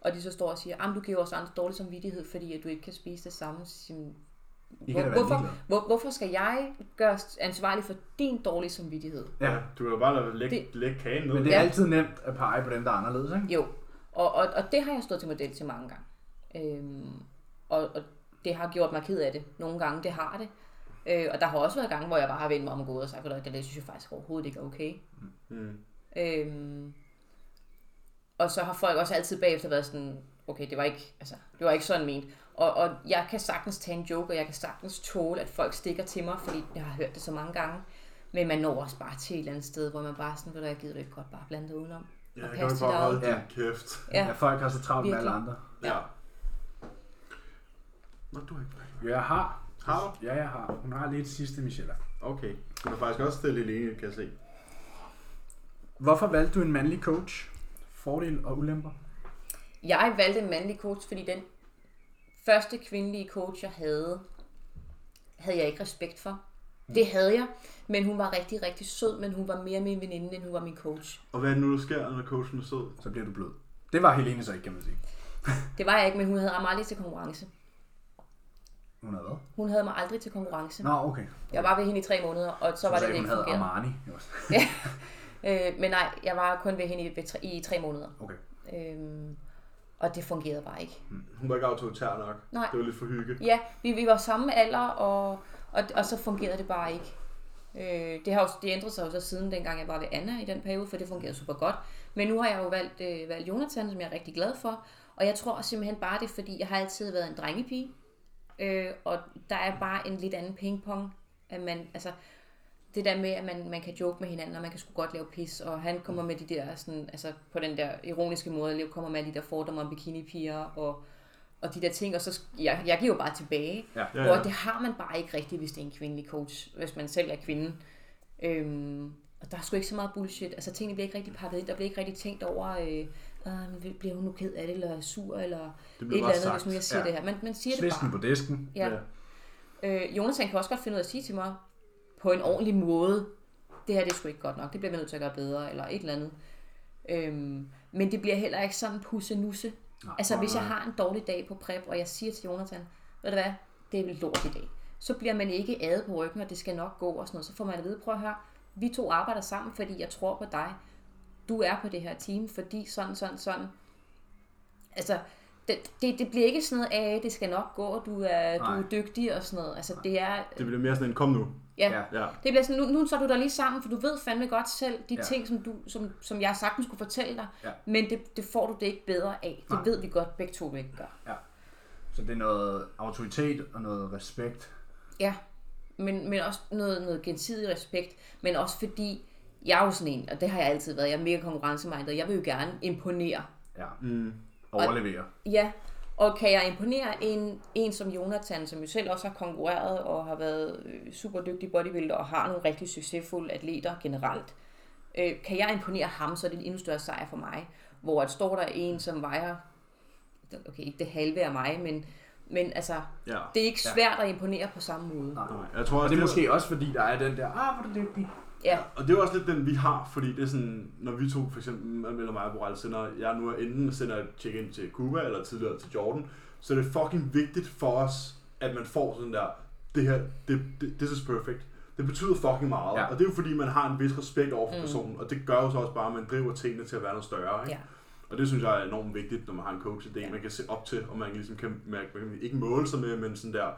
Speaker 3: og de så står og siger, at du giver os andre dårlig samvittighed, fordi at du ikke kan spise det samme. Så siger jeg,
Speaker 1: I kan da
Speaker 3: Hvor,
Speaker 1: være
Speaker 3: hvorfor,
Speaker 1: ligeglade."
Speaker 3: hvor, hvorfor skal jeg gøres ansvarlig for din dårlige samvittighed?
Speaker 1: Ja.
Speaker 2: Du kan jo bare lade- lægge,
Speaker 3: Det-
Speaker 2: lægge kagen ned.
Speaker 1: Men det er
Speaker 3: Ja.
Speaker 1: altid nemt at pege på dem, der er anderledes,
Speaker 2: Mm.
Speaker 1: ikke?
Speaker 3: Jo, og, og, og det har jeg stået til model til mange gange. Øhm, og, og det har gjort mig ked af det. Nogle gange, det har det. Øh, og der har også været gange, hvor jeg bare har vendt mig om og gået og sagt, at det der synes jeg faktisk overhovedet ikke er okay.
Speaker 2: Mm.
Speaker 3: Øhm, og så har folk også altid bagefter været sådan, okay, det var ikke, altså, det var ikke sådan ment. Og, og jeg kan sagtens tage en joke, og jeg kan sagtens tåle, at folk stikker til mig, fordi jeg har hørt det så mange gange. Men man når også bare til et eller andet sted, hvor man bare sådan, ved du, jeg gider du ikke godt bare blande dig udenom.
Speaker 2: Ja, jeg
Speaker 3: pas
Speaker 2: kan jo
Speaker 3: til
Speaker 2: bare
Speaker 3: dig.
Speaker 2: holde din
Speaker 1: Ja.
Speaker 2: kæft.
Speaker 3: Ja.
Speaker 1: Ja, folk har så travlt med alle
Speaker 3: Virkelig.
Speaker 1: andre.
Speaker 2: Ja. Nå, du har ikke
Speaker 1: Ja, Jeg har.
Speaker 2: Har du?
Speaker 1: Ja, jeg har. Hun har lige et sidste, Michelle.
Speaker 2: Okay. Du er faktisk også stille alene, kan jeg se.
Speaker 1: Hvorfor valgte du en mandlig coach? Fordel og ulemper?
Speaker 3: Jeg valgte en mandlig coach, fordi den første kvindelige coach, jeg havde, havde jeg ikke respekt for.
Speaker 1: Mm.
Speaker 3: Det havde jeg, men hun var rigtig, rigtig sød, men hun var mere min veninde, end hun var min coach.
Speaker 2: Og hvad er det nu, der sker, når coachen er sød?
Speaker 1: Så bliver du blød. Det var Helene så ikke, kan man sige.
Speaker 3: Det var jeg ikke, men hun havde mig aldrig til konkurrence.
Speaker 1: Hun havde hvad?
Speaker 3: Hun havde mig aldrig til konkurrence.
Speaker 1: Nå, okay.
Speaker 3: Jeg var ved hende i tre måneder, og så var det, det
Speaker 1: hun
Speaker 3: ikke
Speaker 1: havde
Speaker 3: fungerede.
Speaker 1: Armani.
Speaker 3: Øh, men nej, jeg var kun ved hende i, ved tre, i tre måneder.
Speaker 1: Okay.
Speaker 3: Øhm, Og det fungerede bare ikke.
Speaker 2: Hun var ikke autoritær nok.
Speaker 3: Nej.
Speaker 2: Det var lidt for hygge.
Speaker 3: Ja, vi, vi var samme alder, og, og, og så fungerede det bare ikke. Øh, det har jo, det ændrede sig jo så siden dengang jeg var ved Anna i den periode, for det fungerede super godt. Men nu har jeg jo valgt, øh, valgt Jonathan, som jeg er rigtig glad for. Og jeg tror simpelthen bare det, er, fordi jeg har altid været en drengepige. Øh, og der er bare en lidt anden pingpong. At man, altså, det der med, at man, man kan joke med hinanden, og man kan sgu godt lave pis, og han kommer med de der, sådan, altså på den der ironiske måde, Leo kommer med alle de der fordomme om bikinipiger, og, og de der ting, og så, sk- jeg, jeg giver jo bare tilbage.
Speaker 1: Ja.
Speaker 2: Ja,
Speaker 3: Ja,
Speaker 2: ja.
Speaker 3: ja. Og det har man bare ikke rigtigt, hvis det er en kvindelig coach, hvis man selv er kvinde. Øhm, og der er sgu ikke så meget bullshit. Altså tingene bliver ikke rigtig pakket ind, der bliver ikke rigtig tænkt over, øh, øh, men bliver hun nu ked af det, eller sur, eller
Speaker 2: Det
Speaker 3: et
Speaker 2: blev
Speaker 3: eller
Speaker 2: bare
Speaker 3: andet,
Speaker 2: sagt.
Speaker 3: hvis nu jeg siger
Speaker 1: Ja.
Speaker 3: ja. det her. Man, man siger det
Speaker 1: Svisken
Speaker 3: bare.
Speaker 1: på disken.
Speaker 3: Ja.
Speaker 2: Ja.
Speaker 3: Øh, Jonas han kan også godt finde ud af at sige til mig, på en ordentlig måde, det her det er sgu ikke godt nok, det bliver vi nødt til at gøre bedre, eller et eller andet. Øhm, men det bliver heller ikke sådan pusse-nusse.
Speaker 1: Nej.
Speaker 3: Altså hvis jeg har en dårlig dag på prep, og jeg siger til Jonathan, ved du hvad, det er vel lort i dag. Så bliver man ikke adet på ryggen, og det skal nok gå og sådan noget. Så får man at vide, prøv at høre, vi to arbejder sammen, fordi jeg tror på dig. Du er på det her team, fordi sådan, sådan, sådan. Altså, det, det, det bliver ikke sådan noget af, det skal nok gå, og du er, du
Speaker 1: Nej.
Speaker 3: er dygtig og sådan noget. Altså, det er,
Speaker 2: Det blev mere sådan en, kom nu.
Speaker 3: ja.
Speaker 1: Ja.
Speaker 3: ja.
Speaker 2: Ja.
Speaker 3: Det bliver sådan, nu, nu så er du der lige sammen, for du ved fandme godt selv de
Speaker 1: Ja.
Speaker 3: ja. ting, som, du, som, som jeg sagtens skulle fortælle dig,
Speaker 1: Ja.
Speaker 3: men det, det får du det ikke bedre af. Det
Speaker 1: Nej.
Speaker 3: ved vi godt, begge to ikke gør.
Speaker 1: Så det er noget autoritet og noget respekt.
Speaker 3: Ja, men, men også noget, noget gensidig respekt, men også fordi, jeg er jo sådan en, og det har jeg altid været, jeg er mega konkurrencemindet, jeg vil jo gerne imponere.
Speaker 1: Ja.
Speaker 2: Mm.
Speaker 1: Overlevere.
Speaker 3: Ja, og kan jeg imponere en, en som Jonathan, som jo selv også har konkurreret og har været øh, super dygtig bodybuilder og har nogle rigtig succesfulde atleter generelt, øh, kan jeg imponere ham, så er det en endnu større sejr for mig. Hvor at står der en, som vejer, okay, ikke det halve af mig, men, men altså,
Speaker 2: Ja.
Speaker 3: det er ikke svært at imponere på samme måde.
Speaker 1: Nej.
Speaker 2: Nej, jeg tror også,
Speaker 1: Og det er måske også fordi, der er den der, ah, hvor er du dygtig.
Speaker 3: Ja,
Speaker 2: Og det er jo også lidt den, vi har, fordi det er sådan, når vi to, for eksempel, eller mig og Borrell, sender, jeg nu er enten sender et check-in til Cuba, eller tidligere til Jordan, så er det fucking vigtigt for os, at man får sådan der, det her, det, det, this is perfect. Det betyder fucking meget,
Speaker 1: Ja.
Speaker 2: ja. og det er jo fordi, man har en vis respekt over for personen, og det gør jo så også bare, at man driver tingene til at være noget større. Ikke?
Speaker 3: ja.
Speaker 2: Og det synes jeg er enormt vigtigt, når man har en coach, det er en,
Speaker 3: Ja.
Speaker 2: man kan se op til, og man kan ligesom kan, man, man kan ikke måle sig med, men sådan der,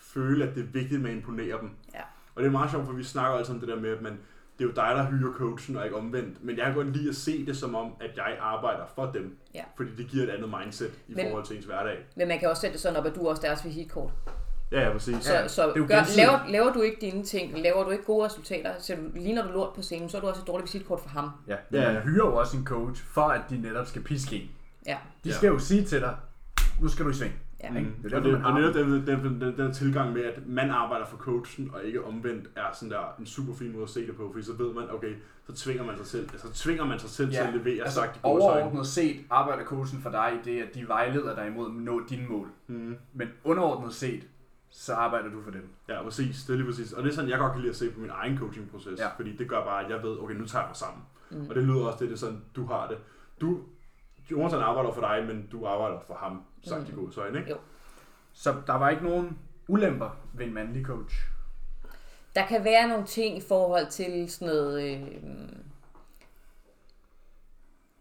Speaker 2: føle, at det er vigtigt, at man imponerer dem.
Speaker 3: Ja.
Speaker 2: Og det er meget sjovt, for vi snakker altid om det der med, at man, det er jo dig, der hyrer coachen, og ikke omvendt. Men jeg kan godt lide at se det som om, at jeg arbejder for dem.
Speaker 3: Ja.
Speaker 2: Fordi det giver et andet mindset i
Speaker 3: Men-
Speaker 2: forhold til ens hverdag.
Speaker 3: Men man kan også sætte det sådan op, at du er også deres visitkort.
Speaker 2: Ja, ja, præcis.
Speaker 3: Så, så
Speaker 1: det er jo
Speaker 3: gør,
Speaker 1: gensidigt.
Speaker 3: laver, laver du ikke dine ting, laver du ikke gode resultater, så du, ligner du lort på scenen, så er du også et dårligt visitkort for ham.
Speaker 1: Ja.
Speaker 2: Ja.
Speaker 1: Men man hyrer jo også en coach, for at de netop skal piske en.
Speaker 3: Ja,
Speaker 1: De
Speaker 2: Ja.
Speaker 1: skal jo sige til dig, nu skal du i sving.
Speaker 3: ja.
Speaker 1: Ikke? Det er
Speaker 2: Mm. og
Speaker 1: derfor, man
Speaker 2: det, og
Speaker 1: har
Speaker 2: netop
Speaker 1: det.
Speaker 2: den, den, den, den, den tilgang med, at man arbejder for coachen, og ikke omvendt, er sådan der en super fin måde at se det på, fordi så ved man, okay, så tvinger man sig selv, altså, så tvinger man sig selv til at levere
Speaker 1: altså,
Speaker 2: sagt i gode øjne.
Speaker 1: overordnet set arbejder coachen for dig i det, at de vejleder dig imod at nå dine mål.
Speaker 2: Mm.
Speaker 1: Men underordnet set, så arbejder du for dem.
Speaker 2: Ja, præcis. Det er lige præcis. Og det er sådan, jeg godt kan lide at se på min egen coachingproces.
Speaker 1: Ja.
Speaker 2: Ja. Fordi det gør bare, at jeg ved, okay, nu tager jeg mig sammen. Mm. Og det lyder også, det er sådan, du har det. Du, Jonathan arbejder for dig, men du arbejder for ham, sagt mm. i gode øjne, ikke?
Speaker 3: Jo.
Speaker 1: Så der var ikke nogen ulemper ved en mandlig coach.
Speaker 3: Der kan være nogle ting i forhold til sådan noget... Øh,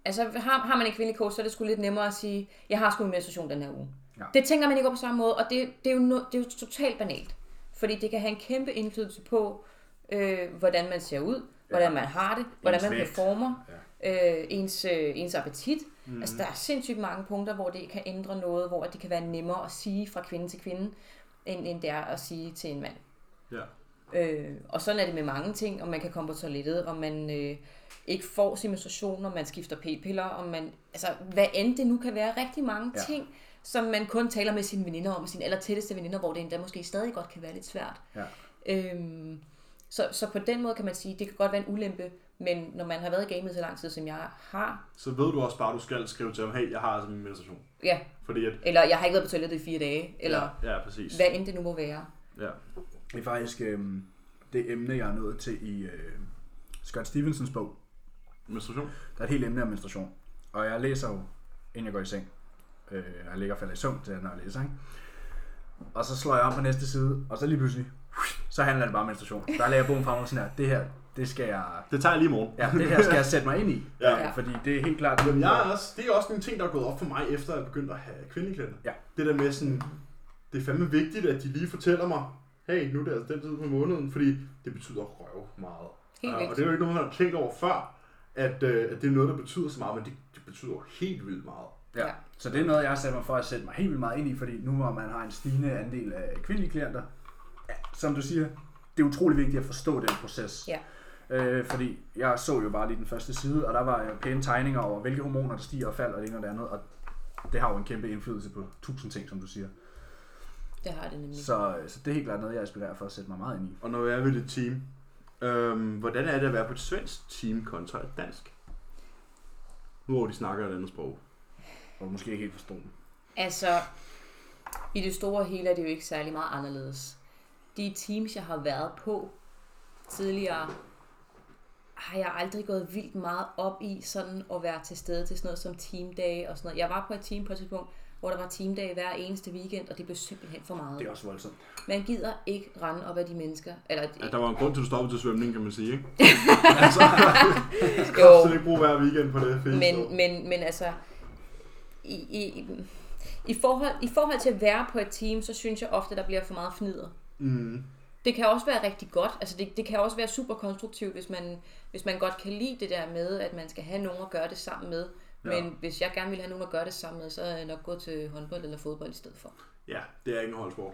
Speaker 3: altså, har, har man en kvindelig coach, så er det sgu lidt nemmere at sige, jeg har sgu en menstruation den her uge.
Speaker 1: Ja.
Speaker 3: Ja. Det tænker man ikke over på samme måde, og det, det, er jo no, det er jo totalt banalt. Fordi det kan have en kæmpe indflydelse på, øh, hvordan man ser ud, hvordan man har det, hvordan man
Speaker 1: vægt.
Speaker 3: performer, øh, ens, øh, ens appetit. Mm. Altså, der er sindssygt mange punkter, hvor det kan ændre noget, hvor det kan være nemmere at sige fra kvinde til kvinde, end, end det er at sige til en mand.
Speaker 2: Ja.
Speaker 3: Øh, og sådan er det med mange ting, om man kan komme på toilettet, om man øh, ikke får sin menstruation, om man skifter p-piller, om man, altså hvad end det nu kan være, rigtig mange
Speaker 1: Ja.
Speaker 3: ja. ting, som man kun taler med sine veninder om, sine allertætteste veninder, hvor det endda måske stadig godt kan være lidt svært.
Speaker 1: Ja.
Speaker 3: Øhm, så, så på den måde kan man sige, det kan godt være en ulempe, men når man har været i gamet så lang tid, som jeg har,
Speaker 2: Så ved du også bare, at du skal skrive til ham, hey, jeg har altså min menstruation.
Speaker 3: ja,
Speaker 2: Fordi at,
Speaker 3: eller jeg har ikke været på toilettet i fire dage, eller ja.
Speaker 2: ja, ja, præcis.
Speaker 3: hvad end det nu må være.
Speaker 2: Ja.
Speaker 1: Det er faktisk øhm, det emne, jeg er nået til i øh, Scott Stevensons bog.
Speaker 2: Menstruation?
Speaker 1: Der er et helt emne om menstruation. Og jeg læser jo, inden jeg går i seng. Øh, jeg ligger og falder i søvn, til, når jeg læser. Ikke? Og så slår jeg om på næste side, og så lige pludselig så handler det bare om menstruation. Der lagde jeg bogen frem og sådan her, det her, det skal jeg,
Speaker 2: Det tager jeg lige i morgen.
Speaker 1: ja, det her skal jeg sætte mig ind i.
Speaker 2: Ja.
Speaker 1: Øh, Fordi det er helt klart...
Speaker 2: Jamen, jeg er også, det er også en ting, der er gået op for mig, efter jeg begyndte at have kvindeklæder.
Speaker 1: Ja.
Speaker 2: Det der med sådan, det er fandme vigtigt, at de lige fortæller mig, hey, nu er det altså den tid på måneden, fordi det betyder røv meget.
Speaker 3: Helt
Speaker 2: og
Speaker 3: vildt.
Speaker 2: det er jo ikke noget, man har tænkt over før, at, øh, at det er noget, der betyder så meget, men det, det betyder jo helt vildt meget.
Speaker 1: Ja. Så det er noget, jeg har sat mig for at sætte mig helt vildt meget ind i, fordi nu hvor man har en stigende andel af kvindelige klienter, ja, som du siger, det er utrolig vigtigt at forstå den proces.
Speaker 3: Ja.
Speaker 1: Øh, fordi jeg så jo bare lige den første side, og der var jo pæne tegninger over, hvilke hormoner der stiger og falder, og det ene og det andet, og det har jo en kæmpe indflydelse på tusind ting, som du siger.
Speaker 3: Det har det nemlig.
Speaker 1: Så, øh, så det er helt klart noget, jeg aspirerer for at sætte mig meget ind i.
Speaker 2: Og når jeg er ved det team, øhm, hvordan er det at være på et svensk team kontra et dansk? Udover de snakker et andet sprog.
Speaker 1: Og du måske ikke helt forstå den.
Speaker 3: Altså, i det store hele er det jo ikke særlig meget anderledes. De teams, jeg har været på tidligere, har jeg aldrig gået vildt meget op i sådan at være til stede til sådan noget som teamdag og sådan noget. Jeg var på et team på et tidspunkt, hvor der var teamdag hver eneste weekend, og det blev simpelthen for meget.
Speaker 1: Det er også voldsomt.
Speaker 3: Man gider ikke rende op ad de mennesker. Eller,
Speaker 2: Ja, der var en grund til, at du stoppede til svømning, kan man sige, ikke? altså,
Speaker 3: jo,
Speaker 2: så ikke bruge hver weekend på det. fordi så-
Speaker 3: men, men, men altså, i, i, i, forhold, i forhold til at være på et team, så synes jeg ofte, der bliver for meget fnider.
Speaker 2: Mm.
Speaker 3: Det kan også være rigtig godt, altså det, det kan også være super konstruktivt, hvis man, hvis man godt kan lide det der med, at man skal have nogen at gøre det sammen med. Men
Speaker 1: Ja.
Speaker 3: hvis jeg gerne vil have nogen at gøre det sammen med, så er jeg nok gå til håndbold eller fodbold i stedet for.
Speaker 2: Ja, det er ikke en holdsport.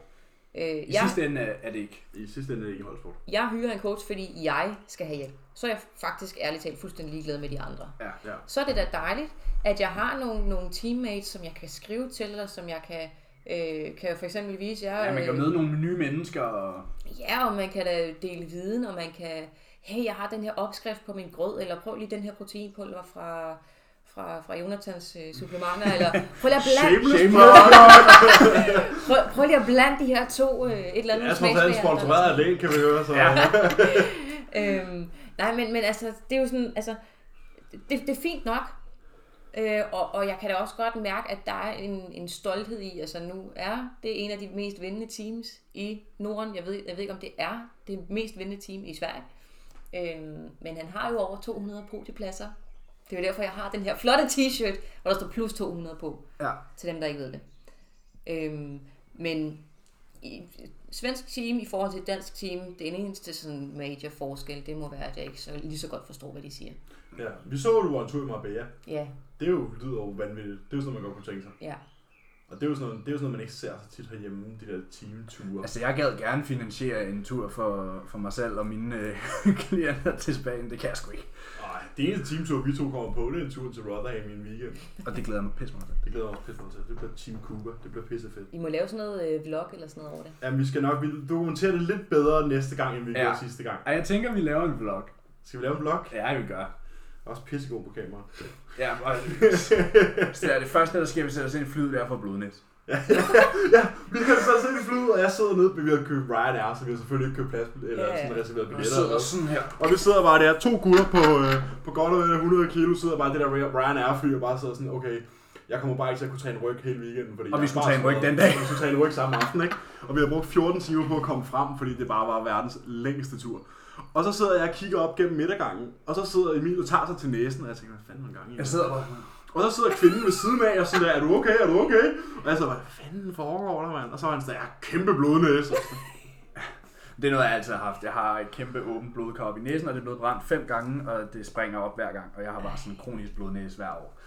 Speaker 3: Øh,
Speaker 1: I
Speaker 3: jeg,
Speaker 1: sidste ende øh, er det ikke.
Speaker 2: I sidste ende er det ikke en holdsport.
Speaker 3: jeg hyrer en coach, fordi jeg skal have hjælp. Så er jeg faktisk ærligt talt fuldstændig ligeglad med de andre.
Speaker 1: Ja.
Speaker 2: Ja.
Speaker 3: så er det da dejligt, at jeg har nogle, nogle teammates, som jeg kan skrive til, eller som jeg kan, øh, kan jo for eksempel vise jer.
Speaker 1: ja, man kan
Speaker 3: øh,
Speaker 1: jo møde nogle nye mennesker, og
Speaker 3: Ja, og man kan da dele viden, og man kan, hey, jeg har den her opskrift på min grød, eller prøv lige den her proteinpulver fra, fra, fra Jonathans øh, supplementer, eller prøv lige at blande,
Speaker 2: Shameless
Speaker 1: Shameless
Speaker 2: plug!
Speaker 3: prøv, prøv lige at blande de her to, øh, et eller andet
Speaker 2: Jeg tror, han er
Speaker 3: smagsmager, eller-
Speaker 2: sponsoreret af lægen, kan vi høre. Så. Ja.
Speaker 3: Øhm, nej, men, men altså, det er jo sådan, altså, det, det er fint nok. Øh, og, og jeg kan da også godt mærke, at der er en, en stolthed i, altså nu er det en af de mest vendende teams i Norden. Jeg ved, jeg ved ikke, om det er det mest vendende team i Sverige. Øhm, men han har jo over 200 podiepladser. Det er jo derfor, jeg har den her flotte t-shirt, hvor der står plus 200 på,
Speaker 1: ja,
Speaker 3: til dem, der ikke ved det. Øhm, men i, svensk team i forhold til dansk team, det eneste sådan major forskel, det må være, at jeg ikke så, lige så godt forstår, hvad de siger.
Speaker 2: ja. Vi så jo en tur i Marbella.
Speaker 3: Ja,
Speaker 2: Det er jo, lyder jo vanvittigt. Det er jo sådan noget, man godt kunne tænke sig.
Speaker 3: ja.
Speaker 2: Og det er jo sådan noget, det er jo sådan noget man ikke ser så tit herhjemme, de der teamture.
Speaker 1: Altså, jeg gad gerne finansiere en tur for, for mig selv og mine øh, klienter til Spanien. Det kan jeg sgu ikke.
Speaker 2: Ej, det eneste teamtur, vi to kommer på, det er en tur til Rotherham i en weekend.
Speaker 1: Og det glæder jeg mig pisse meget til.
Speaker 2: Det glæder jeg mig også pisse meget til. Det bliver Team Cuba. Det bliver pisse fedt.
Speaker 3: I må lave sådan noget øh, vlog eller sådan noget over det.
Speaker 2: Jamen, vi skal nok vi dokumentere det lidt bedre næste gang, end vi gjorde
Speaker 1: Ja.
Speaker 2: sidste gang.
Speaker 1: Ej, jeg tænker, vi laver en vlog.
Speaker 2: Skal vi lave en vlog?
Speaker 1: Ja, vi gør.
Speaker 2: Jeg er Også pissegod på kamera.
Speaker 1: Ja, og så er det første, der sker, hvis jeg ser en flyde der fra Blodnet.
Speaker 2: Ja, vi altså kan så sidde i flyet, og jeg sidder nede, vi har købt Ryanair, så vi har selvfølgelig ikke købt plads, eller
Speaker 3: Ja.
Speaker 2: sådan reserveret
Speaker 1: Og
Speaker 2: billetter.
Speaker 1: sidder sådan her.
Speaker 2: Og vi sidder bare der, to gutter på, øh, på godt og vel 100 kilo, sidder bare i det der Ryanair fly, og bare sidder sådan, okay, jeg kommer bare ikke til at kunne træne ryg hele weekenden. Fordi
Speaker 1: Og vi
Speaker 2: jeg er
Speaker 1: skulle
Speaker 2: bare
Speaker 1: træne ryg
Speaker 2: smadret.
Speaker 1: den dag.
Speaker 2: Og vi skulle træne ryg samme aften, ikke? Og vi har brugt 14 timer på at komme frem, fordi det bare var verdens længste tur. Og så sidder jeg og kigger op gennem midtergangen, og så sidder Emil og tager sig til næsen, og jeg tænker, hvad fanden var gang i?
Speaker 1: Jeg sidder bare...
Speaker 2: Og så sidder kvinden ved siden af, og sådan der, er du okay, er du okay? Og jeg så, hvad fanden foregår der, mand? Og så var han sådan der, jeg har kæmpe blodnæse.
Speaker 1: Det er noget, jeg altid har haft. Jeg har et kæmpe åbent blodkar op i næsen, og det er blevet brændt fem gange, og det springer op hver gang. Og jeg har bare sådan en kronisk blodnæse hver år.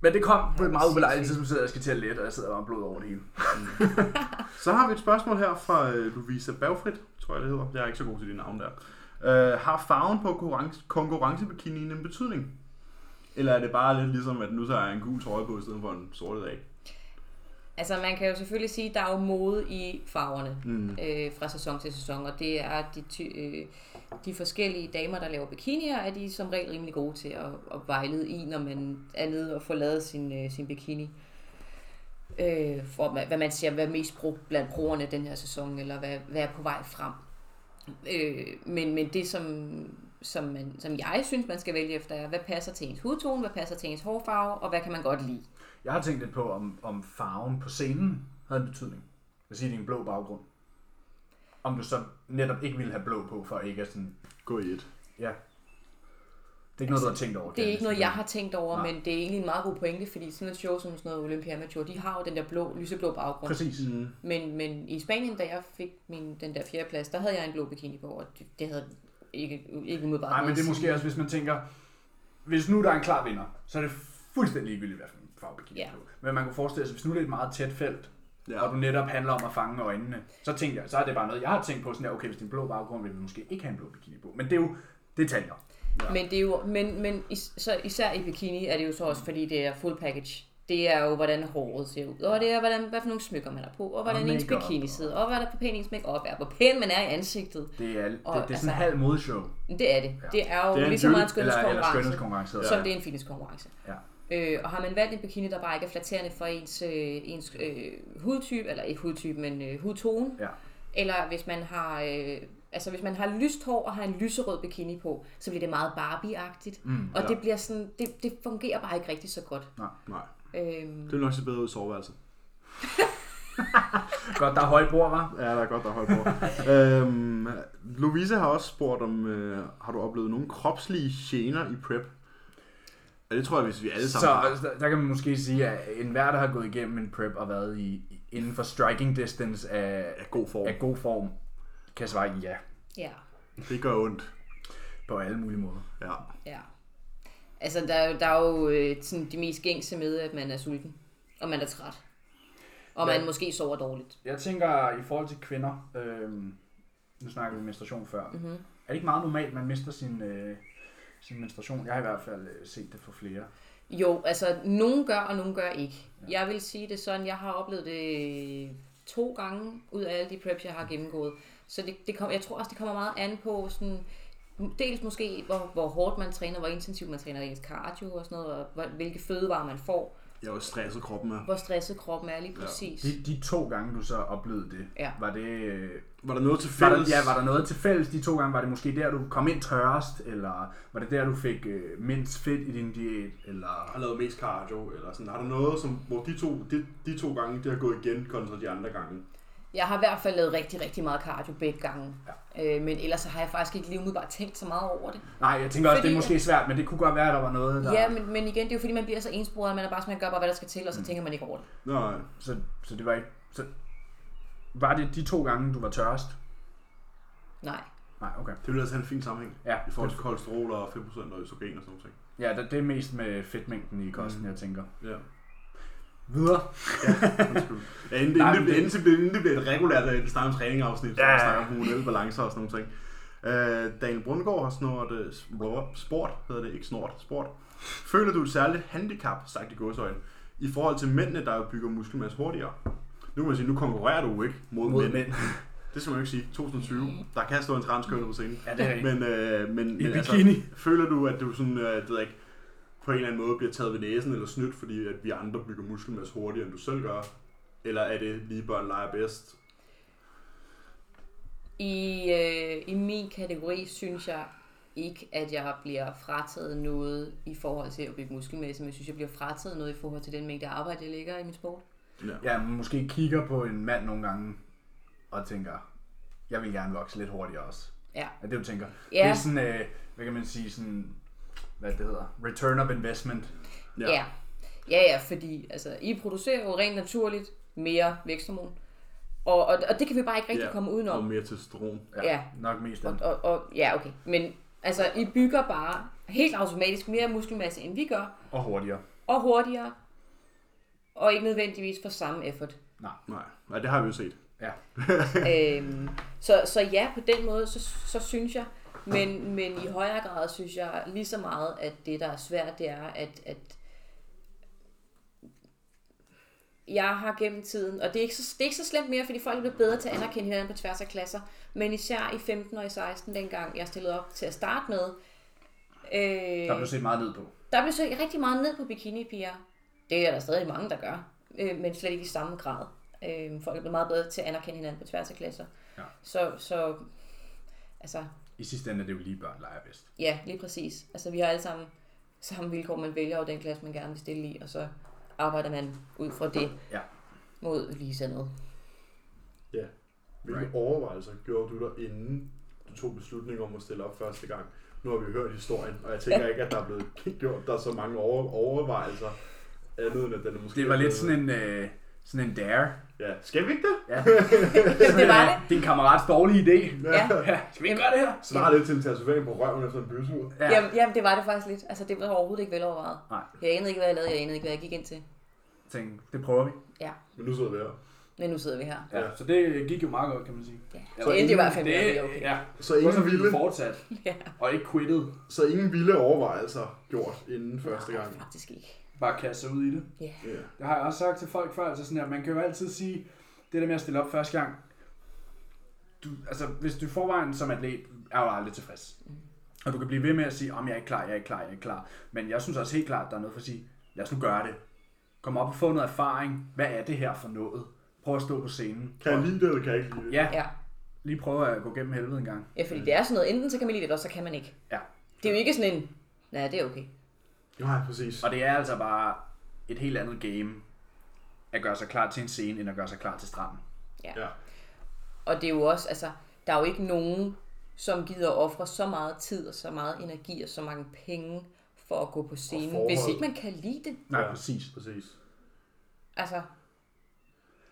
Speaker 1: Men det kom på et meget ubelejligt tidspunkt, så jeg skal til at lette, og jeg sidder bare med blod over det hele.
Speaker 2: Så har vi et spørgsmål her fra øh, Louisa Bagfrit, tror jeg det hedder. Jeg er ikke så god til dit navn der. Øh, har farven på konkurrence, konkurrencebikinien en betydning? Eller er det bare lidt ligesom, at nu så er en gul trøje på i stedet for en sort i dag?
Speaker 3: Altså man kan jo selvfølgelig sige, at der er jo mode i farverne
Speaker 2: Mm.
Speaker 3: øh, fra sæson til sæson, og det er de, ty- øh, de forskellige damer, der laver bikinier, er de som regel rimelig gode til at, at vejlede i, når man er nede og får lavet sin, øh, sin bikini. Øh, for hvad- hvad man ser, hvad er mest brug blandt brugerne den her sæson, eller hvad, hvad er på vej frem. Øh, men, men det, som, som, man, som jeg synes, man skal vælge efter, er, hvad passer til ens hudtone, hvad passer til ens hårfarve, og hvad kan man godt lide.
Speaker 1: Jeg har tænkt lidt på, om, om farven på scenen havde en betydning. Hvis I det er en blå baggrund. om du så netop ikke ville have blå på, for ikke at sådan,
Speaker 2: Gå i et.
Speaker 1: ja. Det er ikke noget, du har tænkt over.
Speaker 3: Altså, Det er ikke noget, jeg
Speaker 1: har.
Speaker 3: har tænkt over,
Speaker 1: Nej.
Speaker 3: men det er egentlig en meget god pointe, fordi sådan et show som sådan noget Olympia Amateur, de har jo den der blå, lyseblå baggrund.
Speaker 1: Præcis. Mm.
Speaker 3: Men, men i Spanien, da jeg fik min, den der fjerde plads, der havde jeg en blå bikini på, og det, det havde ikke, ikke umiddelbart
Speaker 1: Nej, men
Speaker 3: noget
Speaker 1: det er
Speaker 3: at sige.
Speaker 1: måske også, hvis man tænker, hvis nu der er en klar vinder, så er det fuldstændig ligegyldigt, hvad for en farve bikini
Speaker 3: Ja.
Speaker 1: yeah. på. Men man kunne forestille sig, hvis nu det er et meget tæt felt,
Speaker 2: Ja.
Speaker 1: ja. og du netop handler om at fange øjnene, så tænker jeg, så er det bare noget, jeg har tænkt på sådan der, okay, hvis det er en blå baggrund, vil vi måske ikke have en blå bikini på. Men det er jo detaljer.
Speaker 3: Men, det er jo, men, men is, så især i bikini er det jo så også, fordi det er full package. Det er jo, hvordan håret ser ud, og det er, hvordan, hvad for nogle smykker man har på, og hvordan ens
Speaker 1: makeup.
Speaker 3: bikini sidder, og hvad der er på pæn ens make-up er, hvor pæn man er i ansigtet.
Speaker 1: Det er, det,
Speaker 3: Og
Speaker 1: det er sådan
Speaker 3: altså-
Speaker 1: en halv modshow,
Speaker 3: Men Det er det. Det er jo
Speaker 2: Det er en
Speaker 3: lige så meget en
Speaker 1: eller, eller
Speaker 3: skønhedskonkurrence,
Speaker 1: skønhedskonkurrence.
Speaker 3: som det er en fitnesskonkurrence.
Speaker 1: Ja.
Speaker 3: Øh, og har man valgt en bikini, der bare ikke er flatterende for ens, øh, ens øh, hudtype, eller ikke hudtype, men øh, hudtone,
Speaker 1: Ja.
Speaker 3: eller hvis man har... Øh, Altså hvis man har lyst hår og har en lyserød bikini på, så bliver det meget Barbie-agtigt. Mm, og
Speaker 2: ja.
Speaker 3: det bliver sådan, det, det fungerer bare ikke rigtig så godt.
Speaker 2: Nej.
Speaker 3: Øhm,
Speaker 2: Det er nok se bedre ud i soveværelset.
Speaker 1: Godt, der er højt bord, var.
Speaker 2: Ja, der er godt, der er højt på. øhm, Louise har også spurgt om, øh, har du oplevet nogle kropslige gener i prep? Ja, det tror jeg, hvis vi alle sammen har.
Speaker 1: Så altså, der, der kan man måske sige, at enhver, der har gået igennem en prep og været i, inden for striking distance af,
Speaker 2: Ja, god form.
Speaker 1: af god form, kan svare ja
Speaker 3: ja,
Speaker 2: Det gør ondt.
Speaker 1: på alle mulige måder.
Speaker 2: Ja.
Speaker 3: ja. Altså der, er jo- der er jo øh, sådan, de mest gængse med, at man er sulten, og man er træt, og
Speaker 1: Ja.
Speaker 3: man måske sover dårligt.
Speaker 1: Jeg tænker i forhold til kvinder, øh, nu snakkede vi menstruation før,
Speaker 3: Mhm.
Speaker 1: mm-hmm. er det ikke meget normalt, at man mister sin, øh, sin menstruation? Jeg har i hvert fald øh, set det for flere.
Speaker 3: Jo, altså nogen gør, og nogen gør ikke. Jeg vil sige det sådan, jeg har oplevet det to gange ud af alle de preps, jeg har gennemgået. Så det, det kom, jeg tror også, det kommer meget an på sådan, dels måske, hvor, hvor hårdt man træner, hvor intensivt man træner ens cardio og sådan noget, og hvor, hvilke fødevarer man får,
Speaker 2: Jeg er jo stresset kroppen af.
Speaker 3: hvor stresset kroppen er lige præcis.
Speaker 1: De, de to gange, du så oplevede det,
Speaker 3: Ja.
Speaker 1: var det... Øh,
Speaker 2: Var der noget til
Speaker 1: var
Speaker 2: fælles?
Speaker 1: der, ja, var der noget til fælles de to gange? Var det måske der, du kom ind tørrest, eller var det der, du fik øh, mindst fedt i din diæt, eller...
Speaker 2: har lavet mest cardio, eller sådan. Har der noget, som, hvor de to, de, de to gange, det har gået igen, kontra de andre gange?
Speaker 3: Jeg har i hvert fald lavet rigtig, rigtig meget cardio begge gange. Ja. Øh, men ellers så har jeg faktisk ikke lige umiddelbart tænkt så meget over det.
Speaker 1: Nej, jeg tænker også,
Speaker 3: Fordi-
Speaker 1: det er måske svært, men det kunne godt være, at der var noget, der...
Speaker 3: Ja, men, men igen, det er jo fordi, man bliver så ensporet, at man er bare sådan, man gør bare, hvad der skal til, og så tænker man ikke over det.
Speaker 2: Nej.
Speaker 1: Så, så det var ikke... Så, var det de to gange, du var tørrest?
Speaker 3: Nej.
Speaker 1: Nej, okay.
Speaker 2: Det ville altså have en fin sammenhæng.
Speaker 1: Ja.
Speaker 2: I forhold til kolesterol og 5% og østrogen og sådan noget.
Speaker 1: Ja, det, det er mest med fedtmængden i kosten, mm. jeg tænker.
Speaker 2: Ja.
Speaker 1: Videre.
Speaker 2: Undskyld. Ja, inden, det,
Speaker 1: Nej,
Speaker 2: inden, det,
Speaker 1: men
Speaker 2: inden, det, bliver- inden det bliver et regulært øh, snart træning afsnit, så
Speaker 1: Ja.
Speaker 2: vi snakker om hormonelle balancer og sådan nogle ting. Øh, Daniel Brundgaard har snort, øh, sm- sport, hedder det ikke snort, sport. Føler du et særligt handicap, sagt i godsøjne, i forhold til mændene, der jo bygger muskelmasse hurtigere? Nu kan man sige, nu konkurrerer du jo ikke mod, mod
Speaker 1: Mod
Speaker 2: mænd.
Speaker 1: mænd.
Speaker 2: Det skal man jo ikke sige. 2020, der kan stå en transkønnet på scenen.
Speaker 1: Ja, det er rigtigt.
Speaker 2: Men, øh, men,
Speaker 1: I
Speaker 2: men
Speaker 1: bikini.
Speaker 2: føler du, at du sådan, øh, det ved jeg ikke, på en eller anden måde bliver taget ved næsen eller snydt, fordi at vi andre bygger muskelmasse hurtigere, end du selv gør? Eller er det lige børn leger bedst?
Speaker 3: I, øh, I min kategori synes jeg ikke, at jeg bliver frataget noget i forhold til at bygge muskelmasse, men jeg synes, jeg bliver frataget noget i forhold til den mængde arbejde, jeg lægger i min sport.
Speaker 1: Ja, man måske kigger på en mand nogle gange og tænker, jeg vil gerne vokse lidt hurtigere også.
Speaker 3: Ja.
Speaker 1: Er det, du tænker?
Speaker 3: Ja.
Speaker 1: Det er sådan, øh, hvad kan man sige, sådan, hvad det hedder, return of investment.
Speaker 2: Ja.
Speaker 3: Ja. Ja, ja, fordi altså, I producerer jo rent naturligt mere væksthormon. Og, og, og det kan vi bare ikke rigtig
Speaker 2: Ja,
Speaker 3: ja. komme udenom.
Speaker 2: Og mere testosteron.
Speaker 3: Ja.
Speaker 1: Nok mest af
Speaker 3: Og,
Speaker 1: det.
Speaker 3: og, og, ja, okay. Men altså, I bygger bare helt automatisk mere muskelmasse, end vi gør,
Speaker 1: Og hurtigere.
Speaker 3: og hurtigere, og ikke nødvendigvis for samme effort.
Speaker 2: Nej, nej, det har vi jo set.
Speaker 1: Ja.
Speaker 3: øhm, så, så ja, på den måde, så, så synes jeg, men, men i højere grad synes jeg lige så meget, at det, der er svært, det er, at, at jeg har gennem tiden, og det er, ikke så, det er ikke så slemt mere, fordi folk er blevet bedre til at anerkende hinanden på tværs af klasser, men især i 15 og i 16, dengang jeg stillede op til at starte med, øh,
Speaker 1: Der blev set meget ned på.
Speaker 3: der blev søgt rigtig meget ned på bikinipiger. Det er der stadig mange, der gør, øh, men slet ikke i samme grad. Øh, folk er blevet meget bedre til at anerkende hinanden på tværs af klasser.
Speaker 1: Ja.
Speaker 3: Så, så altså,
Speaker 1: I sidste ende er det jo lige børn, leger bedst.
Speaker 3: ja, lige præcis. Altså, vi har alle sammen samme vilkår, man vælger jo den klasse, man gerne vil stille i, og så arbejder man ud fra det
Speaker 1: Ja.
Speaker 3: mod lige sådan noget.
Speaker 2: Ja. Hvilke right.
Speaker 1: Right.
Speaker 2: overvejelser gjorde du dig, inden du tog beslutningen om at stille op første gang? Nu har vi hørt historien, og jeg tænker ikke, at der er blevet gjort der så mange over- overvejelser, andet end at den er måske...
Speaker 1: Det var lidt sådan en, øh, sådan en dare.
Speaker 2: Ja, skal vi ikke det?
Speaker 1: Ja.
Speaker 3: det var det.
Speaker 1: Det er en kammerats dårlige idé.
Speaker 3: Ja.
Speaker 1: Ja, skal vi ikke gøre det her?
Speaker 2: Snart lidt til en tatovering på røven efter en bytur.
Speaker 1: Ja.
Speaker 3: Jamen, jamen, det var det faktisk lidt. Altså, det var overhovedet ikke velovervejet.
Speaker 1: Nej.
Speaker 3: Jeg anede ikke, hvad jeg lavede. Jeg anede ikke, hvad jeg gik ind til.
Speaker 1: Jeg tænkte, det prøver vi.
Speaker 3: Ja,
Speaker 2: Men nu sidder vi her.
Speaker 3: men nu sidder vi her.
Speaker 1: Ja. Så det gik jo meget godt, kan man sige.
Speaker 3: Ja.
Speaker 1: Ja,
Speaker 3: Så det endte i hvert fald med, at vi
Speaker 1: det,
Speaker 3: er okay.
Speaker 1: ja.
Speaker 2: Så
Speaker 1: Det var så
Speaker 2: ingen,
Speaker 1: vildt
Speaker 2: vilde,
Speaker 1: fortsat.
Speaker 3: Ja.
Speaker 1: Og ikke quittet.
Speaker 2: så ingen vilde overvejelser gjort inden første gang.
Speaker 3: Nej, faktisk ikke.
Speaker 1: Bare kaste sig ud i det.
Speaker 3: Ja.
Speaker 2: Ja.
Speaker 1: Det har jeg også sagt til folk før, altså sådan her, man kan jo altid sige, det der med at stille op første gang, du, altså hvis du i forvejen som atlet er jo aldrig tilfreds, og du kan blive ved med at sige, om jeg er ikke klar, jeg er ikke klar, jeg er ikke klar, men jeg synes også helt klart, der er noget for at sige, lad os nu gøre det. Kom op og få noget erfaring, hvad er det her for noget? Prøv at stå på scenen.
Speaker 2: Kan jeg lide det, eller kan jeg ikke lide det?
Speaker 1: Ja,
Speaker 3: ja.
Speaker 1: lige prøve at gå gennem helvede en gang.
Speaker 3: Ja, fordi det er sådan noget, enten så kan man lide det, eller også så kan man ikke.
Speaker 1: Ja.
Speaker 3: Det er jo ikke sådan en, nej, det er okay.
Speaker 2: Nej, præcis.
Speaker 1: Og det er altså bare et helt andet game at gøre sig klar til en scene, end at gøre sig klar til stranden.
Speaker 2: Ja.
Speaker 3: Og det er jo også, altså, der er jo ikke nogen, som gider at ofre så meget tid og så meget energi og så mange penge for at gå på scenen,
Speaker 2: forhold.
Speaker 3: hvis ikke man kan lide det.
Speaker 1: Nej,
Speaker 2: Ja.
Speaker 1: præcis.
Speaker 2: Præcis.
Speaker 3: Altså,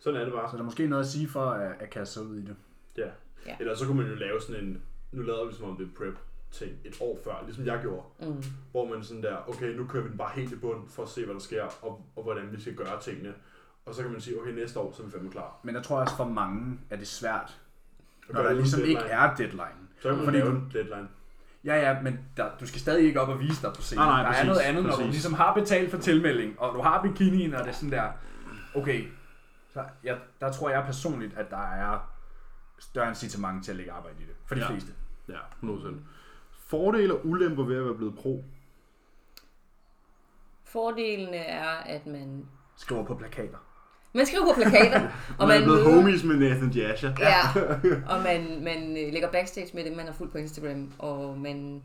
Speaker 2: Sådan er det bare.
Speaker 1: Så der er måske noget at sige for at, at kaste sig ud i det.
Speaker 2: Ja.
Speaker 3: Ja.
Speaker 2: ja. Eller så kunne man jo lave sådan en, nu lavede vi som om det er prep ting et år før, ligesom jeg gjorde.
Speaker 3: Mm.
Speaker 2: Hvor man sådan der, okay, nu kører vi den bare helt i bund for at se, hvad der sker, og, og hvordan vi skal gøre tingene. Og så kan man sige, okay, næste år, så er vi fandme klar.
Speaker 1: Men jeg tror også for mange, at det er svært,
Speaker 2: Og
Speaker 1: når
Speaker 2: gør
Speaker 1: der
Speaker 2: det
Speaker 1: ligesom
Speaker 2: uden
Speaker 1: ikke
Speaker 2: deadline.
Speaker 1: er deadline.
Speaker 2: Så kan man
Speaker 1: fordi
Speaker 2: lave
Speaker 1: du-
Speaker 2: en deadline.
Speaker 1: Ja, ja, men der, du skal stadig ikke op og vise dig på scenen.
Speaker 2: Nej, nej,
Speaker 1: der er
Speaker 2: præcis,
Speaker 1: noget andet, når du
Speaker 2: præcis.
Speaker 1: ligesom har betalt for tilmelding, og du har bikinien, og det er sådan der, okay, så jeg, der tror jeg personligt, at der er større incitament til at lægge arbejde i det. For de
Speaker 2: Ja.
Speaker 1: fleste.
Speaker 2: Ja, 100%. Fordele og ulemper ved at være blevet pro.
Speaker 3: fordelene er, at man,
Speaker 1: Skriver på plakater.
Speaker 3: man skriver på plakater,
Speaker 2: Man
Speaker 3: og man,
Speaker 2: er blevet
Speaker 3: møder-
Speaker 2: homies med Nathan Jasher.
Speaker 3: Ja, og man, man øh, lægger backstage med det, man har fulgt på Instagram, og man,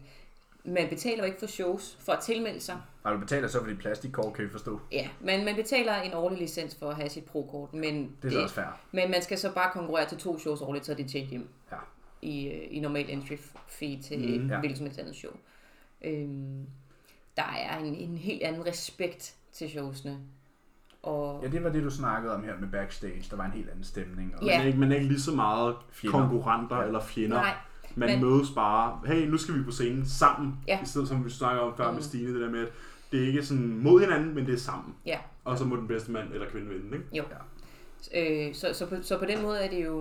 Speaker 3: man betaler jo ikke for shows for at tilmelde sig.
Speaker 1: Har du betaler så for dit plastikkort, kan vi forstå.
Speaker 3: Ja, men man betaler en årlig licens for at have sit pro-kort, men,
Speaker 1: Det er så også fair.
Speaker 3: men man skal så bare konkurrere til to shows årligt, så er det tjent hjem
Speaker 1: Ja.
Speaker 3: i, øh, i normal entry fee til mm,
Speaker 1: Mhm. ja.
Speaker 3: hvilket som helst andet show. Øhm, der er en, en helt anden respekt til showsene. Og,
Speaker 1: Ja, det var det, du snakkede om her med backstage. Der var en helt anden stemning. Og
Speaker 3: Ja.
Speaker 2: Man, er ikke, man er ikke lige så meget
Speaker 1: Fjender.
Speaker 2: fjender. konkurrenter ja. eller fjender.
Speaker 3: Nej,
Speaker 2: Man
Speaker 3: men-
Speaker 2: men... mødes bare, hey, nu skal vi på scenen sammen.
Speaker 3: Ja.
Speaker 2: I stedet som vi snakker om før mm. med Stine, det der med, at det er ikke sådan mod hinanden, men det er sammen.
Speaker 3: ja,
Speaker 2: Og så må den bedste mand eller kvinde vinde, ikke?
Speaker 3: Jo. Øh, så, så, på, så på den måde er det jo,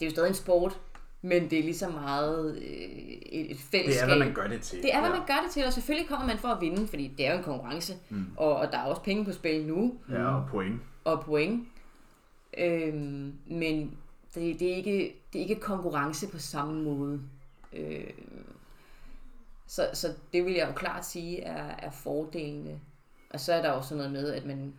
Speaker 3: det er jo stadig en sport, men det er lige så meget øh, et, et
Speaker 1: det
Speaker 3: fællesskab.
Speaker 1: er, hvad man gør det til.
Speaker 3: det er, hvad
Speaker 2: Ja.
Speaker 3: man gør det til, og selvfølgelig kommer man for at vinde, fordi det er jo en konkurrence, mm. og, og der er også penge på spil nu,
Speaker 1: Ja, og point.
Speaker 3: og point. Øhm, men det, det, er ikke, det er ikke konkurrence på samme måde. Øhm, så, så det vil jeg jo klart sige er, er fordelene. Og så er der jo sådan noget med, at man,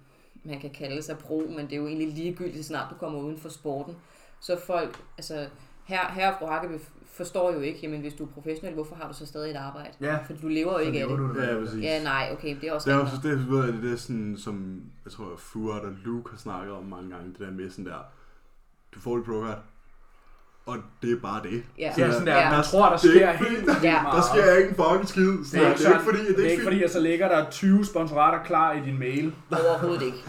Speaker 3: man kan kalde sig pro, men det er jo egentlig ligegyldigt, så snart du kommer uden for sporten. Så folk, altså her, her og fru Hakkeby forstår jo ikke, jamen hvis du er professionel, hvorfor har du så stadig et arbejde?
Speaker 1: Ja.
Speaker 3: For du lever jo ikke af
Speaker 1: lever
Speaker 3: det.
Speaker 1: du det.
Speaker 2: præcis.
Speaker 3: Ja, nej, okay, det er også
Speaker 2: Det er
Speaker 3: rigtig
Speaker 2: også det, ved jeg, det er sådan, som jeg tror, Fuert og Luke har snakket om mange gange, det der med sådan der, du får et brokert, og det er bare det.
Speaker 3: Ja.
Speaker 1: Det er sådan der,
Speaker 3: Ja.
Speaker 1: man tror, der
Speaker 2: Det er
Speaker 1: sker
Speaker 2: ikke-
Speaker 1: helt vildt
Speaker 3: Ja.
Speaker 2: Der
Speaker 1: meget.
Speaker 2: sker ikke en fucking skid.
Speaker 1: Ah.
Speaker 2: Sådan,
Speaker 1: Det er ikke,
Speaker 2: sådan,
Speaker 1: sådan,
Speaker 2: fordi,
Speaker 1: det er ikke fordi, at så ligger der 20 sponsorater klar i din mail.
Speaker 3: overhovedet ikke.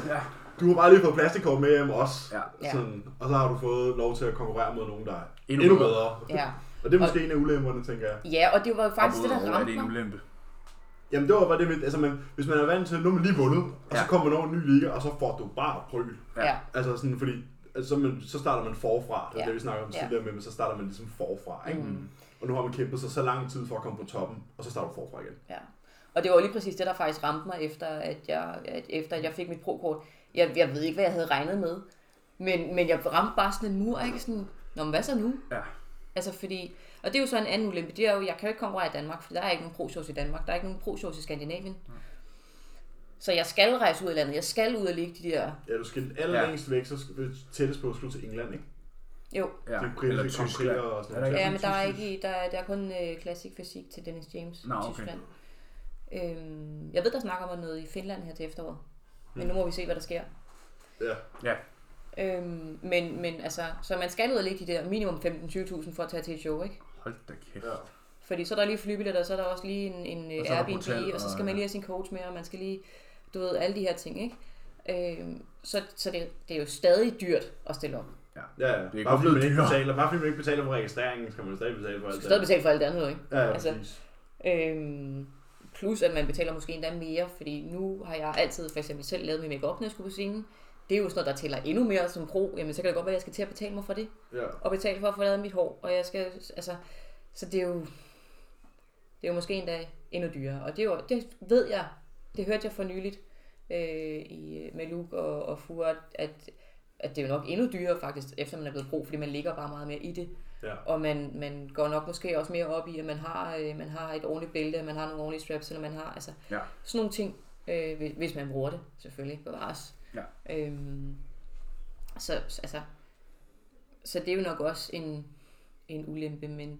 Speaker 2: Du har bare lige fået plastikkort med hjem også.
Speaker 1: Ja.
Speaker 3: Ja.
Speaker 2: Sådan, og så har du fået lov til at konkurrere mod nogen, der er
Speaker 1: Endnu
Speaker 2: endnu, endnu bedre.
Speaker 3: Ja.
Speaker 2: Og det er måske en af ulemperne, tænker jeg.
Speaker 3: ja, og det var jo faktisk det,
Speaker 1: Og
Speaker 3: der
Speaker 1: udover,
Speaker 3: ramte
Speaker 1: er det en
Speaker 3: mig.
Speaker 1: ulempe.
Speaker 2: Jamen det var bare det med, altså man, hvis man er vant til, nu er man lige vundet, og så
Speaker 1: Ja.
Speaker 2: kommer man over en ny liga, og så får du bare prøl.
Speaker 1: Ja.
Speaker 3: Ja.
Speaker 2: Altså sådan, fordi altså, så, man, så starter man forfra, det er
Speaker 3: Ja.
Speaker 2: det vi snakker om
Speaker 3: Ja.
Speaker 2: tidligere med, men så starter man ligesom forfra, ikke? Mm. Og nu har man kæmpet sig så lang tid for at komme på toppen, og så starter du forfra igen.
Speaker 3: Ja. Og det var lige præcis det, der faktisk ramte mig, efter at jeg, at, efter at jeg fik mit pro-kort. Jeg, jeg ved ikke, hvad jeg havde regnet med, men, men jeg ramte bare sådan en mur, ikke? Sådan, Nå, men hvad så nu?
Speaker 1: Ja.
Speaker 3: Altså fordi, og det er jo så en anden ulempe, det er jo, jeg kan jo ikke konkurrere i Danmark, for der er ikke nogen pro-shows i Danmark, der er ikke nogen pro-shows i Skandinavien. Så jeg skal rejse ud af landet, jeg skal ud og ligge de der,
Speaker 2: Ja, du skal den allerlængst væk, så skal du tættest på, skulle til England, ikke?
Speaker 3: jo.
Speaker 1: Ja.
Speaker 2: Det er britiske
Speaker 1: Eller
Speaker 2: Grand Prix
Speaker 1: Tyskland.
Speaker 2: og sådan
Speaker 1: Er der
Speaker 2: noget.
Speaker 1: ikke
Speaker 3: Ja,
Speaker 1: sådan
Speaker 3: men der er,
Speaker 1: tysk-
Speaker 3: ikke, der, er, der er kun øh, klassik fysik til Dennis James
Speaker 1: Nå,
Speaker 3: i
Speaker 1: okay.
Speaker 3: Tyskland. Øhm, jeg ved, der snakker om noget i Finland her til efteråret, men nu må vi se, hvad der sker.
Speaker 2: Ja.
Speaker 1: Ja,
Speaker 3: Øhm, men, men altså, så man skal ud og ligge de der minimum 15-20.000 for at tage til et show, ikke?
Speaker 1: Hold da kæft.
Speaker 4: Ja.
Speaker 3: Fordi så er der lige flybilletter, og så er der også lige en, en
Speaker 1: Og
Speaker 3: og
Speaker 1: så er der
Speaker 3: Airbnb,
Speaker 1: hotel,
Speaker 3: hotel, og så
Speaker 1: og-
Speaker 3: skal man lige have sin coach med, og man skal lige, du ved, alle de her ting, ikke? Øhm, så så det, det er jo stadig dyrt at stille op. Du
Speaker 2: Ja, ja.
Speaker 1: Det er
Speaker 2: bare,
Speaker 1: godt
Speaker 2: fordi man ikke
Speaker 1: dyrere.
Speaker 2: betaler, bare fordi man ikke betaler for registreringen, skal man stadig betale for alt
Speaker 3: skal stadig betale for alt det andet, ikke?
Speaker 2: Ja, ja,
Speaker 3: altså.
Speaker 2: præcis.
Speaker 3: Øhm, plus at man betaler måske endda mere, fordi nu har jeg altid for eksempel selv lavet min makeup, når jeg skulle på scenen. Det er jo sådan noget, der tæller endnu mere som pro. Jamen, så kan det godt være, at jeg skal til at betale mig for det.
Speaker 2: Ja.
Speaker 3: Og betale for at få lavet mit hår. Og jeg skal, altså, så det er jo, det er jo måske endda endnu dyrere. Og det, er jo, det ved jeg, det hørte jeg for nyligt øh, i, med Luke og, og Fuad, at, at det er jo nok endnu dyrere faktisk, efter man er blevet pro, fordi man ligger bare meget mere i det.
Speaker 2: Ja.
Speaker 3: Og man, man går nok måske også mere op i, at man har, øh, man har et ordentligt bælte, man har nogle ordentlige straps, eller man har altså
Speaker 1: Ja.
Speaker 3: sådan nogle ting, øh, hvis- hvis man bruger det, selvfølgelig, bevares.
Speaker 1: Ja.
Speaker 3: Øhm, så, altså, så det er jo nok også en, en ulempe, men,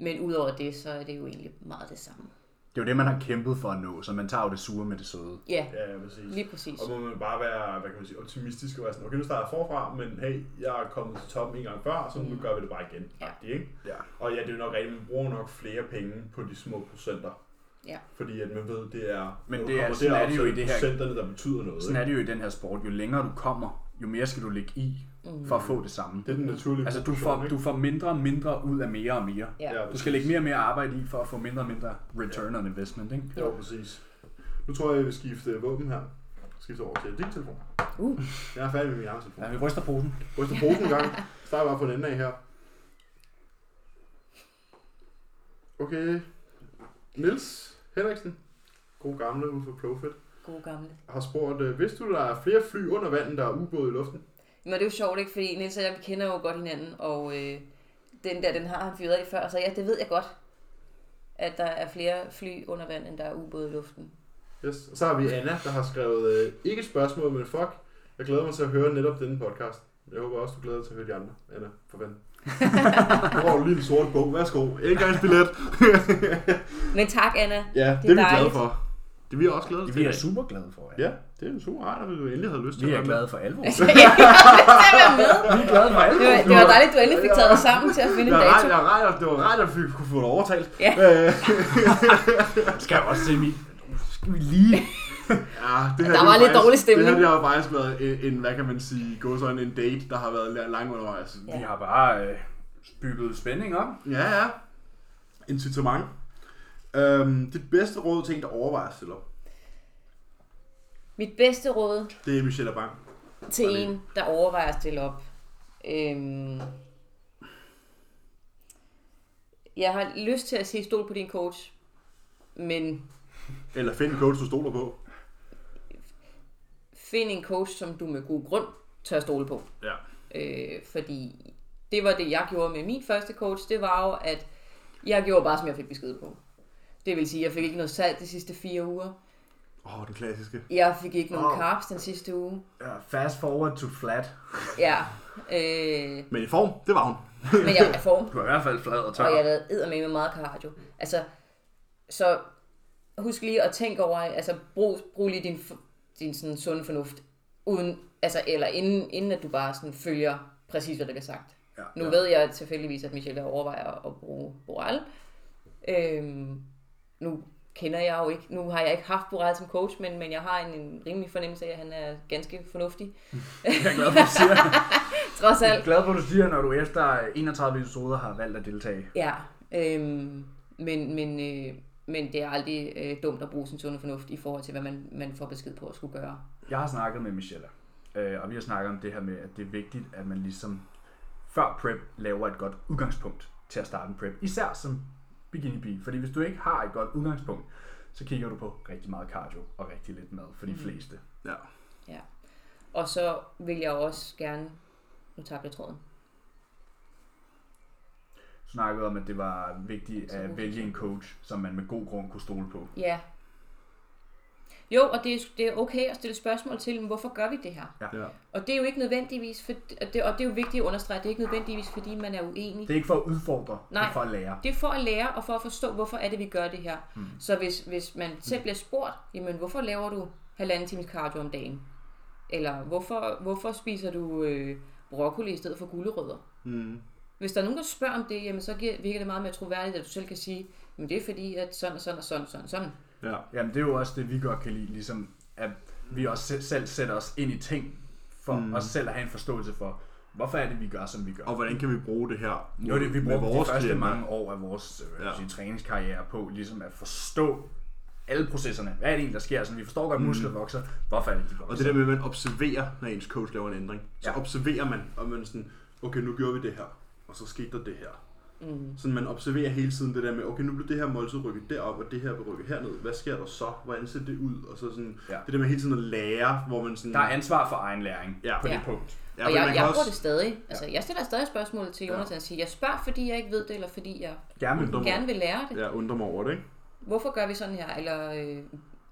Speaker 3: men udover det, så er det jo egentlig meget det samme.
Speaker 1: Det er jo det, man har kæmpet for at nå, så man tager jo det sure med det søde.
Speaker 3: Ja,
Speaker 2: ja, ja, præcis.
Speaker 3: lige præcis.
Speaker 2: Og må man bare være, hvad kan man sige, optimistisk og være sådan, okay, nu starter jeg forfra, men hey, jeg er kommet til toppen en gang før, så nu gør vi det bare igen.
Speaker 3: Mm. Ja.
Speaker 2: Agtigt, ikke?
Speaker 1: Ja.
Speaker 2: Og ja, det er jo nok rigtigt, man bruger nok flere penge på de små procenter.
Speaker 3: Ja.
Speaker 2: Fordi at man ved, det er,
Speaker 1: Men
Speaker 2: når
Speaker 1: det er-
Speaker 2: du kommer
Speaker 1: sådan er det jo
Speaker 2: så
Speaker 1: i det her-
Speaker 2: procenterne, der betyder noget.
Speaker 1: Sådan er
Speaker 2: ikke?
Speaker 1: det jo i den her sport. Jo længere du kommer, jo mere skal du ligge i, for
Speaker 3: Mm.
Speaker 1: at få det samme.
Speaker 2: det er den naturlige
Speaker 1: Altså, du
Speaker 2: proportion,
Speaker 1: får,
Speaker 2: ikke?
Speaker 1: du får mindre og mindre ud af mere og mere.
Speaker 3: Ja.
Speaker 2: Ja,
Speaker 1: Du skal lægge mere og mere arbejde i, for at få mindre og mindre return on investment, ikke?
Speaker 2: Jo, præcis. Nu tror jeg, jeg vil skifte våben her. Skifte over til din telefon.
Speaker 3: Uh.
Speaker 2: Jeg er færdig med min egen telefon.
Speaker 1: Ja, vi ryster posen.
Speaker 2: Ryster posen en gang. Start bare på den ende af her. Okay. Nils Henriksen, god gamle ude for Profit,
Speaker 3: Gode gamle.
Speaker 2: har spurgt, øh, vidste du, der er flere fly under vandet, der er ubåde i luften?
Speaker 3: Men det er jo sjovt, ikke? Fordi Niels og jeg, vi kender jo godt hinanden, og øh, den der, den har han fyret af før, så ja, det ved jeg godt, at der er flere fly under vand, end der er ubåde i luften.
Speaker 2: Yes. Og så har vi Anna, der har skrevet, øh, ikke et spørgsmål, men fuck, jeg glæder mig til at høre netop denne podcast. Jeg håber også, du glæder dig til at høre de andre, Anna, for fanden. nu har du lige en sort bog. Værsgo. Indgangsbillet.
Speaker 3: Men tak, Anna.
Speaker 2: ja, det, er
Speaker 3: Det er
Speaker 2: vi glade
Speaker 3: dejligt.
Speaker 2: for. Det er vi også glade
Speaker 1: Vi er super glade for,
Speaker 2: Ja, det er jo super rart, at du endelig havde lyst til
Speaker 1: Vi
Speaker 2: at
Speaker 1: er
Speaker 2: være
Speaker 1: glade for alvor.
Speaker 3: Altså, Jeg skal være med.
Speaker 1: Vi er glade for
Speaker 3: Det var,
Speaker 1: alvor.
Speaker 3: det var dejligt, du endelig fik taget dig sammen til at
Speaker 2: med.
Speaker 3: finde
Speaker 2: Jeg
Speaker 3: en
Speaker 2: er
Speaker 3: dato.
Speaker 2: ret, jeg er ret, det var ret, at vi kunne få dig overtalt.
Speaker 3: Ja.
Speaker 2: Øh,
Speaker 1: Skal jeg også se min... Skal vi lige...
Speaker 2: ja det her,
Speaker 3: Der
Speaker 2: det
Speaker 3: var
Speaker 2: er
Speaker 3: lidt
Speaker 2: faktisk-
Speaker 3: dårlig stemning.
Speaker 2: Det her det har jo faktisk været en, en, hvad kan man sige, gå sådan en date, der har været la- lang altså, undervejs.
Speaker 3: Ja.
Speaker 1: Vi har bare øh, bygget spænding op.
Speaker 2: Ja, ja. Incitament. Øhm, dit bedste råd til en, der overvejer at stille op,
Speaker 3: Mit bedste råd
Speaker 2: det er Michelle Bang.
Speaker 3: til en, der overvejer at stille op. Øhm, jeg har lyst til at sige stol på din coach, men
Speaker 2: Eller find en coach, du stoler på.
Speaker 3: find en coach, som du med god grund tør stole på.
Speaker 2: Ja.
Speaker 3: Øh, fordi det var det, jeg gjorde med min første coach. Det var jo, at jeg gjorde bare, som jeg fik besked på. Det vil sige, at jeg fik ikke noget salt de sidste fire uger.
Speaker 2: Åh, oh, den klassiske.
Speaker 3: Jeg fik ikke nogen
Speaker 1: Wow.
Speaker 3: carbs den sidste uge.
Speaker 1: Ja, Fast forward to flat.
Speaker 3: Ja. Øh,
Speaker 2: Men i form, det var hun.
Speaker 3: men jeg er i form.
Speaker 1: Du er i hvert fald flad og tør.
Speaker 3: Og jeg lavede eddermame med meget cardio. Altså, så husk lige at tænke over, altså brug, brug lige din, f- din sådan sunde fornuft, uden, altså, eller inden, inden at du bare sådan følger præcis, hvad der bliver sagt.
Speaker 1: Ja,
Speaker 3: nu ved jeg tilfældigvis, at Michelle overvejer at bruge Boral. Øhm, nu kender jeg jo ikke, nu har jeg ikke haft Boral som coach, men, men jeg har en, en rimelig fornemmelse af, at han er ganske fornuftig,
Speaker 1: Jeg er glad for, at du siger,
Speaker 3: trods
Speaker 1: jeg
Speaker 3: alt.
Speaker 1: er glad for, at du siger, når du efter 31 episoder har valgt at deltage.
Speaker 3: Ja, øhm, men, men, øh, men det er aldrig øh, dumt at bruge sin sunde fornuft i forhold til, hvad man, man får besked på at skulle gøre.
Speaker 1: Jeg har snakket med Michelle, øh, og vi har snakket om det her med, at det er vigtigt, at man ligesom før prep laver et godt udgangspunkt til at starte en prep. Især som bikini pige, fordi hvis du ikke har et godt udgangspunkt, så kigger du på rigtig meget cardio og rigtig lidt mad
Speaker 3: Mm.
Speaker 1: for de fleste.
Speaker 2: Ja.
Speaker 3: Ja. Og så vil jeg også gerne... Nu tabte jeg tråden.
Speaker 1: Du snakkede om, at det var vigtigt
Speaker 3: Så
Speaker 1: at
Speaker 3: god.
Speaker 1: vælge en coach, som man med god grund kunne stole på.
Speaker 3: Ja. Jo, og det er, det er okay at stille spørgsmål til, men hvorfor gør vi det her?
Speaker 2: ja.
Speaker 3: Og det er jo ikke nødvendigvis, for, og, det, og det er jo vigtigt at understrege, at det er ikke nødvendigvis, fordi man er uenig.
Speaker 1: Det er ikke for at udfordre, det er
Speaker 3: Nej.
Speaker 1: for at lære.
Speaker 3: Det er for at lære og for at forstå, hvorfor er det, vi gør det her. Mm.
Speaker 2: Mm.
Speaker 3: Så hvis, hvis man selv bliver spurgt, jamen hvorfor laver du halvanden times cardio om dagen? Eller hvorfor, hvorfor spiser du øh, broccoli i stedet for gulerødder?
Speaker 2: Mm.
Speaker 3: Hvis der er nogen, der spørger om det, jamen så giver- virker det meget mere troværdigt, at du selv kan sige, men det er fordi, at sådan og sådan og sådan og sådan, og sådan.
Speaker 2: Ja.
Speaker 1: Jamen, det er jo også det, vi godt kan lide, ligesom at vi også se- selv sætter os ind i ting, for mm. os selv at have en forståelse for, hvorfor er det, vi gør, som vi gør.
Speaker 2: Og hvordan kan vi bruge det her
Speaker 1: Nu er det, vi
Speaker 2: med
Speaker 1: brugte de
Speaker 2: vores
Speaker 1: første
Speaker 2: klienter?
Speaker 1: mange år af vores øh,
Speaker 2: Ja.
Speaker 1: ja. træningskarriere på, ligesom at forstå alle processerne. Hvad er det egentlig, der sker? Så vi forstår godt, at muskler vokser. Hvorfor er det, de vokser?
Speaker 2: Mm. Og det der med, at man observerer, når ens coach laver en ændring. Så ja.
Speaker 1: Altså- Ja.
Speaker 2: observerer man, og man sådan, okay, nu gjorde vi det her, og så skete der det her. Mm. Sådan man observerer hele tiden det der med, okay, nu blev det her måltid rykket derop, og det her blev rykket herned. Hvad sker der så? Hvordan ser det ud? Og så sådan, ja.
Speaker 1: Ja.
Speaker 2: det der med hele tiden at lære, hvor man sådan...
Speaker 1: Der er ansvar for egen læring
Speaker 2: Ja.
Speaker 1: ja. på det
Speaker 3: Ja.
Speaker 1: punkt.
Speaker 2: ja,
Speaker 3: og
Speaker 2: men
Speaker 3: jeg,
Speaker 2: man kan
Speaker 3: jeg bruger
Speaker 2: også,
Speaker 3: det stadig. Altså, jeg stiller stadig spørgsmål til Jonathan og siger, jeg spørger, fordi jeg ikke ved det, eller fordi jeg
Speaker 1: Gerne
Speaker 2: Undre
Speaker 1: med
Speaker 2: mig.
Speaker 3: gerne vil lære det.
Speaker 2: Ja, undrer mig over det, ikke?
Speaker 3: Hvorfor gør vi sådan her? Eller, øh,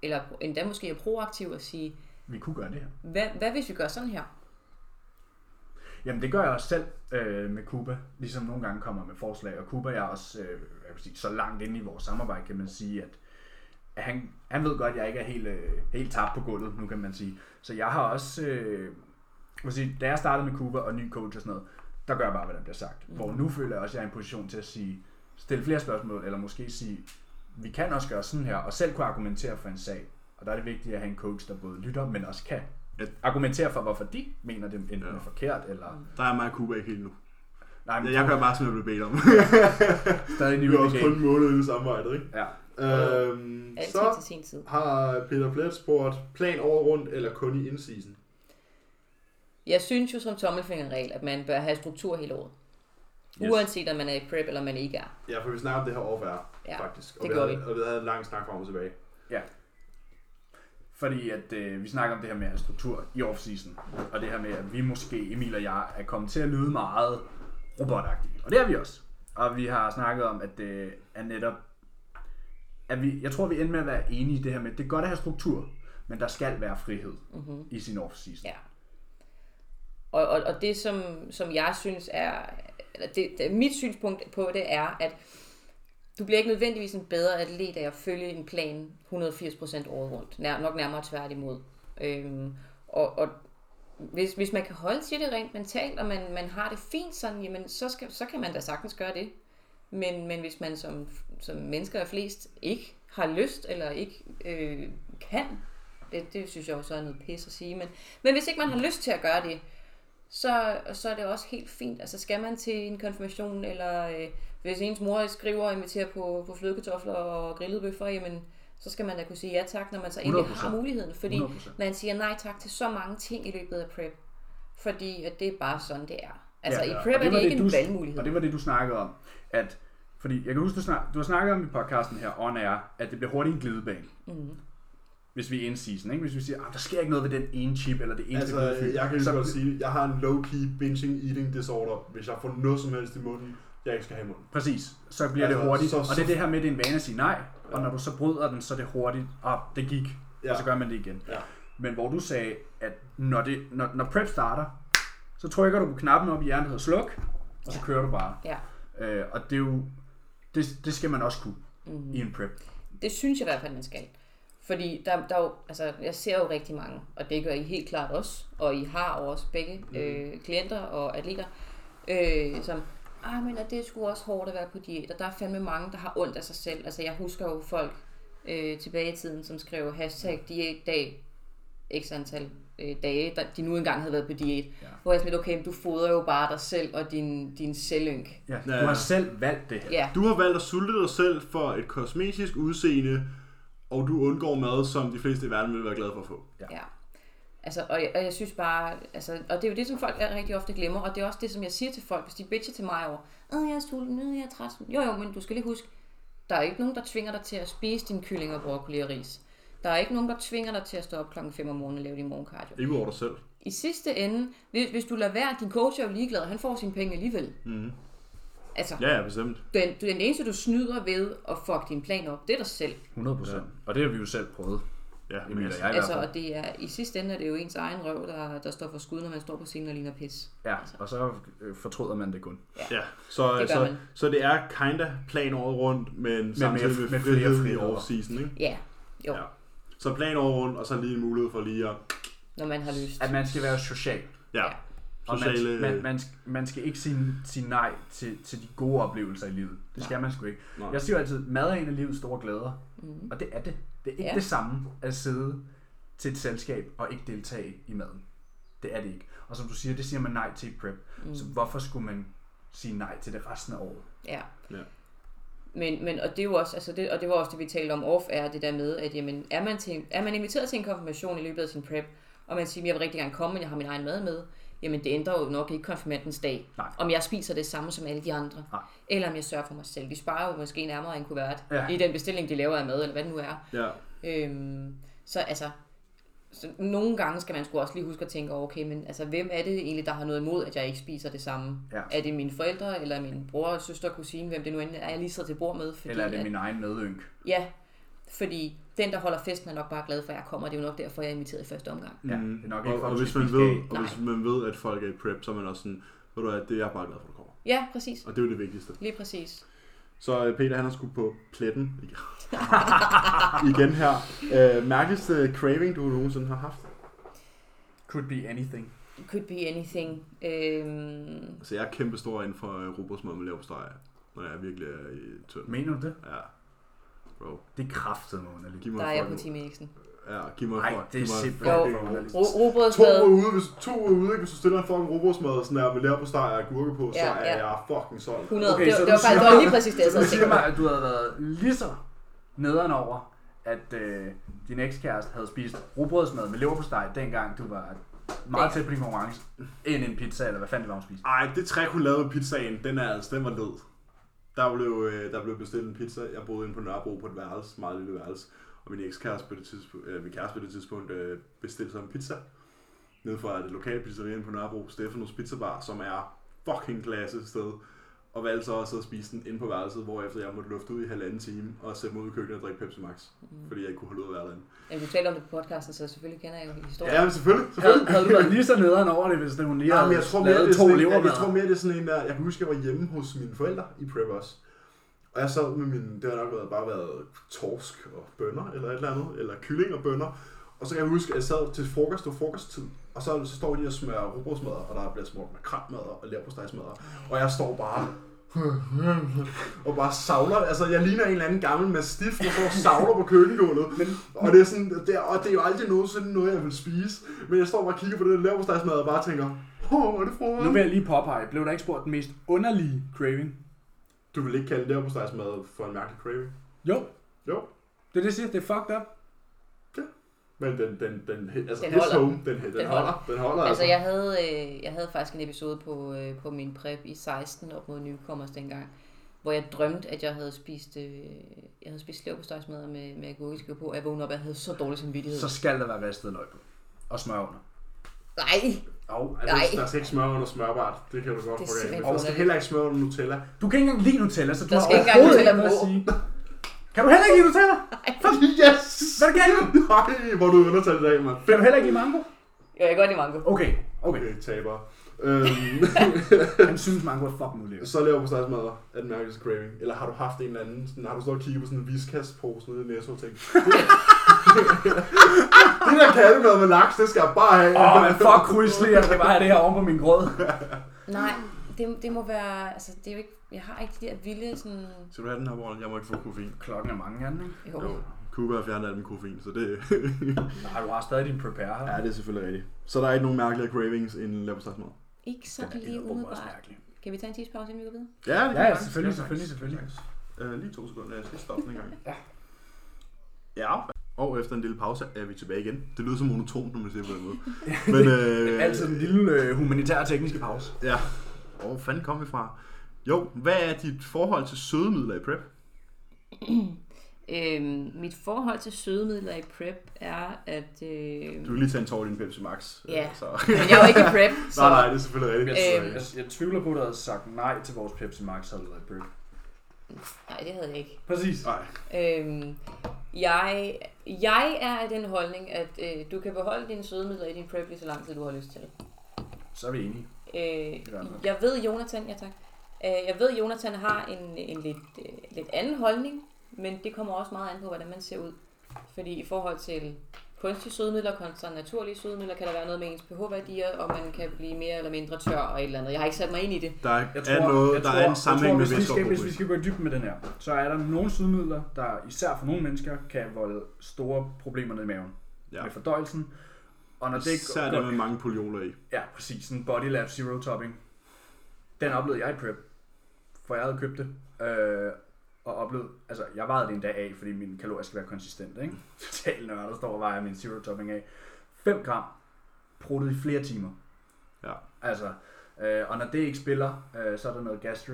Speaker 3: eller endda måske er proaktiv og sige,
Speaker 1: vi kunne gøre det her.
Speaker 3: hvad, hvad hvis vi gør sådan her?
Speaker 1: Jamen det gør jeg også selv øh, med Cuba, ligesom nogle gange kommer med forslag, og Cuba er også øh, jeg vil sige, så langt inde i vores samarbejde, kan man sige, at, at han, han ved godt, at jeg ikke er helt, øh, helt tabt på gulvet, nu kan man sige. Så jeg har også, øh, jeg vil sige, da jeg startede med Cuba og ny coach og sådan noget, der gør jeg bare, hvad der bliver sagt. Mm. Hvor nu føler jeg også, at jeg er i en position til at sige, stille flere spørgsmål, eller måske sige, vi kan også gøre sådan her, og selv kunne argumentere for en sag. Og der er det vigtigt at have en coach, der både lytter, men også kan
Speaker 2: At-
Speaker 1: argumentere for, hvorfor de mener, det enten
Speaker 2: Ja.
Speaker 1: er forkert, eller
Speaker 2: Der er mig og Kuba ikke helt nu.
Speaker 1: Nej,
Speaker 2: Ja,
Speaker 1: men
Speaker 2: jeg gør bare, som jeg blev bedt om.
Speaker 1: stadig
Speaker 5: Vi
Speaker 1: new
Speaker 5: er også kun en måned inde i samarbejdet, ikke?
Speaker 1: Ja.
Speaker 5: Øhm,
Speaker 3: Altid
Speaker 5: så
Speaker 3: til sin tid.
Speaker 5: har Peter Plet spurgt, plan over rundt eller kun i indseason?
Speaker 3: Jeg synes jo som tommelfingerregel, at man bør have struktur hele året. Yes. Uanset om man er i prep, eller man ikke er.
Speaker 5: Ja, for vi snakker om det her overfærd,
Speaker 3: Ja,
Speaker 5: faktisk. Og
Speaker 3: det
Speaker 5: vi,
Speaker 3: gør
Speaker 5: havde,
Speaker 3: vi.
Speaker 5: og vi havde en lang snak frem og tilbage.
Speaker 1: Fordi at øh, vi snakker om det her med struktur i off-season, og det her med, at vi måske, Emil og jeg, er kommet til at lyde meget robotagtige. Og det er vi også. Og vi har snakket om, at det er netop... At vi, jeg tror, vi ender med at være enige i det her med, at det er godt at have struktur, men der skal være frihed mm-hmm. i sin off-season.
Speaker 3: Ja. Og, og, og det, som, som jeg synes er... Eller det, det, mit synspunkt på det er, at du bliver ikke nødvendigvis en bedre atlet af at følge en plan 180% året rundt. Nær, nok nærmere tværtimod. Øhm, og, og hvis, hvis man kan holde til det rent mentalt, og man, man har det fint sådan, jamen, så, skal, så kan man da sagtens gøre det. Men, men hvis man som, som mennesker er flest ikke har lyst, eller ikke øh, kan, det, det synes jeg også er noget pis at sige, men, men hvis ikke man har lyst til at gøre det, så, så er det også helt fint. Altså skal man til en konfirmation, eller øh, hvis ens mor skriver og inviterer på, på flødekartofler og grillede bøffer, jamen, så skal man da kunne sige ja tak, når man så egentlig har
Speaker 1: 100%.
Speaker 3: muligheden. Fordi
Speaker 1: 100%.
Speaker 3: man siger nej tak til så mange ting i løbet af prep, fordi at det er bare sådan, det er. Altså
Speaker 1: ja.
Speaker 3: i prep
Speaker 1: Og
Speaker 3: er
Speaker 1: var
Speaker 3: det ikke en
Speaker 1: du-
Speaker 3: valgmulighed.
Speaker 1: Og det var det, du snakkede om. At, fordi jeg kan huske, du, snak, du har snakket om i podcasten her, on air, at det bliver hurtigt en glidebane. Mm.
Speaker 3: Mm-hmm.
Speaker 1: Hvis vi er in season, ikke? Hvis vi siger, at der sker ikke noget ved den ene chip, eller det ene
Speaker 5: Altså, jeg kan lige så godt sige, jeg har en low-key binging eating disorder, hvis jeg får noget som helst i munden, jeg ikke skal have i munden.
Speaker 1: Præcis, så bliver
Speaker 5: Altså,
Speaker 1: det hurtigt.
Speaker 5: så-
Speaker 1: Så,
Speaker 5: så-
Speaker 1: og det er det her med, at det er en vane at sige nej, og når du så bryder den, så er det hurtigt, og det gik,
Speaker 5: Ja.
Speaker 1: ja. og så gør man det igen.
Speaker 5: Ja.
Speaker 1: Men hvor du sagde, at når, det, når, når prep starter, så trykker du på knappen op i hjernen, der hedder sluk, og så kører du bare.
Speaker 3: Ja,
Speaker 1: Øh, og det er jo, det, det skal man også kunne mm.
Speaker 3: Mhm.
Speaker 1: i en prep.
Speaker 3: det synes jeg i hvert fald, man skal. Fordi der, der er jo, altså, jeg ser jo rigtig mange, og det gør I helt klart også, og I har jo også begge øh, klienter og atleter, øh, som, ah, men og det er sgu også hårdt at være på diæt, og der er fandme mange, der har ondt af sig selv. Altså, jeg husker jo folk øh, tilbage i tiden, som skrev hashtag diætdag x antal øh, dage, der de nu engang havde været på diæt. Ja. Hvor jeg er sådan lidt, okay, men du fodrer jo bare dig selv og din, din selvynk.
Speaker 1: Ja,
Speaker 2: Ja,
Speaker 1: du
Speaker 2: ja.
Speaker 1: har selv valgt det her.
Speaker 3: Ja,
Speaker 2: Du har valgt at sulte dig selv for et kosmetisk udseende, og du undgår mad, som de fleste i verden vil være glade for at få.
Speaker 3: Ja. Altså, og, jeg, og jeg synes bare, altså, og det er jo det, som folk er rigtig ofte glemmer, og det er også det, som jeg siger til folk, hvis de bitcher til mig over, Åh, jeg er sulten, øh, jeg er træt. Jo, jo, men du skal lige huske, der er ikke nogen, der tvinger dig til at spise din kylling og broccoli og ris. Der er ikke nogen, der tvinger dig til at stå op klokken 5 om morgenen og lave din morgenkardio.
Speaker 2: Ikke over dig selv.
Speaker 3: I sidste ende, hvis, hvis du lader være, din coach er jo ligeglad, han får sine penge alligevel. Mm.
Speaker 1: Mm-hmm.
Speaker 3: Altså,
Speaker 2: Ja, ja, bestemt.
Speaker 3: den, den eneste, du snyder ved at fuck din plan op, det er dig selv.
Speaker 1: 100%. Ja. Og det har vi jo selv prøvet,
Speaker 2: Ja, men
Speaker 1: Emil og
Speaker 2: altså,
Speaker 1: jeg i
Speaker 3: Altså,
Speaker 1: hvert fald.
Speaker 3: og det er, i sidste ende er det jo ens egen røv, der, der står for skud, når man står på scenen og ligner pis.
Speaker 1: Ja, og så øh, fortryder man det kun.
Speaker 2: Ja, så,
Speaker 3: Det
Speaker 2: det
Speaker 3: gør
Speaker 2: så,
Speaker 3: man.
Speaker 2: så det er kinda plan året rundt, men, men samtidig
Speaker 1: mere-
Speaker 2: med,
Speaker 1: med flere
Speaker 2: frihed i
Speaker 1: friheder.
Speaker 2: off-season, ikke?
Speaker 3: Ja, jo.
Speaker 2: Ja. Så plan året rundt, og så lige en mulighed for lige at
Speaker 3: når man har lyst.
Speaker 1: At man skal være social.
Speaker 2: Ja.
Speaker 3: Ja.
Speaker 1: Og man,
Speaker 2: Sociale...
Speaker 1: man, man, sk- man skal ikke sige, sige nej til, til de gode oplevelser i livet. Det skal man sgu ikke.
Speaker 2: Nej.
Speaker 1: Jeg siger jo altid, mad er en af livets store glæder.
Speaker 3: Mhm.
Speaker 1: Og det er det. Det er ikke
Speaker 3: Ja.
Speaker 1: ja. det samme at sidde til et selskab og ikke deltage i maden. Det er det ikke. Og som du siger, det siger man nej til i prep. Mm.
Speaker 3: Mhm.
Speaker 1: Så hvorfor skulle man sige nej til det resten af året?
Speaker 3: Ja.
Speaker 2: Ja.
Speaker 3: Men, men og det er jo også, altså det, og det var også det, vi talte om off er det der med, at jamen, er, man til, er man inviteret til en konfirmation i løbet af sin prep, og man siger, jeg vil rigtig gerne komme, men jeg har min egen mad med, jamen det ændrer jo nok ikke konfirmandens dag.
Speaker 1: Nej.
Speaker 3: Om jeg spiser det samme som alle de andre,
Speaker 1: Nej.
Speaker 3: eller om jeg sørger for mig selv. Vi sparer jo måske nærmere en kuvert
Speaker 1: Ja.
Speaker 3: i den bestilling, de laver af mad, eller hvad det nu er.
Speaker 2: Ja.
Speaker 3: Øhm, så altså, så nogle gange skal man sgu også lige huske at tænke over, okay, men altså, hvem er det egentlig, der har noget imod, at jeg ikke spiser det samme?
Speaker 1: Ja.
Speaker 3: Er det mine forældre, eller min bror, søster, kusine, hvem det nu end er, jeg lige sidder til bord med? Fordi,
Speaker 1: Eller er det
Speaker 3: at-
Speaker 1: min egen medynk?
Speaker 3: Ja, fordi den, der holder festen, er nok bare glad for, at jeg kommer. Det er jo nok derfor, jeg er inviteret i første omgang.
Speaker 1: Ja,
Speaker 2: Mm.
Speaker 1: det er nok ikke
Speaker 2: Og,
Speaker 1: for,
Speaker 2: og,
Speaker 1: at du
Speaker 2: hvis
Speaker 1: skal
Speaker 2: man
Speaker 1: spise
Speaker 2: ved,
Speaker 1: kage.
Speaker 2: og hvis man ved, at folk er i prep, så er man også sådan, ved du hvad, det er jeg bare glad for, at du kommer.
Speaker 3: Ja, præcis.
Speaker 2: Og det er jo det vigtigste.
Speaker 3: Lige præcis.
Speaker 2: Så øh, Peter, han har skulle på pletten. Igen her. Øh, mærkeligste craving, du nogensinde har haft?
Speaker 1: Could be anything.
Speaker 3: It could be anything. Øhm,
Speaker 2: Altså, jeg er kæmpestor inden for øh, robotsmad med lavsteg, når jeg virkelig er i tynd.
Speaker 1: Mener du det?
Speaker 2: Ja. Bro,
Speaker 1: Det er kraftet mig underligt.
Speaker 2: giv mig
Speaker 3: der er jeg på
Speaker 2: fucking-
Speaker 3: Team Eriksen.
Speaker 2: Ja, giv mig
Speaker 1: Nej,
Speaker 2: fuck-
Speaker 1: det er
Speaker 2: giv mig
Speaker 1: simpelthen
Speaker 2: fucking
Speaker 1: for underligt.
Speaker 3: Ro-
Speaker 2: To
Speaker 3: Robrødsmad.
Speaker 2: uger ude, hvis, to uger ude, ikke? hvis du stiller en fucking robotsmad og sådan der, med lær på steg og gurke på, så
Speaker 3: Ja,
Speaker 2: er
Speaker 3: ja.
Speaker 2: jeg fucking solgt.
Speaker 3: 100.
Speaker 1: Okay,
Speaker 3: det,
Speaker 1: så
Speaker 3: var, det,
Speaker 1: du
Speaker 3: var, faktisk, det
Speaker 1: siger-
Speaker 3: var lige præcis det,
Speaker 1: Så
Speaker 3: jeg sad
Speaker 1: du
Speaker 3: og
Speaker 1: siger
Speaker 3: tænkte.
Speaker 1: mig, at du havde været lige så nederen over, at øh, din ekskæreste havde spist rugbrødsmad med leverpostej, dengang du var meget
Speaker 3: Ja.
Speaker 1: tæt på din konkurrence, end en pizza, eller hvad fanden det var, hun spiste.
Speaker 2: Ej, det trick, hun lavede med pizzaen, den er altså, den var led. Der blev, øh, der blev bestilt en pizza. Jeg boede inde på Nørrebro på et værelse, meget lille værelse. Og min ekskæreste på det tidspunkt, øh, min kæreste på det tidspunkt øh, bestilte sig en pizza. Nede fra det lokale pizzeria inde på Nørrebro, Stefanos Pizzabar, som er fucking klasse sted. Og valgte så også at spise den inde på værelset, hvorefter jeg måtte lufte ud i halvanden time og sætte mig ud i køkkenet og drikke Pepsi Max.
Speaker 1: Mm.
Speaker 2: Fordi jeg ikke kunne holde ud at være derinde.
Speaker 3: Jamen, du taler om det på podcasten, så selvfølgelig kender jeg jo historien.
Speaker 2: Ja, men selvfølgelig, selvfølgelig.
Speaker 1: Havde, havde du været lige så nederen over det, hvis det hun lige
Speaker 2: Ja,
Speaker 1: havde
Speaker 2: men jeg tror mere,
Speaker 1: lavet
Speaker 2: det er
Speaker 1: to
Speaker 2: sådan, en, jeg, jeg tror
Speaker 1: levermadder?
Speaker 2: mere, det er sådan en der, jeg kan huske, jeg var hjemme hos mine forældre i prep også. Og jeg sad med min, det har nok været, bare været torsk og bønner, eller et eller andet, eller kylling og bønner. Og så kan jeg huske, at jeg sad til frokost, det var frokosttid, og så, så står de og smører robrødsmadder, og der bliver smurt med krabmadder og leverpostejsmadder. Og jeg står bare og bare savler. Altså, jeg ligner en eller anden gammel mastiff, der står og savler på køkkengulvet. og, det er sådan, det er, og det er jo aldrig nogensinde noget, jeg vil spise. Men jeg står bare og kigger på det der leverpostejsmad og bare tænker, åh, hvor er det frøden?
Speaker 1: Nu vil jeg lige påpege, blev der ikke spurgt den mest underlige craving?
Speaker 2: Du vil ikke kalde leverpostejsmad for en mærkelig craving?
Speaker 1: Jo,
Speaker 2: Jo.
Speaker 1: det er det, jeg siger. Det er fucked up.
Speaker 2: Men den, den, den, altså,
Speaker 3: Den
Speaker 2: den hits
Speaker 3: holder.
Speaker 2: home, den, den, den holder. Den holder
Speaker 3: Altså, jeg havde, øh, jeg havde faktisk en episode på, øh, på min prep i 16 op mod Newcomers dengang, hvor jeg drømte, at jeg havde spist, øh, jeg havde spist leverpostejsmadder med, med agurkiske på, og jeg vågnede op, og jeg havde så dårlig samvittighed.
Speaker 1: Så skal der være ristet løg på. Og smør under.
Speaker 3: Nej,
Speaker 2: Jo,
Speaker 3: Nej.
Speaker 2: altså, der skal ikke smør under smørbart. Det kan du godt
Speaker 3: Det er
Speaker 2: få af.
Speaker 3: simpelthen
Speaker 2: med. Og der skal
Speaker 3: underligt.
Speaker 2: heller ikke smør under Nutella.
Speaker 1: Du kan ikke engang lide Nutella, så du
Speaker 3: Der
Speaker 1: har
Speaker 3: skal ikke engang
Speaker 1: overhovedet ikke
Speaker 3: Nutella
Speaker 1: noget at
Speaker 3: på.
Speaker 1: sige. Kan du heller ikke lide Nutella?
Speaker 2: yes!
Speaker 1: Hvad er det galt? med?
Speaker 2: Nej, hvor er du undertalte i dag, mand.
Speaker 1: Kan du heller ikke lide mango?
Speaker 3: jo, jeg kan godt lide mango.
Speaker 1: Okay, okay.
Speaker 2: Okay, taber. Øhm,
Speaker 1: Han synes, mango er fucking ulækkert.
Speaker 2: så laver på stegsmadder af den mærkeligste craving. Eller har du haft en eller anden, sådan, har du stået og kigget på sådan en viskastpose nede i Netto og tænkt, det der kattemad med laks, det skal jeg bare have.
Speaker 1: Åh, oh, men fuck krydslig, jeg skal bare have det her oven på min grød.
Speaker 3: Nej, det, det må være, altså, det er jo ikke, jeg har ikke de der vilde sådan...
Speaker 2: Skal du have den her, Warren? Jeg må ikke få koffein.
Speaker 1: Klokken er mange, er den, ikke?
Speaker 3: Jo.
Speaker 2: Jo, Kuba har fjernet al min koffein, så det...
Speaker 1: Nej, du har stadig din prepare her.
Speaker 2: ja, det er selvfølgelig rigtigt. Så der er ikke nogen mærkelige cravings end leverpostejsmad.
Speaker 3: Ikke sådan lige umiddelbart. Kan vi tage en tidspause, inden vi går videre?
Speaker 2: Ja, det
Speaker 1: Ja, ja, selvfølgelig, selvfølgelig, selvfølgelig.
Speaker 2: Uh, lige to sekunder, jeg skal stoppe den en gang. ja. ja. Og efter en lille pause er vi tilbage igen. Det lyder så monotont, når man siger på den måde. Men, øh,
Speaker 1: Altid en lille øh, humanitær tekniske pause.
Speaker 2: Ja. Hvor fanden kom vi fra? Jo, hvad er dit forhold til sødemidler i prep?
Speaker 3: Øhm, mit forhold til sødemidler i prep er, at... Øh,
Speaker 2: Du kan lige tage en tår i din Pepsi Max. øh,
Speaker 3: Ja.
Speaker 2: Så.
Speaker 3: men jeg er jo ikke i prep, så...
Speaker 2: nej, nej, det er selvfølgelig rigtigt.
Speaker 3: Øhm.
Speaker 1: Jeg, jeg tvivler på, at du havde sagt nej til vores Pepsi Max havde været brød.
Speaker 3: nej, det havde jeg ikke.
Speaker 1: Præcis.
Speaker 2: Nej.
Speaker 3: Øhm, jeg, jeg er af den holdning, at øh, du kan beholde dine sødemidler i din prep lige så lang tid, du har lyst til.
Speaker 1: Så er vi enige.
Speaker 3: Øh,
Speaker 1: er godt.
Speaker 3: jeg ved, Jonathan, ja tak. Øh, jeg ved, Jonathan har en, en lidt, øh, lidt anden holdning, men det kommer også meget an på, hvordan man ser ud. Fordi i forhold til kunstige sødemidler kontra naturlige sødemidler, kan der være noget med ens pH-værdier, og man kan blive mere eller mindre tør og et eller andet. Jeg har ikke sat mig ind i det.
Speaker 2: Der er,
Speaker 1: Jeg
Speaker 2: er noget,
Speaker 1: jeg
Speaker 2: der
Speaker 1: tror,
Speaker 2: er en sammenhæng
Speaker 1: jeg
Speaker 2: med
Speaker 1: tror, hvis vi, skal, hvis vi
Speaker 2: væske
Speaker 1: skal gå i dybden med den her, så er der nogle sødemidler, der især for nogle mennesker kan volde store problemer ned i maven.
Speaker 2: Ja.
Speaker 1: Ja. Med fordøjelsen. Og når det ikke
Speaker 2: Især det med mange polioler i.
Speaker 1: Ja, præcis. Sådan Body Lab Zero Topping. Den oplevede jeg i prep. For jeg havde købt det. Øh, og oplevede, altså jeg vejede det en dag af, fordi mine kalorier skal være konsistente, ikke? Total nørd, der står og vejer min Zero Topping af. 5 gram pruttet i flere timer.
Speaker 2: Ja.
Speaker 1: Altså, øh, og når det ikke spiller, øh, så er der noget gastro,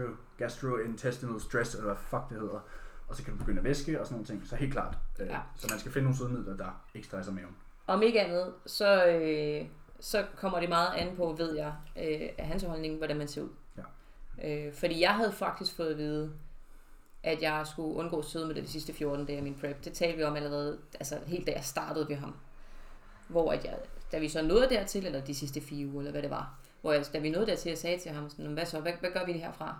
Speaker 1: gastrointestinal stress, eller hvad fuck det hedder. Og så kan du begynde at væske og sådan nogle ting. Så helt klart. Øh,
Speaker 3: Ja.
Speaker 1: ja. Så man skal finde nogle sødemidler, der ikke stresser maven.
Speaker 3: Om ikke andet, så, øh, så kommer det meget an på, ved jeg, øh, af hans holdning, hvordan man ser ud.
Speaker 1: Ja.
Speaker 3: Øh, fordi jeg havde faktisk fået at vide, at jeg skulle undgå sødemidler de sidste 14 dage af min prep. Det talte vi om allerede, altså helt da jeg startede ved ham. Hvor at jeg, da vi så nåede dertil, eller de sidste fire uger, eller hvad det var, hvor jeg, da vi nåede dertil, jeg sagde til ham, sådan, "Nå, hvad så, hvad, hvad gør vi herfra?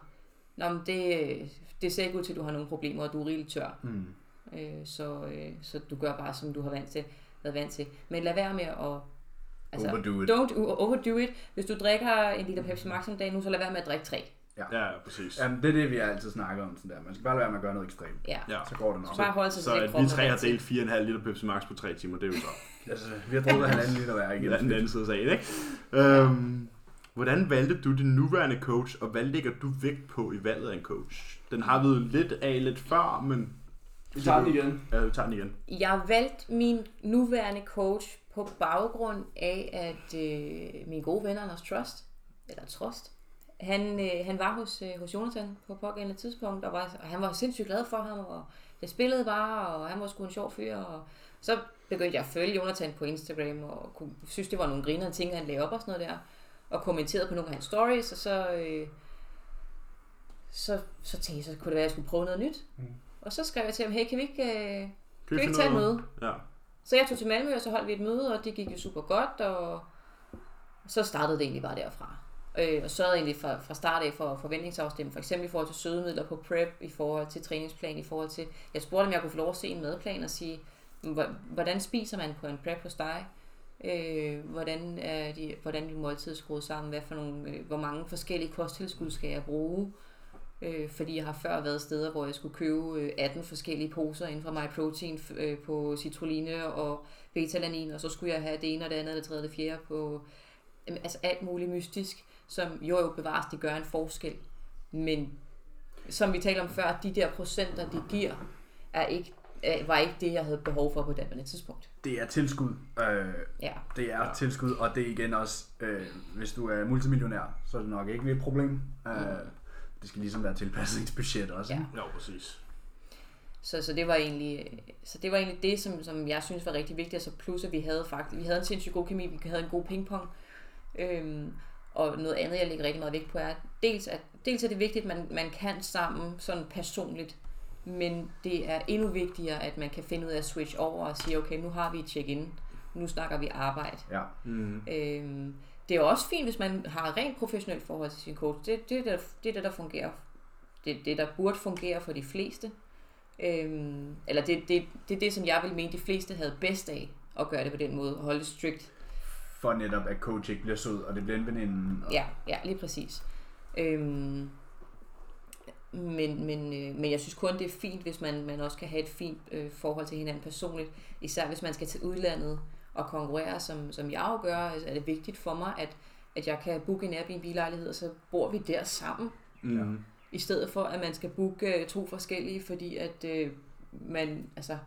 Speaker 3: Nå, men det, det ser ikke ud til, at du har nogle problemer, og du er rigeligt tør.
Speaker 1: Mm.
Speaker 3: Øh, så, øh, så du gør bare, som du har vant til, været vant til. Men lad være med at... altså,
Speaker 1: Overdo it.
Speaker 3: Don't o- overdo it. Hvis du drikker en liter Pepsi Max om dagen nu, så lad være med at drikke tre.
Speaker 2: Ja, ja, præcis.
Speaker 1: Jamen, det er det, vi altid snakker om. Sådan der. Man skal bare lade være med at gøre noget ekstremt.
Speaker 3: Ja.
Speaker 2: Ja.
Speaker 1: Så går det nok.
Speaker 3: Så bare holde sig
Speaker 2: Så
Speaker 3: til
Speaker 2: at
Speaker 3: det,
Speaker 2: vi
Speaker 3: kroppen
Speaker 2: tre har
Speaker 3: vant til.
Speaker 2: delt 4,5 liter Pepsi Max på 3 timer, det er jo så
Speaker 1: Altså, vi har drukket halvanden liter hver igen.
Speaker 2: ja, den anden side af sagen, ikke? Øhm, hvordan valgte du din nuværende coach, og hvad lægger du vægt på i valget af en coach? Den har vi jo lidt af lidt før, men...
Speaker 1: Vi tager den igen.
Speaker 2: Ja, vi tager den igen.
Speaker 3: Jeg valgte min nuværende coach på baggrund af, at øh, min gode ven Anders Trust, eller Trost, han, øh, han var hos, øh, hos Jonathan på pågældende tidspunkt, og, var, og han var sindssygt glad for ham, og det spillede bare, og han var sgu en sjov fyr, og så begyndte jeg at følge Jonathan på Instagram, og kunne, synes, det var nogle griner ting, han lavede op og sådan noget der, og kommenterede på nogle af hans stories, og så, øh, så, så tænkte jeg, så kunne det være, at jeg skulle prøve noget nyt. Mm. Og så skrev jeg til ham, hey, kan vi ikke... Øh,
Speaker 2: Kan
Speaker 3: vi ikke tage et møde?
Speaker 2: Ja.
Speaker 3: så jeg tog til Malmø, og så holdt vi et møde, og det gik jo super godt, og så startede det egentlig bare derfra. Øh, og sørgede egentlig fra, fra start af for forventningsafstemning, for eksempel i forhold til sødemidler på prep, i forhold til træningsplan, i forhold til... Jeg spurgte, om jeg kunne få lov at se en madplan og sige, "Hvor- hvordan spiser man på en prep hos dig? Øh, hvordan er de, hvordan er de måltider skruet sammen? Hvad for nogle, øh, hvor mange forskellige kosttilskud skal jeg bruge? Øh, fordi jeg har før været steder, hvor jeg skulle købe øh, 18 forskellige poser inden for MyProtein f- øh, på citrulline og betalanin, og så skulle jeg have det ene og det andet, og det tredje og det fjerde på Jamen, altså alt muligt mystisk, som jo jo bevares, det gør en forskel. Men som vi talte om før, de der procenter, de giver, er ikke, er- var ikke det, jeg havde behov for på daværende tidspunkt.
Speaker 1: Det er tilskud. Øh,
Speaker 3: Ja.
Speaker 1: det er ja. tilskud, og det er igen også, øh, hvis du er multimillionær, så er det nok ikke et problem. Øh, Det skal ligesom være tilpasset til budget også.
Speaker 3: Ja.
Speaker 1: ikke?
Speaker 2: Ja, præcis.
Speaker 3: Så, så, det var egentlig, så det var egentlig det, som, som jeg synes var rigtig vigtigt. Og så plus, at vi havde, faktisk, vi havde en sindssygt god kemi, vi havde en god pingpong. Øhm, og noget andet, jeg lægger rigtig meget vægt på, er, dels, at, dels er det vigtigt, at man, man kan sammen sådan personligt, men det er endnu vigtigere, at man kan finde ud af at switch over og sige, okay, nu har vi et check-in, nu snakker vi arbejde.
Speaker 1: ja.
Speaker 2: Mm,
Speaker 3: Øhm, det er også fint, hvis man har rent professionelt forhold til sin coach. Det, det, er, det, det er det, der fungerer. Det er det, der burde fungere for de fleste. Øhm, eller det, det, det er det, som jeg ville mene, de fleste havde bedst af at gøre det på den måde. Holde det strikt.
Speaker 1: For netop, at coach ikke bliver sød, og det bliver en veninde. Og...
Speaker 3: Ja, ja lige præcis. Øhm, men, men, øh, men jeg synes kun, det er fint, hvis man, man også kan have et fint øh, forhold til hinanden personligt. Især hvis man skal til udlandet og konkurrere, som, som jeg jo gør, er det vigtigt for mig, at, at jeg kan booke en Airbnb-lejlighed, og så bor vi der sammen.
Speaker 2: Mm.
Speaker 3: I stedet for, at man skal booke øh, to forskellige, fordi at øh, man, altså,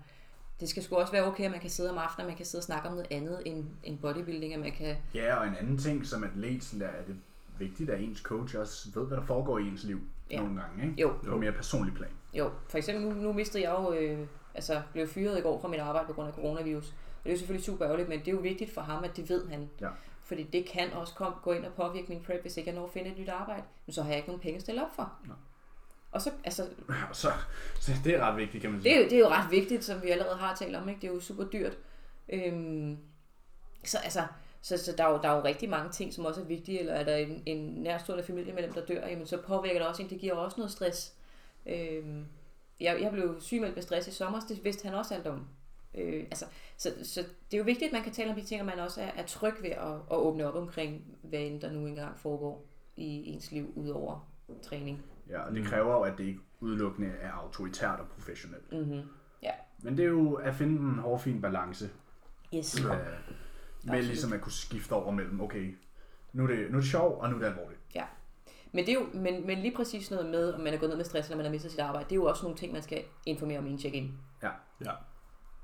Speaker 3: det skal sgu også være okay, at man kan sidde om aftenen, og man kan sidde og snakke om noget andet end, end bodybuilding, at man kan
Speaker 1: ja, og en anden ting som atlet, sådan der, er det vigtigt, at ens coach også ved, hvad der foregår i ens liv
Speaker 3: Ja.
Speaker 1: ja. nogle gange. Ikke?
Speaker 3: Jo.
Speaker 1: På en mere personlig plan.
Speaker 3: Jo, for eksempel nu, nu mistede jeg jo, øh, altså blev fyret i går fra mit arbejde på grund af coronavirus. Og det er jo selvfølgelig super ærgerligt, men det er jo vigtigt for ham, at det ved han.
Speaker 1: Ja.
Speaker 3: Fordi det kan også kom, gå ind og påvirke min prep, hvis ikke jeg når at finde et nyt arbejde. Men så har jeg ikke nogen penge at stille op for.
Speaker 1: Nej.
Speaker 3: Og så, altså,
Speaker 1: Og så, så det er ret vigtigt, kan man sige.
Speaker 3: det er, jo, det er jo ret vigtigt, som vi allerede har talt om, ikke? Det er jo super dyrt. Øhm, så altså, så, så der, er jo, der er jo rigtig mange ting, som også er vigtige, eller er der en, en nærstående familiemedlem, der dør, jamen så påvirker det også en, det giver også noget stress. Øhm, jeg, jeg blev sygemeldt med stress i sommer, det vidste han også alt om. Øh, altså, så, så det er jo vigtigt, at man kan tale om de ting, og man også er, er tryg ved at, at åbne op omkring, hvad end der nu engang foregår i ens liv, udover træning.
Speaker 1: Ja, og det
Speaker 3: Mm.
Speaker 1: kræver jo, at det ikke udelukkende er autoritært og professionelt.
Speaker 3: Mm-hmm. Ja,
Speaker 1: Men det er jo at finde en hårfin balance
Speaker 3: yes.
Speaker 1: ja. med
Speaker 3: Absolut.
Speaker 1: ligesom at kunne skifte over mellem, okay, nu er det, nu er det sjov, og nu er det alvorligt.
Speaker 3: Men, det er jo, men, men lige præcis noget med, om man er gået ned med stress, eller man har mistet sit arbejde, det er jo også nogle ting, man skal informere om i en check-in.
Speaker 1: Ja.
Speaker 2: Ja.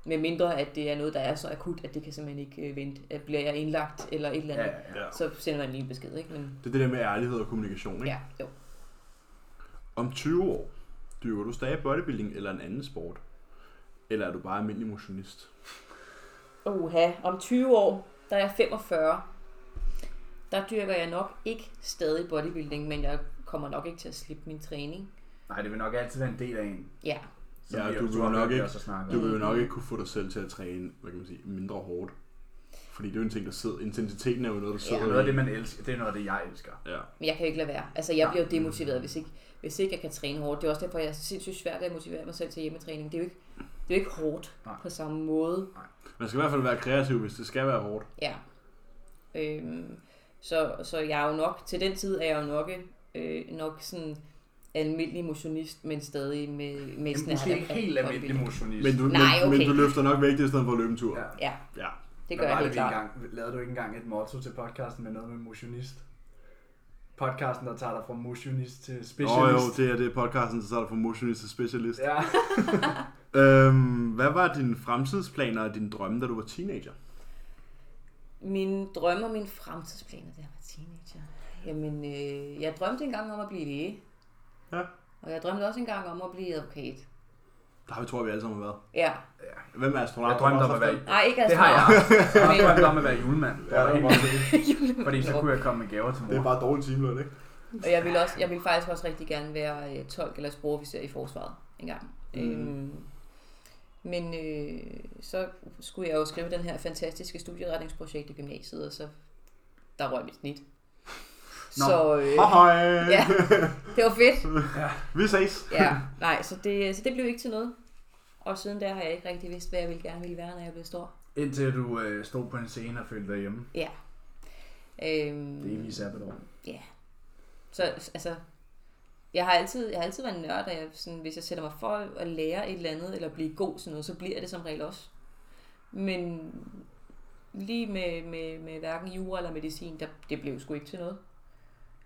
Speaker 3: Med mindre, at det er noget, der er så akut, at det kan simpelthen ikke øh, vente. At bliver jeg indlagt eller et eller
Speaker 1: Ja,
Speaker 3: andet,
Speaker 1: ja, ja.
Speaker 2: ja. Mm.
Speaker 3: så sender man lige en besked, ikke? Men,
Speaker 2: Det er det der med ærlighed og kommunikation, ikke?
Speaker 3: ja, jo.
Speaker 2: Om 20 år, dyrker du stadig bodybuilding eller en anden sport? Eller er du bare almindelig motionist?
Speaker 3: Uha, om 20 år, der er jeg 45. Der dyrker jeg nok ikke stadig bodybuilding, men jeg kommer nok ikke til at slippe min træning.
Speaker 1: Nej, det vil nok altid være en del af en.
Speaker 3: Ja,
Speaker 1: som
Speaker 2: Ja,
Speaker 1: vi
Speaker 2: du
Speaker 1: også
Speaker 2: vil
Speaker 1: har
Speaker 2: nok
Speaker 1: hørt
Speaker 2: ikke-
Speaker 1: os at snakke
Speaker 2: Du
Speaker 1: om.
Speaker 2: vil jo nok ikke kunne få dig selv til at træne, hvad kan man sige, mindre hårdt. Fordi det er jo en ting, der sidder. Intensiteten er jo noget, der
Speaker 1: Det
Speaker 2: sidder.
Speaker 1: er
Speaker 2: i.
Speaker 1: noget af det, man elsker. Det er noget af det, jeg elsker.
Speaker 2: Ja.
Speaker 3: men jeg kan ikke lade være. Altså, jeg bliver jo demotiveret, hvis ikke, hvis ikke jeg kan træne hårdt. Det er også derfor, jeg er sindssygt svært at motivere mig selv til hjemmetræning. Det er jo ikke, det er jo ikke hårdt
Speaker 1: Nej.
Speaker 3: på samme måde.
Speaker 2: Man skal i hvert fald være kreativ, hvis det skal være hårdt.
Speaker 3: Ja. Øhm, så, så jeg er jo nok, til den tid er jeg jo nok, øh, nok sådan almindelig motionist, men stadig med, med
Speaker 1: Jamen,
Speaker 3: snært
Speaker 1: måske
Speaker 3: af-
Speaker 1: ikke
Speaker 3: af
Speaker 1: helt almindelig
Speaker 3: bodybuilding.
Speaker 1: motionist.
Speaker 2: Men du,
Speaker 3: Nej,
Speaker 2: men,
Speaker 3: okay.
Speaker 2: men du løfter nok vægt i stedet for at løbe en tur.
Speaker 1: Ja.
Speaker 3: Ja,
Speaker 2: ja.
Speaker 3: det
Speaker 1: Hvad
Speaker 3: gør jeg
Speaker 1: var
Speaker 3: helt
Speaker 1: det, vi
Speaker 3: klart.
Speaker 1: engang, lavede du ikke engang et motto til podcasten med noget med motionist? Podcasten, der tager dig fra motionist til
Speaker 2: Åh oh, jo,
Speaker 1: specialist.
Speaker 2: det er det er podcasten, der starter fra motionist til specialist.
Speaker 1: Ja.
Speaker 2: Øhm, hvad var dine fremtidsplaner og dine drømme, da du var teenager?
Speaker 3: Mine drømme og mine fremtidsplaner, da jeg var teenager. Jamen, øh, jeg drømte engang om at blive læge.
Speaker 2: Ja.
Speaker 3: Og jeg drømte også engang om at blive advokat.
Speaker 2: Der tror jeg, vi alle sammen har været.
Speaker 3: Ja.
Speaker 2: Hvem er astronaut?
Speaker 1: Jeg drømte
Speaker 2: Har
Speaker 1: om
Speaker 2: du
Speaker 1: at
Speaker 2: også
Speaker 1: være,
Speaker 2: haft
Speaker 3: Nej, ikke
Speaker 1: det har jeg. Jeg
Speaker 3: Men-
Speaker 1: drømte om at være julemand. Det
Speaker 5: Ja,
Speaker 1: var
Speaker 5: det
Speaker 1: helt
Speaker 5: var
Speaker 1: vildt,
Speaker 3: Julemanden.
Speaker 1: fordi så kunne jeg komme med gaver til
Speaker 5: Det er
Speaker 1: mor.
Speaker 5: bare dårlig timeløn, ikke?
Speaker 3: Og jeg ville, også, jeg ville faktisk også rigtig gerne være øh, tolk eller sprogofficer i forsvaret engang. Mm. Øhm, men øh, så skulle jeg jo skrive den her fantastiske studieretningsprojekt i gymnasiet, og så der røg mit snit. Så øh,
Speaker 2: Hej hej!
Speaker 3: ja, det var fedt.
Speaker 2: Vi ses!
Speaker 3: Ja, nej, så det, så det blev ikke til noget. Og siden der har jeg ikke rigtig vidst, hvad jeg ville gerne ville være, når jeg blev stor.
Speaker 1: Indtil du øh, stod på en scene og følte dig hjemme.
Speaker 3: Ja.
Speaker 1: Det
Speaker 3: Øhm,
Speaker 1: evige sabbatår.
Speaker 3: så altså, jeg har altid, jeg har altid været en nørd, og jeg, sådan, hvis jeg sætter mig for at lære et eller andet, eller blive god til noget, så bliver det som regel også. Men lige med, med, med hverken jura eller medicin, der, det blev sgu ikke til noget.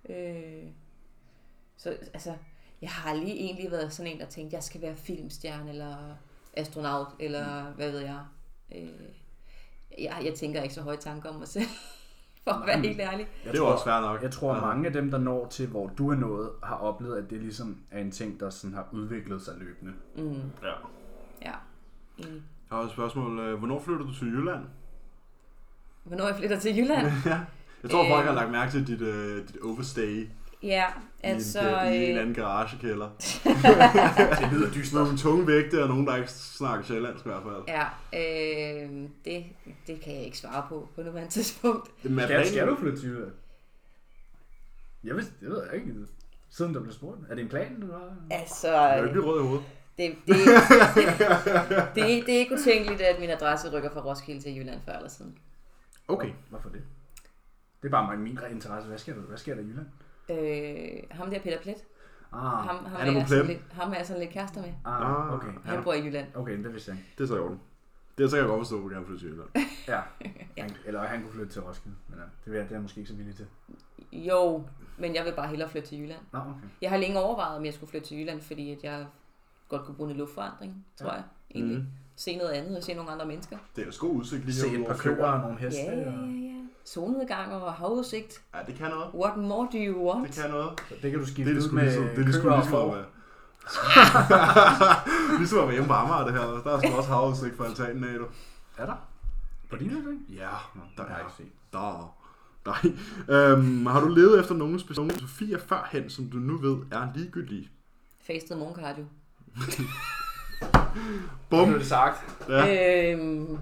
Speaker 3: Øh, så altså, jeg har lige egentlig været sådan en, der tænkte, jeg skal være filmstjerne, eller astronaut, eller mm. hvad ved jeg. Øh, jeg. Jeg tænker ikke så høje tanker om mig selv, for at være
Speaker 1: Nej.
Speaker 3: helt ærlig.
Speaker 1: Jeg
Speaker 2: det var
Speaker 1: tror-
Speaker 2: også fair nok.
Speaker 1: Jeg tror, at mange af dem, der når til, hvor du er nået, har oplevet, at det ligesom er en ting, der sådan har udviklet sig løbende.
Speaker 3: Mm,
Speaker 2: Ja.
Speaker 3: ja. Enig.
Speaker 2: Jeg har også et spørgsmål. Øh, Hvornår flytter du til Jylland?
Speaker 3: Hvornår jeg flytter til Jylland?
Speaker 2: Jeg tror,
Speaker 3: Øh.
Speaker 2: folk har lagt mærke til dit, øh, dit overstay
Speaker 3: Ja,
Speaker 2: altså,
Speaker 3: altså...
Speaker 2: i, en, øh, i en eller
Speaker 3: øh,
Speaker 2: anden garagekælder.
Speaker 1: Det lyder dyst.
Speaker 2: Med nogle tunge vægte og nogen, der ikke snakker sjællandsk i hvert fald.
Speaker 3: Ja, øh, det, det kan jeg ikke svare på på nuværende tidspunkt.
Speaker 2: Jamen, er
Speaker 1: Skal,
Speaker 2: planen-
Speaker 1: skal du flytte til Jylland? Jeg ved, det ved jeg ikke. Siden der blev spurgt. Er det en plan, du har?
Speaker 3: Altså,
Speaker 2: Jeg er jo
Speaker 3: øh,
Speaker 2: ikke blive rød i hovedet.
Speaker 3: det, det, det, det er ikke utænkeligt, at min adresse rykker fra Roskilde til Jylland før eller siden.
Speaker 2: Okay.
Speaker 1: Hvorfor det? Det er bare mig- min interesse. Hvad sker der, hvad sker der i Jylland?
Speaker 3: Øh, ham der Peter Plet,
Speaker 1: Ah,
Speaker 3: ham, ham,
Speaker 2: han
Speaker 3: er
Speaker 2: er på
Speaker 3: jeg sådan
Speaker 2: Plem.
Speaker 3: lidt, ham er jeg sådan lidt kærester med.
Speaker 1: ah
Speaker 2: Ah.
Speaker 1: okay.
Speaker 2: Ja.
Speaker 3: Han bor i Jylland.
Speaker 1: Okay, det vidste jeg ikke.
Speaker 2: Det er så i orden. Det så kan jeg godt forstå, at du gerne vil flytte til Jylland.
Speaker 1: Ja. Han, eller han kunne flytte til Roskilde. Men ja, det, er, jeg- det er jeg måske ikke så villig til.
Speaker 3: Jo, men jeg vil bare hellere flytte til Jylland.
Speaker 1: Nå, okay.
Speaker 3: Jeg har længe overvejet, om jeg skulle flytte til Jylland, fordi at jeg godt kunne bruge noget luftforandring, tror jeg. Egentlig.
Speaker 2: Mhm.
Speaker 3: Se noget andet og se nogle andre mennesker.
Speaker 2: Det er jo god udsigt lige
Speaker 1: Se
Speaker 2: herude
Speaker 1: et par
Speaker 2: over
Speaker 1: køer
Speaker 2: fjorden.
Speaker 1: og nogle heste.
Speaker 3: Ja, ja,
Speaker 1: Og,
Speaker 3: ja. Solnedgang og havudsigt.
Speaker 2: Ja, det kan noget.
Speaker 3: What more do you want?
Speaker 2: Det kan noget.
Speaker 1: så det kan du
Speaker 2: Det
Speaker 1: skifte
Speaker 2: er det
Speaker 1: ud
Speaker 2: sgu
Speaker 1: med
Speaker 2: ligesom, det er det sgu
Speaker 1: køer og
Speaker 2: ligesom at
Speaker 1: får.
Speaker 2: være. ligesom at være hjemme på Amager, det her. Der er sgu også havudsigt for altanen af, du.
Speaker 1: Er der? På din øjne?
Speaker 2: Ja, der
Speaker 1: har
Speaker 2: er
Speaker 1: jeg
Speaker 2: ikke
Speaker 1: ikke set.
Speaker 2: der. Nej. Øhm, har du levet efter nogen specielle filosofier førhen, som du nu ved er ligegyldige?
Speaker 3: Fastet morgenkardio.
Speaker 2: Bum!
Speaker 1: Nu er det sagt.
Speaker 2: Ja.
Speaker 3: Øhm,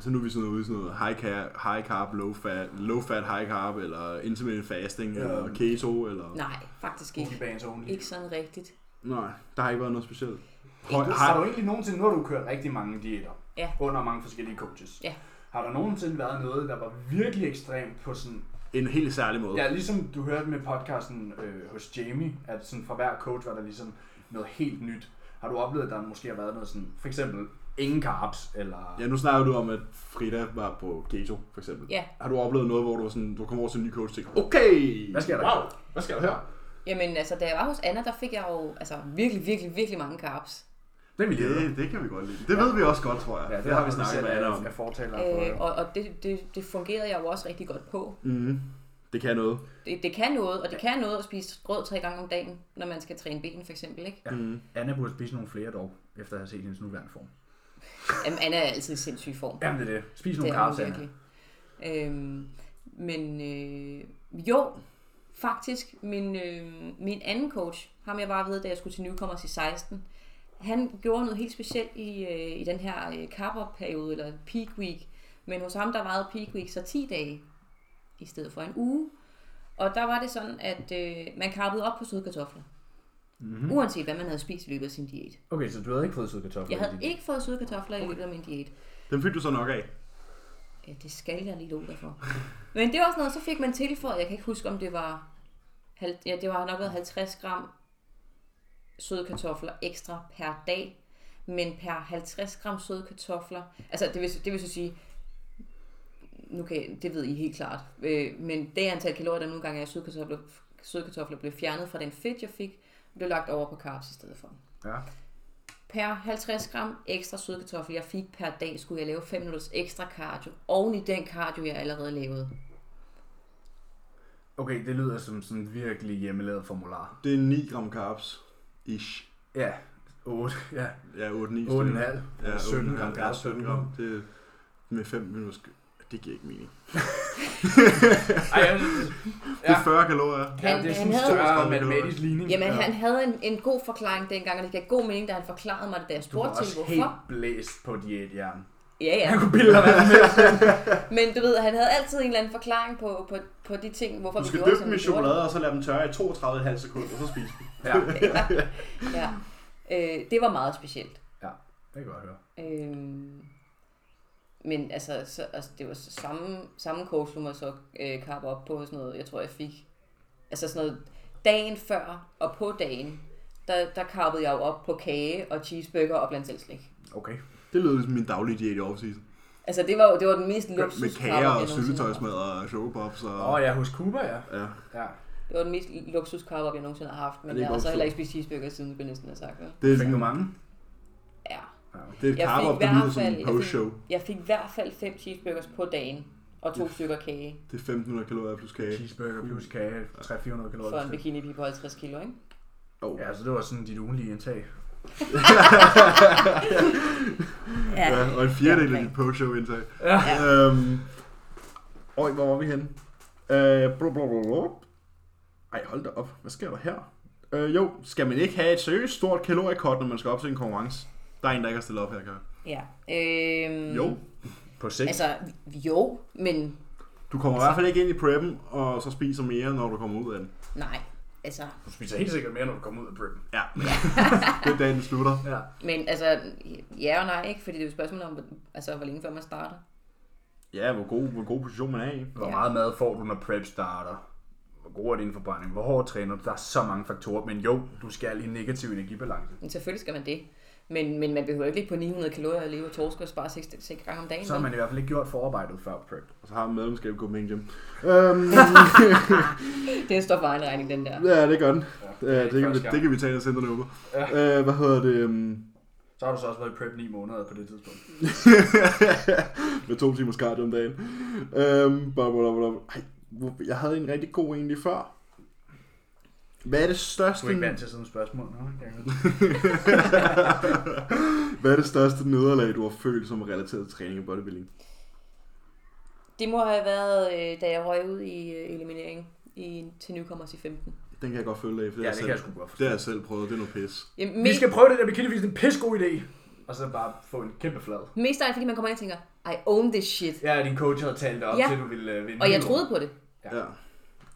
Speaker 2: Så nu er vi sådan ude i sådan noget high carb, high carb low, fat, low fat, high carb, eller intermittent fasting,
Speaker 1: Ja.
Speaker 2: eller keto, eller...
Speaker 3: nej, faktisk ikke.
Speaker 1: Boogie bands only.
Speaker 3: Ikke sådan rigtigt.
Speaker 2: Nej, der har ikke været noget specielt. Høj,
Speaker 1: Har
Speaker 2: har,
Speaker 1: du egentlig nogensinde, nu har du kørt rigtig mange diæter
Speaker 3: Ja.
Speaker 1: under mange forskellige coaches.
Speaker 3: Ja.
Speaker 1: Har der nogensinde været noget, der var virkelig ekstremt på sådan...
Speaker 2: en helt særlig måde.
Speaker 1: Ja, ligesom du hørte med podcasten øh, hos Jamie, at sådan fra hver coach var der ligesom noget helt nyt. Har du oplevet, at der måske har været noget sådan, for eksempel ingen carbs, eller...
Speaker 2: Ja, nu snakker du om, at Frida var på keto, for eksempel.
Speaker 3: Ja.
Speaker 2: Har du oplevet noget, hvor du, var sådan, du kom over til en ny coach og tænkte, okay,
Speaker 1: Hvad sker der?
Speaker 5: Wow, hvad sker der her?
Speaker 3: Jamen, altså, da jeg var hos Anna, der fik jeg jo altså, virkelig, virkelig, virkelig mange carbs.
Speaker 1: Det vil jeg lide.
Speaker 2: det, det kan vi godt lide. Det ved vi også godt, tror jeg.
Speaker 1: Ja,
Speaker 2: Øh, det, har vi snakket med Anna om.
Speaker 1: Jeg fortaler for.
Speaker 3: Øh, og og det, det, det fungerede jeg jo også rigtig godt på.
Speaker 2: Mm, det kan noget.
Speaker 3: Det, det kan noget, og det kan noget at spise grød tre gange om dagen, når man skal træne ben, for eksempel, ikke?
Speaker 2: Mhm.
Speaker 1: Anna burde spise nogle flere dog, efter at have set hendes nuværende form.
Speaker 3: Jamen, Anna er altid i sindssyg form.
Speaker 1: Jamen det er det. Spis
Speaker 3: det
Speaker 1: nogle
Speaker 3: er hun
Speaker 1: carbs, Anna.
Speaker 3: virkelig. Øhm, men øh, jo, faktisk, min, øh, min anden coach, ham jeg var ved, da jeg skulle til Newcomers i 16, han gjorde noget helt specielt i, øh, i den her øh, kapperperiode, eller peak week. Men hos ham, der varede peak week så 10 dage, i stedet for en uge. Og der var det sådan, at øh, man kappede op på søde kartofler.
Speaker 1: Mhm.
Speaker 3: Mm-hmm. Uanset hvad man havde spist i løbet af sin diæt.
Speaker 1: Okay, så du havde ikke fået søde kartofler?
Speaker 3: Jeg
Speaker 1: i
Speaker 3: havde
Speaker 1: din-
Speaker 3: ikke fået søde kartofler i løbet af min diæt.
Speaker 2: Den fik du så nok af.
Speaker 3: Ja, det skal jeg lige love dig for. Men det var også noget, så fik man tilføjet, jeg kan ikke huske, om det var, halv- ja, det var nok været 50 gram søde kartofler ekstra per dag, men per 50 gram søde kartofler, altså det vil, det vil så sige, nu kan, jeg- det ved I helt klart, øh, men det antal kalorier, der nogle gange er i søde kartofler, søde kartofler blev fjernet fra den fedt, jeg fik, og blev lagt over på carbs i stedet for.
Speaker 1: Ja.
Speaker 3: Per 50 gram ekstra sødkartoffel, jeg fik per dag, skulle jeg lave 5 minutters ekstra cardio. Oven i den cardio, jeg allerede lavede.
Speaker 1: Okay, det lyder som sådan virkelig hjemmelavet formular.
Speaker 2: Det er 9 gram carbs. Ish.
Speaker 1: Ja, 8, ja.
Speaker 2: Ja, 8-9
Speaker 1: 8,5.
Speaker 2: Ja,
Speaker 1: 17 gram
Speaker 2: Ja,
Speaker 1: carbs.
Speaker 2: 17 gram. Det er med 5 minutter. Det giver ikke mening.
Speaker 1: Ej, jeg,
Speaker 2: Det er 40 kalorier.
Speaker 1: ja, det er sådan en større matematisk ligning.
Speaker 3: Jamen, han havde en, en god forklaring dengang, og det gav god mening, da han forklarede mig det, da jeg
Speaker 1: Du var
Speaker 3: spurgte til,
Speaker 1: også
Speaker 3: hvorfor.
Speaker 1: helt blæst på diætjern.
Speaker 3: Ja, ja.
Speaker 1: Han kunne bilde dig hvad som helst.
Speaker 3: Men du ved, han havde altid en eller anden forklaring på, på, på de ting, hvorfor
Speaker 2: Du skal
Speaker 3: gjorde,
Speaker 2: dyppe
Speaker 3: som
Speaker 2: dem i
Speaker 3: vi gjorde.
Speaker 2: chokolade, og så lade dem tørre i 32,5 sekunder, og så spise dem.
Speaker 1: Ja,
Speaker 3: Ja. Øh, det var meget specielt.
Speaker 1: ja, det kan jeg godt høre.
Speaker 3: Øhm, men altså, så, altså, det var så samme, samme coach, som jeg så øh, kappe op på sådan noget, jeg tror, jeg fik. Altså sådan noget, dagen før og på dagen, der, der kappede jeg jo op på kage og cheeseburger og blandt selv slik.
Speaker 1: Okay.
Speaker 2: Det lød som min daglige diæt i off-season.
Speaker 3: Altså det var, jo- det var den mest luksus
Speaker 2: Med kager og syltetøjsmad og chokopops og...
Speaker 1: Åh, oh, ja, hos Cuba, ja.
Speaker 2: Ja.
Speaker 1: ja.
Speaker 3: Det var den mest luksus op, jeg nogensinde har haft,
Speaker 2: Ja,
Speaker 3: men
Speaker 2: det
Speaker 3: jeg
Speaker 2: kan
Speaker 3: har
Speaker 2: jeg
Speaker 3: så
Speaker 2: godt
Speaker 3: heller ikke spist cheeseburger siden, skulle jeg næsten have sagt. vel?
Speaker 2: Det er,
Speaker 1: Fik du
Speaker 2: sådan,
Speaker 1: mange?
Speaker 3: Ja.
Speaker 2: det er et
Speaker 3: Jeg
Speaker 2: carb
Speaker 3: fik
Speaker 2: op,
Speaker 3: i
Speaker 2: der lyder
Speaker 3: hvert
Speaker 2: som
Speaker 3: fald,
Speaker 2: en
Speaker 3: jeg
Speaker 2: post-show.
Speaker 3: fik, jeg fik i hvert fald fem cheeseburgers på dagen og to stykker kage
Speaker 2: Det er 1500 kalorier plus kage.
Speaker 1: Cheeseburger plus kage, 300-400 kalorier.
Speaker 3: for en bikini på 50 kilo, ikke?
Speaker 2: Oh.
Speaker 1: Ja, så det var sådan dit ugenlige indtag.
Speaker 2: Ja, og en fjerdedel af
Speaker 3: omkring.
Speaker 2: dit post-show indtag.
Speaker 1: Ja.
Speaker 3: Ja.
Speaker 2: Øhm, Øj, hvor var vi henne? Øh, blub, blub, blub, blub. Ej, hold da op. Hvad sker der her? Øh, jo, skal man ikke have et seriøst stort kaloriekort, når man skal op til en konkurrence? Der er en, der ikke har stillet op her, kan jeg.
Speaker 3: Ja. Øhm,
Speaker 2: Jo,
Speaker 1: På sigt.
Speaker 3: Altså, jo, men
Speaker 2: du kommer i hvert fald ikke ind i preppen, og så spiser mere, når du kommer ud af den.
Speaker 3: nej. Altså,
Speaker 1: Du spiser helt sikkert mere, når du kommer ud af Britain.
Speaker 2: Ja, det er dagen, den slutter.
Speaker 1: Ja.
Speaker 3: men altså, ja og nej, ikke? Fordi det er jo et spørgsmål om, hvor- altså, hvor længe før man starter.
Speaker 2: Ja, hvor god, hvor god position man er i.
Speaker 1: Hvor
Speaker 3: Ja.
Speaker 1: meget mad får du, når prep starter? Hvor god er din forbrænding? Hvor hårdt træner du? Der er så mange faktorer, men jo, du skal i negativ energibalance.
Speaker 3: Men selvfølgelig skal man det. Men, men man behøver ikke ligge på 900 kalorier og leve af torsk og spare 6, 6 gange om dagen.
Speaker 1: Så har
Speaker 3: vel?
Speaker 1: man i hvert fald ikke gjort forarbejdet før prep.
Speaker 2: Og så har man medlemskab i Copenhagen Gym. Øhm,
Speaker 3: Det står for egen regning, den der.
Speaker 2: ja, det gør den.
Speaker 1: er
Speaker 2: Ja, det, kan vi,
Speaker 1: første gang.
Speaker 2: det kan vi tage ind og sende den over. Øh, hvad hedder det? øhm,
Speaker 1: Så har du så også været i prep 9 måneder på det tidspunkt.
Speaker 2: med to timers cardio om dagen. Øhm, bla, bla, bla, bla. Ej, hvor- jeg havde en rigtig god egentlig før. Hvad er det
Speaker 1: Du
Speaker 2: største,
Speaker 1: er ikke vant til sådan et spørgsmål, nå? kan jeg godt.
Speaker 2: hvad er det største nederlag, du har følt som er relateret til træning og bodybuilding?
Speaker 3: Det må have været, øh, da jeg røg ud i øh, eliminering i, til Newcomers i 15.
Speaker 2: Den kan jeg godt følge af, for det,
Speaker 1: Ja,
Speaker 2: har
Speaker 1: det
Speaker 2: jeg
Speaker 1: kan jeg
Speaker 2: selv,
Speaker 1: sgu godt
Speaker 2: det
Speaker 1: forstå.
Speaker 2: har jeg selv prøvet. Det er noget pis.
Speaker 3: Jamen,
Speaker 1: Vi
Speaker 3: mest,
Speaker 1: skal prøve det der bikinivis, det er en pissegod idé. Og så bare få en kæmpe flad.
Speaker 3: mest af alt, fordi man kommer ind og tænker, I own this shit.
Speaker 1: Ja, din coach havde talt op
Speaker 3: Ja.
Speaker 1: til, du ville øh, vinde.
Speaker 3: Og jeg troede på det.
Speaker 1: Ja.
Speaker 2: Ja.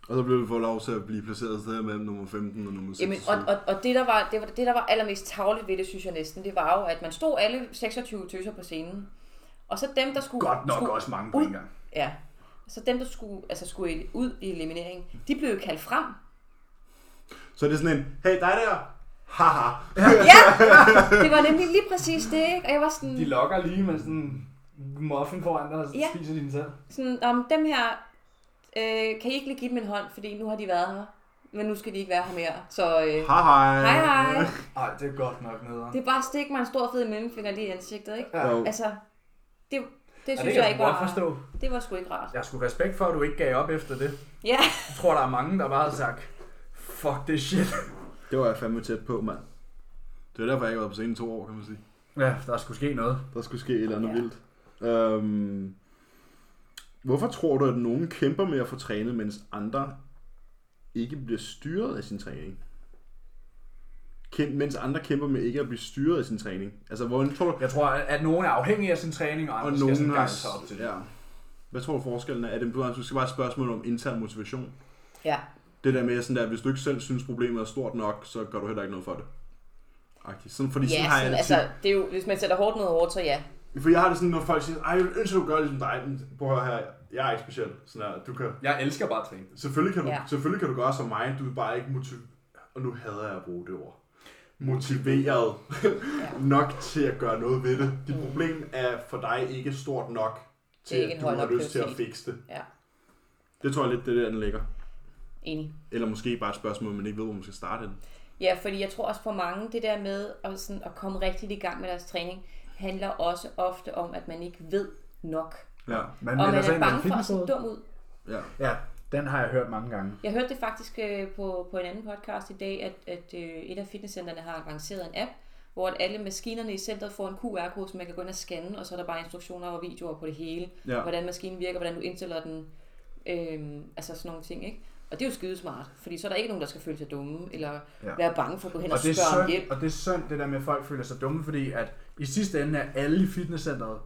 Speaker 5: Og så blev vi fået lov til at blive placeret et sted mellem nummer 15 og nummer 6.
Speaker 3: Jamen, og, og, og det, der var, det, var, det, der var allermest tavligt ved det, synes jeg næsten, det var jo, at man stod alle 26 tøser på scenen. Og så dem, der skulle...
Speaker 1: Godt nok
Speaker 3: skulle,
Speaker 1: også mange på en gang.
Speaker 3: Ja. Så dem, der skulle, altså skulle i- ud i eliminering, de blev jo kaldt frem.
Speaker 5: Så er det sådan en, hey dig der, haha.
Speaker 3: Ja! Det var nemlig lige præcis det, ikke? Og jeg var sådan...
Speaker 1: De lokker lige med sådan en muffin foran dig, og så
Speaker 3: Ja.
Speaker 1: spiser de den selv.
Speaker 3: sådan, om dem her, øh, kan I ikke lige give dem en hånd, fordi nu har de været her, men nu skal de ikke være her mere. Så øh,
Speaker 5: Hej hej.
Speaker 3: hej hej.
Speaker 1: Ej, det er godt nok nederen.
Speaker 3: Det er bare at stikke mig en stor fed mellemfinger lige i ansigtet, ikke?
Speaker 1: Ja.
Speaker 5: Jo.
Speaker 3: Altså, det, det
Speaker 1: Ja,
Speaker 3: synes
Speaker 1: kan
Speaker 3: jeg ikke
Speaker 1: godt
Speaker 3: var...
Speaker 1: forstå.
Speaker 3: Det var sgu ikke rart.
Speaker 1: Jeg skulle respekt for, at du ikke gav op efter det.
Speaker 3: Ja,
Speaker 1: Jeg tror, der er mange, der bare har sagt, fuck det shit.
Speaker 5: Det var jeg fandme tæt på, mand. Det er derfor, jeg ikke har været på scenen i to år, kan man sige.
Speaker 1: Ja, der skulle ske noget.
Speaker 5: Der skulle ske et eller andet
Speaker 3: Ja.
Speaker 5: ja. vildt. Øhm, hvorfor tror du, at nogen kæmper med at få trænet, mens andre ikke bliver styret af sin træning? Kæm- mens andre kæmper med ikke at blive styret af sin træning. Altså, hvordan tror du...
Speaker 1: Jeg tror, at nogen er afhængige af sin træning, og andre
Speaker 5: Og
Speaker 1: og skal
Speaker 5: nogen
Speaker 1: sådan
Speaker 5: har...
Speaker 1: gange sig op til det.
Speaker 5: Ja. Hvad tror du forskellen er? Er det, du skal bare et spørgsmål om intern motivation?
Speaker 3: ja.
Speaker 5: Det der med, sådan der, hvis du ikke selv synes, problemet er stort nok, så gør du heller ikke noget for det. Agtigt. Sådan, fordi sådan
Speaker 3: ja
Speaker 5: har jeg
Speaker 3: sådan,
Speaker 5: altid-
Speaker 3: altså, det er jo, hvis man sætter hårdt noget hårdt, så ja.
Speaker 2: For jeg har det sådan, når folk siger, ej, jeg ville ønske, du gør ligesom dig. Men Prøv at høre her, jeg er ikke speciel. Sådan her, du kan,
Speaker 1: Jeg elsker bare at træne.
Speaker 2: selvfølgelig, kan du,
Speaker 3: Ja.
Speaker 2: ja. selvfølgelig kan du gøre som mig, du er bare ikke motiveret. Og nu hader jeg at bruge det ord. Motiveret
Speaker 3: Ja. Mm.
Speaker 2: nok til at gøre noget ved det. Dit problem er for dig ikke stort nok til,
Speaker 3: ikke en
Speaker 2: at du
Speaker 3: høj
Speaker 2: har
Speaker 3: nok
Speaker 2: lyst til at
Speaker 3: prioritet.
Speaker 2: fikse det.
Speaker 3: Ja,
Speaker 5: Det tror jeg lidt, det er der, den ligger.
Speaker 3: enig.
Speaker 5: Eller måske bare et spørgsmål, man ikke ved, hvor man skal starte den.
Speaker 3: Ja, fordi jeg tror også for mange, det der med at, sådan, at komme rigtigt i gang med deres træning, handler også ofte om, at man ikke ved nok.
Speaker 5: Ja,
Speaker 1: Man
Speaker 3: Og man
Speaker 1: melder sig
Speaker 3: er
Speaker 1: ind i en
Speaker 3: bange for at se
Speaker 1: fitnessråd.
Speaker 3: dum ud.
Speaker 5: ja.
Speaker 1: Ja, den har jeg hørt mange gange.
Speaker 3: Jeg hørte det faktisk øh, på, på en anden podcast i dag, at, at øh, et af fitnesscenterne har lanceret en app, hvor at alle maskinerne i centret får en QR-kode, som man kan gå ind og scanne, og så er der bare instruktioner og videoer på det hele.
Speaker 5: Ja.
Speaker 3: Hvordan maskinen virker, hvordan du indstiller den, øh, altså sådan nogle ting, ikke? Og det er jo skidesmart, fordi så er der ikke nogen, der skal føle sig dumme, eller
Speaker 1: Ja.
Speaker 3: ja. være bange for at gå hen og,
Speaker 1: Og
Speaker 3: og
Speaker 1: det, er
Speaker 3: spørge om hjælp.
Speaker 1: synd, og det er synd, det der med, at folk føler sig dumme, fordi at i sidste ende er alle i fitnesscenteret,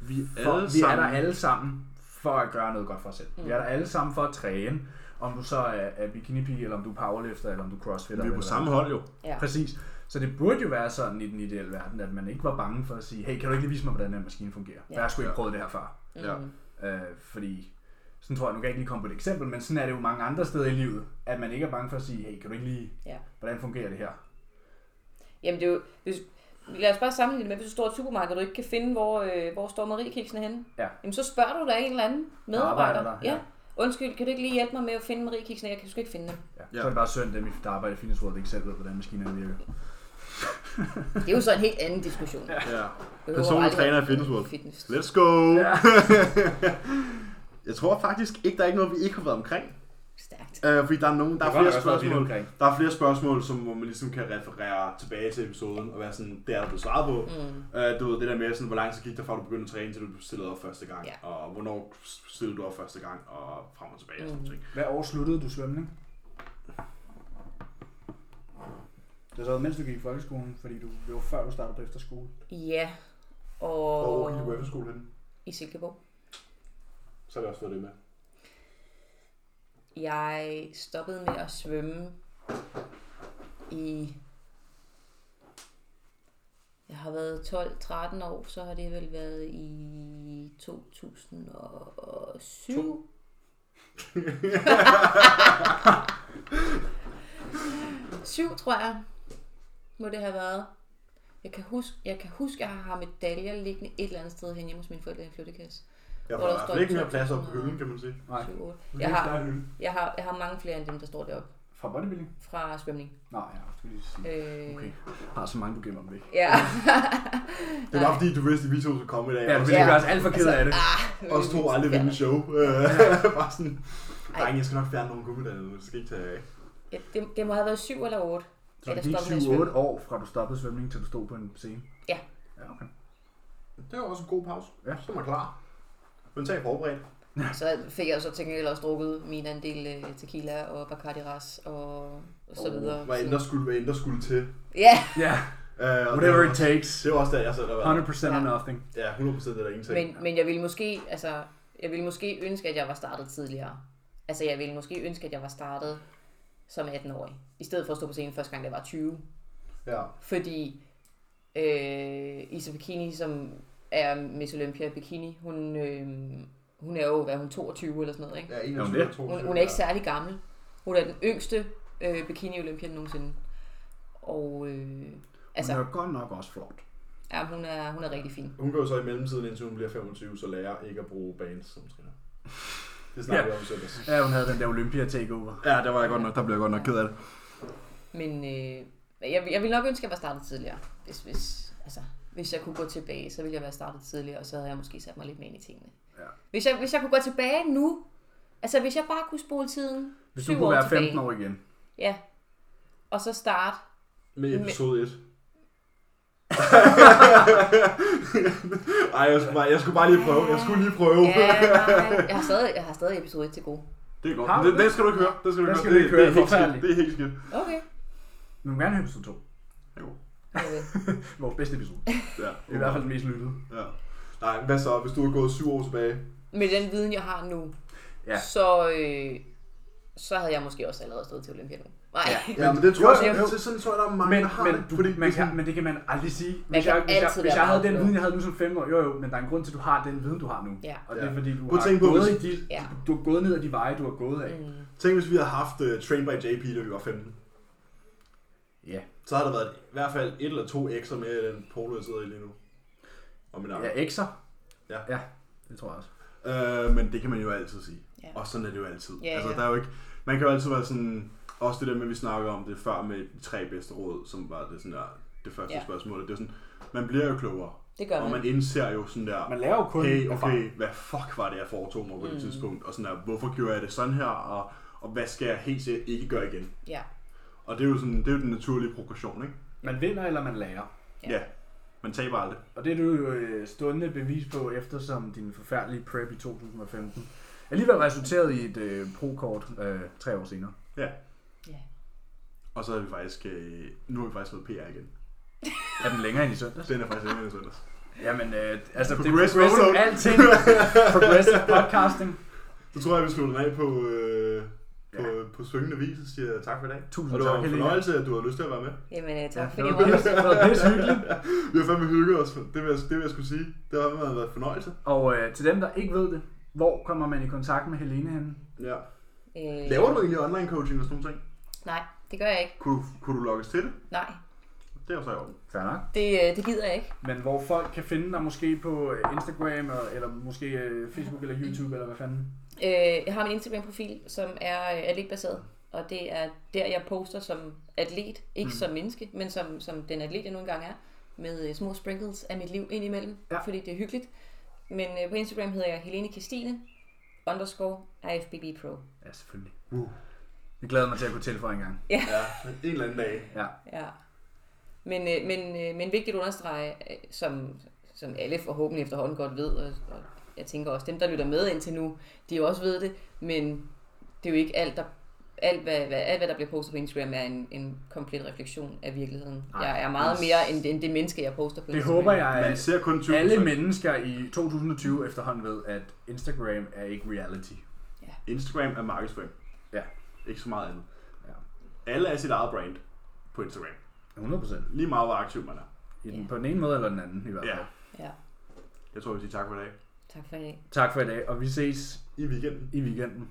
Speaker 5: Vi er
Speaker 1: for,
Speaker 5: alle
Speaker 1: vi er der
Speaker 5: sammen-
Speaker 1: alle sammen for at gøre noget godt for os selv. Vi
Speaker 3: Mm.
Speaker 1: er der alle sammen for at træne, om du så er, er bikinipige, eller om du er powerlifter, eller om du er crossfitter.
Speaker 5: Vi er
Speaker 1: eller
Speaker 5: på
Speaker 1: hvad.
Speaker 5: samme hold jo.
Speaker 3: Ja.
Speaker 1: Præcis. Så det burde jo være sådan i den ideelle verden, at man ikke var bange for at sige, hey, kan du ikke lige vise mig, hvordan den maskine fungerer?
Speaker 3: Ja.
Speaker 1: Ja. Jeg har sgu ikke prøvet det her før.
Speaker 5: Ja.
Speaker 1: Øh, fordi, sådan tror jeg, nu kan jeg ikke lige komme på et eksempel, men sådan er det jo mange andre steder i livet, at man ikke er bange for at sige, hey, kan du ikke lige,
Speaker 3: Ja.
Speaker 1: hvordan fungerer det her?
Speaker 3: Jamen det er jo, hvis, lad os bare sammenligne det med, hvis du står i et supermarked, og du ikke kan finde, hvor, øh, hvor står Mariekiksene henne.
Speaker 1: Ja.
Speaker 3: Jamen så spørger du da en eller anden
Speaker 1: arbejder
Speaker 3: medarbejder.
Speaker 1: der,
Speaker 3: ja.
Speaker 1: ja.
Speaker 3: Undskyld, kan du ikke lige hjælpe mig med at finde Mariekiksene? Jeg kan sgu ikke finde dem.
Speaker 1: Ja.
Speaker 5: Ja.
Speaker 1: Så er det bare synd, at dem, der arbejder i Fitnessrådet, ikke selv ved, hvordan maskinerne virker.
Speaker 3: Det er jo så en helt anden diskussion. Ja.
Speaker 5: ja. Personlig træner i Fitness World.
Speaker 3: Fitness.
Speaker 5: Let's go! Ja. jeg tror faktisk ikke, der er ikke noget, vi ikke har været omkring.
Speaker 3: Stærkt.
Speaker 5: Øh, fordi der er, nogen, der
Speaker 1: Det
Speaker 5: er
Speaker 1: er godt
Speaker 5: flere
Speaker 1: nok også noget, vi er
Speaker 5: spørgsmål.
Speaker 1: omkring.
Speaker 2: Der er flere spørgsmål, som, hvor man ligesom kan referere tilbage til episoden, og være sådan, det er der blevet svaret på.
Speaker 3: Mm.
Speaker 2: Uh, du ved, det der med, sådan, hvor lang tid gik der fra, du begyndte at træne, til du stillede op første gang,
Speaker 3: Ja.
Speaker 2: og hvornår stillede du op første gang, og frem og tilbage, og sådan
Speaker 3: Mm.
Speaker 2: ting.
Speaker 1: Hvad år sluttede du svømning? Det har så været, mens du gik i folkeskolen, fordi du, det var før du startede på efterskole.
Speaker 3: Ja.
Speaker 2: Og
Speaker 3: Og
Speaker 2: hvor gik du på efterskole henne?
Speaker 3: i Silkeborg.
Speaker 2: Så har vi også fået det med.
Speaker 3: Jeg stoppede med at svømme i... Jeg har været 12-13 år, så har det vel været i 2007. Syv, tror jeg, må det have været. Jeg kan huske, jeg kan huske, at jeg har medaljer liggende et eller andet sted hen hjemme hos mine forældre i en flyttekasse.
Speaker 2: Jeg
Speaker 3: Hvor
Speaker 2: får i
Speaker 3: der
Speaker 2: hvert fald ikke mere
Speaker 3: står 12.000
Speaker 2: plads op på
Speaker 3: og-
Speaker 2: hylden, kan man sige.
Speaker 1: Nej.
Speaker 3: Syv, otte.
Speaker 1: Du
Speaker 3: Jeg
Speaker 1: kan ikke
Speaker 3: har,
Speaker 1: klare hylden.
Speaker 3: jeg, har, jeg har mange flere end dem, der står deroppe
Speaker 1: Fra bodybuilding?
Speaker 3: fra svømning.
Speaker 1: Nej, jeg skulle lige sige.
Speaker 3: Øh,
Speaker 1: Okay. Jeg har så mange, du gemmer dem væk.
Speaker 3: Ja.
Speaker 2: Det er bare fordi, du vidste, at vi to skulle komme i dag.
Speaker 1: Ja,
Speaker 2: og
Speaker 1: du
Speaker 2: så-
Speaker 1: ville
Speaker 3: Ja.
Speaker 1: gøre os alt for ked
Speaker 3: Altså,
Speaker 1: af det.
Speaker 3: ah,
Speaker 2: Os to har aldrig vinde show. Øh, bare sådan, nej, jeg skal nok fjerne nogle gummidaljer nu, det skal ikke tage af.
Speaker 3: Ja, det, det må have været syv eller otte.
Speaker 1: Så
Speaker 3: at
Speaker 1: det
Speaker 3: jeg
Speaker 1: gik
Speaker 3: stoppede med at svømme.
Speaker 1: 7-8 år, fra du stoppede svømning, til du stod på en scene?
Speaker 3: Ja.
Speaker 1: Ja, okay.
Speaker 2: Det var også en god pause.
Speaker 1: Ja.
Speaker 2: Så er man klar. Mental forberedt.
Speaker 3: Så fik jeg så til gengæld også drukket min andel øh, tequila og Bacardi Ras og, og så videre.
Speaker 2: Hvad end der skulle, hvad end der skulle til.
Speaker 3: Ja,
Speaker 1: Ja,
Speaker 2: Øh, og
Speaker 1: whatever
Speaker 2: det
Speaker 1: it
Speaker 2: var-
Speaker 1: takes.
Speaker 2: Det var også der, jeg selv har været.
Speaker 1: 100%
Speaker 3: Ja.
Speaker 1: of nothing.
Speaker 2: Ja, 100% er der ingenting.
Speaker 3: men, men jeg ville måske, altså, jeg ville måske ønske, at jeg var startet tidligere. Altså, jeg ville måske ønske, at jeg var startet som 18-årig, i stedet for at stå på scenen første gang, da jeg var 20.
Speaker 5: Ja.
Speaker 3: Fordi øh, Isa Bikini, som er Miss Olympia Bikini, hun, øh, hun er jo, hvad er hun 22 eller sådan noget, ikke?
Speaker 5: Ja,
Speaker 1: Ja, hun
Speaker 5: 21
Speaker 1: er.
Speaker 5: og 22.
Speaker 3: Hun, hun er ikke særlig gammel. Hun er den yngste øh, bikini olympian nogensinde. Og øh, altså,
Speaker 1: Hun er godt nok også flot.
Speaker 3: ja, hun, er, hun er rigtig fin.
Speaker 5: Hun går jo så i mellemtiden, indtil hun bliver 25, så lærer ikke at bruge bands som træner. Det snakker
Speaker 1: Ja.
Speaker 5: vi om søndags.
Speaker 1: Ja, hun havde den der Olympia takeover.
Speaker 2: Ja, der var jeg godt nok, der blev jeg godt nok ked af det.
Speaker 3: Men øh, jeg, jeg ville nok ønske, at jeg var startet tidligere. Hvis, hvis, altså, hvis jeg kunne gå tilbage, så ville jeg være startet tidligere, og så havde jeg måske sat mig lidt mere ind i tingene.
Speaker 1: Ja.
Speaker 3: Hvis, jeg, hvis jeg kunne gå tilbage nu, altså hvis jeg bare kunne spole tiden
Speaker 1: Hvis du
Speaker 3: syv
Speaker 1: kunne
Speaker 3: år
Speaker 1: være
Speaker 3: tilbage,
Speaker 1: 15 år igen.
Speaker 3: Ja, og så starte.
Speaker 5: Med episode 1.
Speaker 2: Ej, jeg skulle, bare, jeg skulle bare lige prøve. Jeg skulle lige prøve.
Speaker 3: Ja, nej, jeg, har stadig, jeg har stadig episode 1 til gode.
Speaker 2: Det er godt.
Speaker 1: Har du
Speaker 2: Det,
Speaker 1: det?
Speaker 2: det, skal du ikke høre. Det skal du
Speaker 1: Den
Speaker 2: ikke
Speaker 1: skal vi
Speaker 2: høre. Det,
Speaker 1: ikke
Speaker 2: det,
Speaker 1: høre.
Speaker 2: er helt skidt.
Speaker 1: Forfærdeligt.
Speaker 2: Det er helt skidt.
Speaker 3: Okay.
Speaker 1: Men vi må gerne høre episode 2.
Speaker 3: okay.
Speaker 1: Vores bedste episode.
Speaker 2: Ja.
Speaker 1: Det er i hvert fald den mest lyttede.
Speaker 2: Ja.
Speaker 5: Nej, hvad så, hvis du er gået syv år tilbage?
Speaker 3: Med den viden, jeg har nu,
Speaker 1: Ja.
Speaker 3: så, øh, så havde jeg måske også allerede stået til Olympia nu. Nej, ja.
Speaker 5: Ja, men det tror jeg,
Speaker 1: Jo, jo.
Speaker 5: det, sådan tror jeg, der er mange,
Speaker 1: Men,
Speaker 5: der har
Speaker 1: men,
Speaker 5: det.
Speaker 1: du,
Speaker 5: Fordi
Speaker 1: man
Speaker 5: det er
Speaker 1: kan,
Speaker 5: sådan-
Speaker 1: men det kan man aldrig sige. Hvis,
Speaker 3: kan
Speaker 1: jeg, hvis, jeg,
Speaker 3: altid
Speaker 1: hvis
Speaker 3: være
Speaker 1: jeg havde den
Speaker 3: bagklog.
Speaker 1: viden, jeg havde nu som 15 år, jo jo, men der er en grund til, at du har den viden, du har nu.
Speaker 3: Ja.
Speaker 1: Og det er
Speaker 5: Ja.
Speaker 1: fordi, du
Speaker 5: Prøv at
Speaker 1: har,
Speaker 5: tænke på,
Speaker 1: gået
Speaker 5: hvis-
Speaker 1: i de,
Speaker 3: Ja.
Speaker 1: du har gået ned ad de veje, du har gået af.
Speaker 3: Mm.
Speaker 2: Tænk, hvis vi havde haft uh, Train by JP, da vi var 15.
Speaker 1: Ja.
Speaker 2: Så har der været i hvert fald et eller to ekstra mere i den polo, jeg sidder i lige nu. Og min arm.
Speaker 1: Ja, ekser.
Speaker 2: Ja.
Speaker 1: ja. Det tror jeg også.
Speaker 2: Øh, men det kan man jo altid sige.
Speaker 3: Ja.
Speaker 2: Og sådan er det jo altid.
Speaker 3: Ja,
Speaker 2: altså,
Speaker 3: ja.
Speaker 2: Der er jo ikke, man kan jo altid være sådan... Også det der med, at vi snakker om det før med de tre bedste råd, som var det, sådan der, det første
Speaker 3: Ja.
Speaker 2: ja. spørgsmål. Det er sådan, man bliver jo klogere,
Speaker 3: Det gør
Speaker 2: og
Speaker 3: man.
Speaker 2: man indser jo sådan der,
Speaker 1: Man laver jo kun
Speaker 2: hey, okay,
Speaker 1: erfaring.
Speaker 2: hvad fuck var det, jeg foretog mig på mm. det tidspunkt, og sådan der, hvorfor gjorde jeg det sådan her, og, og hvad skal jeg helt sikkert ikke gøre igen?
Speaker 3: Ja.
Speaker 2: Og det er jo, sådan, det er jo den naturlige progression, ikke?
Speaker 1: Man vinder, eller man lærer.
Speaker 3: Ja.
Speaker 2: Man taber aldrig.
Speaker 1: Og det er du jo øh, stående bevis på, eftersom din forfærdelige prep i 2015 alligevel resulterede i et øh, pro-kort øh, tre år senere.
Speaker 3: ja.
Speaker 2: Og så er vi faktisk, øh, nu har vi faktisk været PR igen.
Speaker 1: Er den længere end i søndags?
Speaker 2: Den er faktisk ikke sådan.
Speaker 1: Jamen, øh, altså, det er
Speaker 2: Progressive
Speaker 1: progressive
Speaker 2: overload.
Speaker 1: alting. Progressive podcasting.
Speaker 2: Så tror jeg, vi slutter den af på, øh, på,
Speaker 1: Ja.
Speaker 2: på syngende vis og siger tak for i dag.
Speaker 1: Tusind
Speaker 2: og det
Speaker 1: tak,
Speaker 2: var en
Speaker 1: Helena.
Speaker 2: fornøjelse, at du har lyst til at være med.
Speaker 3: Jamen, øh, tak
Speaker 1: Ja,
Speaker 3: fordi
Speaker 1: det
Speaker 3: jeg
Speaker 1: var
Speaker 3: måtte.
Speaker 1: pisse- det var pisse hyggeligt.
Speaker 2: Vi har fandme hygget os. Det vil jeg, det vil jeg skulle sige. Det har fandme været en fornøjelse.
Speaker 1: Og øh, til dem, der ikke ved det, hvor kommer man i kontakt med Helene henne?
Speaker 2: Ja.
Speaker 3: Øh,
Speaker 2: Laver du egentlig online coaching og sådan nogle ting?
Speaker 3: Nej, det gør jeg ikke.
Speaker 2: Kunne du, kunne du logges til det?
Speaker 3: Nej,
Speaker 2: Det er jo så i orden.
Speaker 1: Fair nok.
Speaker 3: det, øh, det gider jeg ikke.
Speaker 1: Men hvor folk kan finde dig måske på øh, Instagram, og, eller måske øh, Facebook eller YouTube, eller hvad fanden.
Speaker 3: Øh, jeg har min Instagram-profil, som er øh, atletbaseret, og det er der, jeg poster som atlet. Ikke mm. som menneske, men som, som den atlet, jeg nu engang er, med øh, små sprinkles af mit liv indimellem,
Speaker 1: Ja.
Speaker 3: ja. fordi det er hyggeligt. Men øh, på Instagram hedder jeg Helene Kirstine underscore AFBB Pro.
Speaker 1: Ja, selvfølgelig.
Speaker 2: Uh.
Speaker 1: Det glæder jeg mig til at kunne tilføje en gang.
Speaker 2: Ja, en eller anden dag.
Speaker 1: Ja.
Speaker 3: Ja. Men, øh, men, øh, men vigtigt at understrege, øh, som, som alle forhåbentlig efterhånden godt ved, og, og jeg tænker også dem, der lytter med indtil nu, de jo også ved det, men det er jo ikke alt, der, alt, hvad, hvad, alt hvad der bliver postet på Instagram, er en, en komplet refleksion af virkeligheden.
Speaker 1: Nej.
Speaker 3: Nej, jeg er meget mere end, end det menneske, jeg poster på
Speaker 1: Det
Speaker 3: Instagram.
Speaker 1: håber jeg,
Speaker 2: Man
Speaker 1: at
Speaker 2: ser kun 20
Speaker 1: alle mennesker i 2020 efterhånden ved, at Instagram er ikke reality.
Speaker 2: Instagram er markedsføring.
Speaker 1: Ja.
Speaker 2: Ikke så meget andet.
Speaker 1: Ja.
Speaker 2: Alle er sit eget brand på Instagram.
Speaker 1: 100%.
Speaker 2: Lige meget, hvor aktiv man er.
Speaker 1: I den, på den ene måde eller den anden i hvert fald.
Speaker 2: Ja.
Speaker 3: Ja,
Speaker 2: Jeg tror, vi siger tak for i dag.
Speaker 3: tak for i dag.
Speaker 1: Tak for i dag, og vi ses
Speaker 2: I weekenden.
Speaker 1: i weekenden.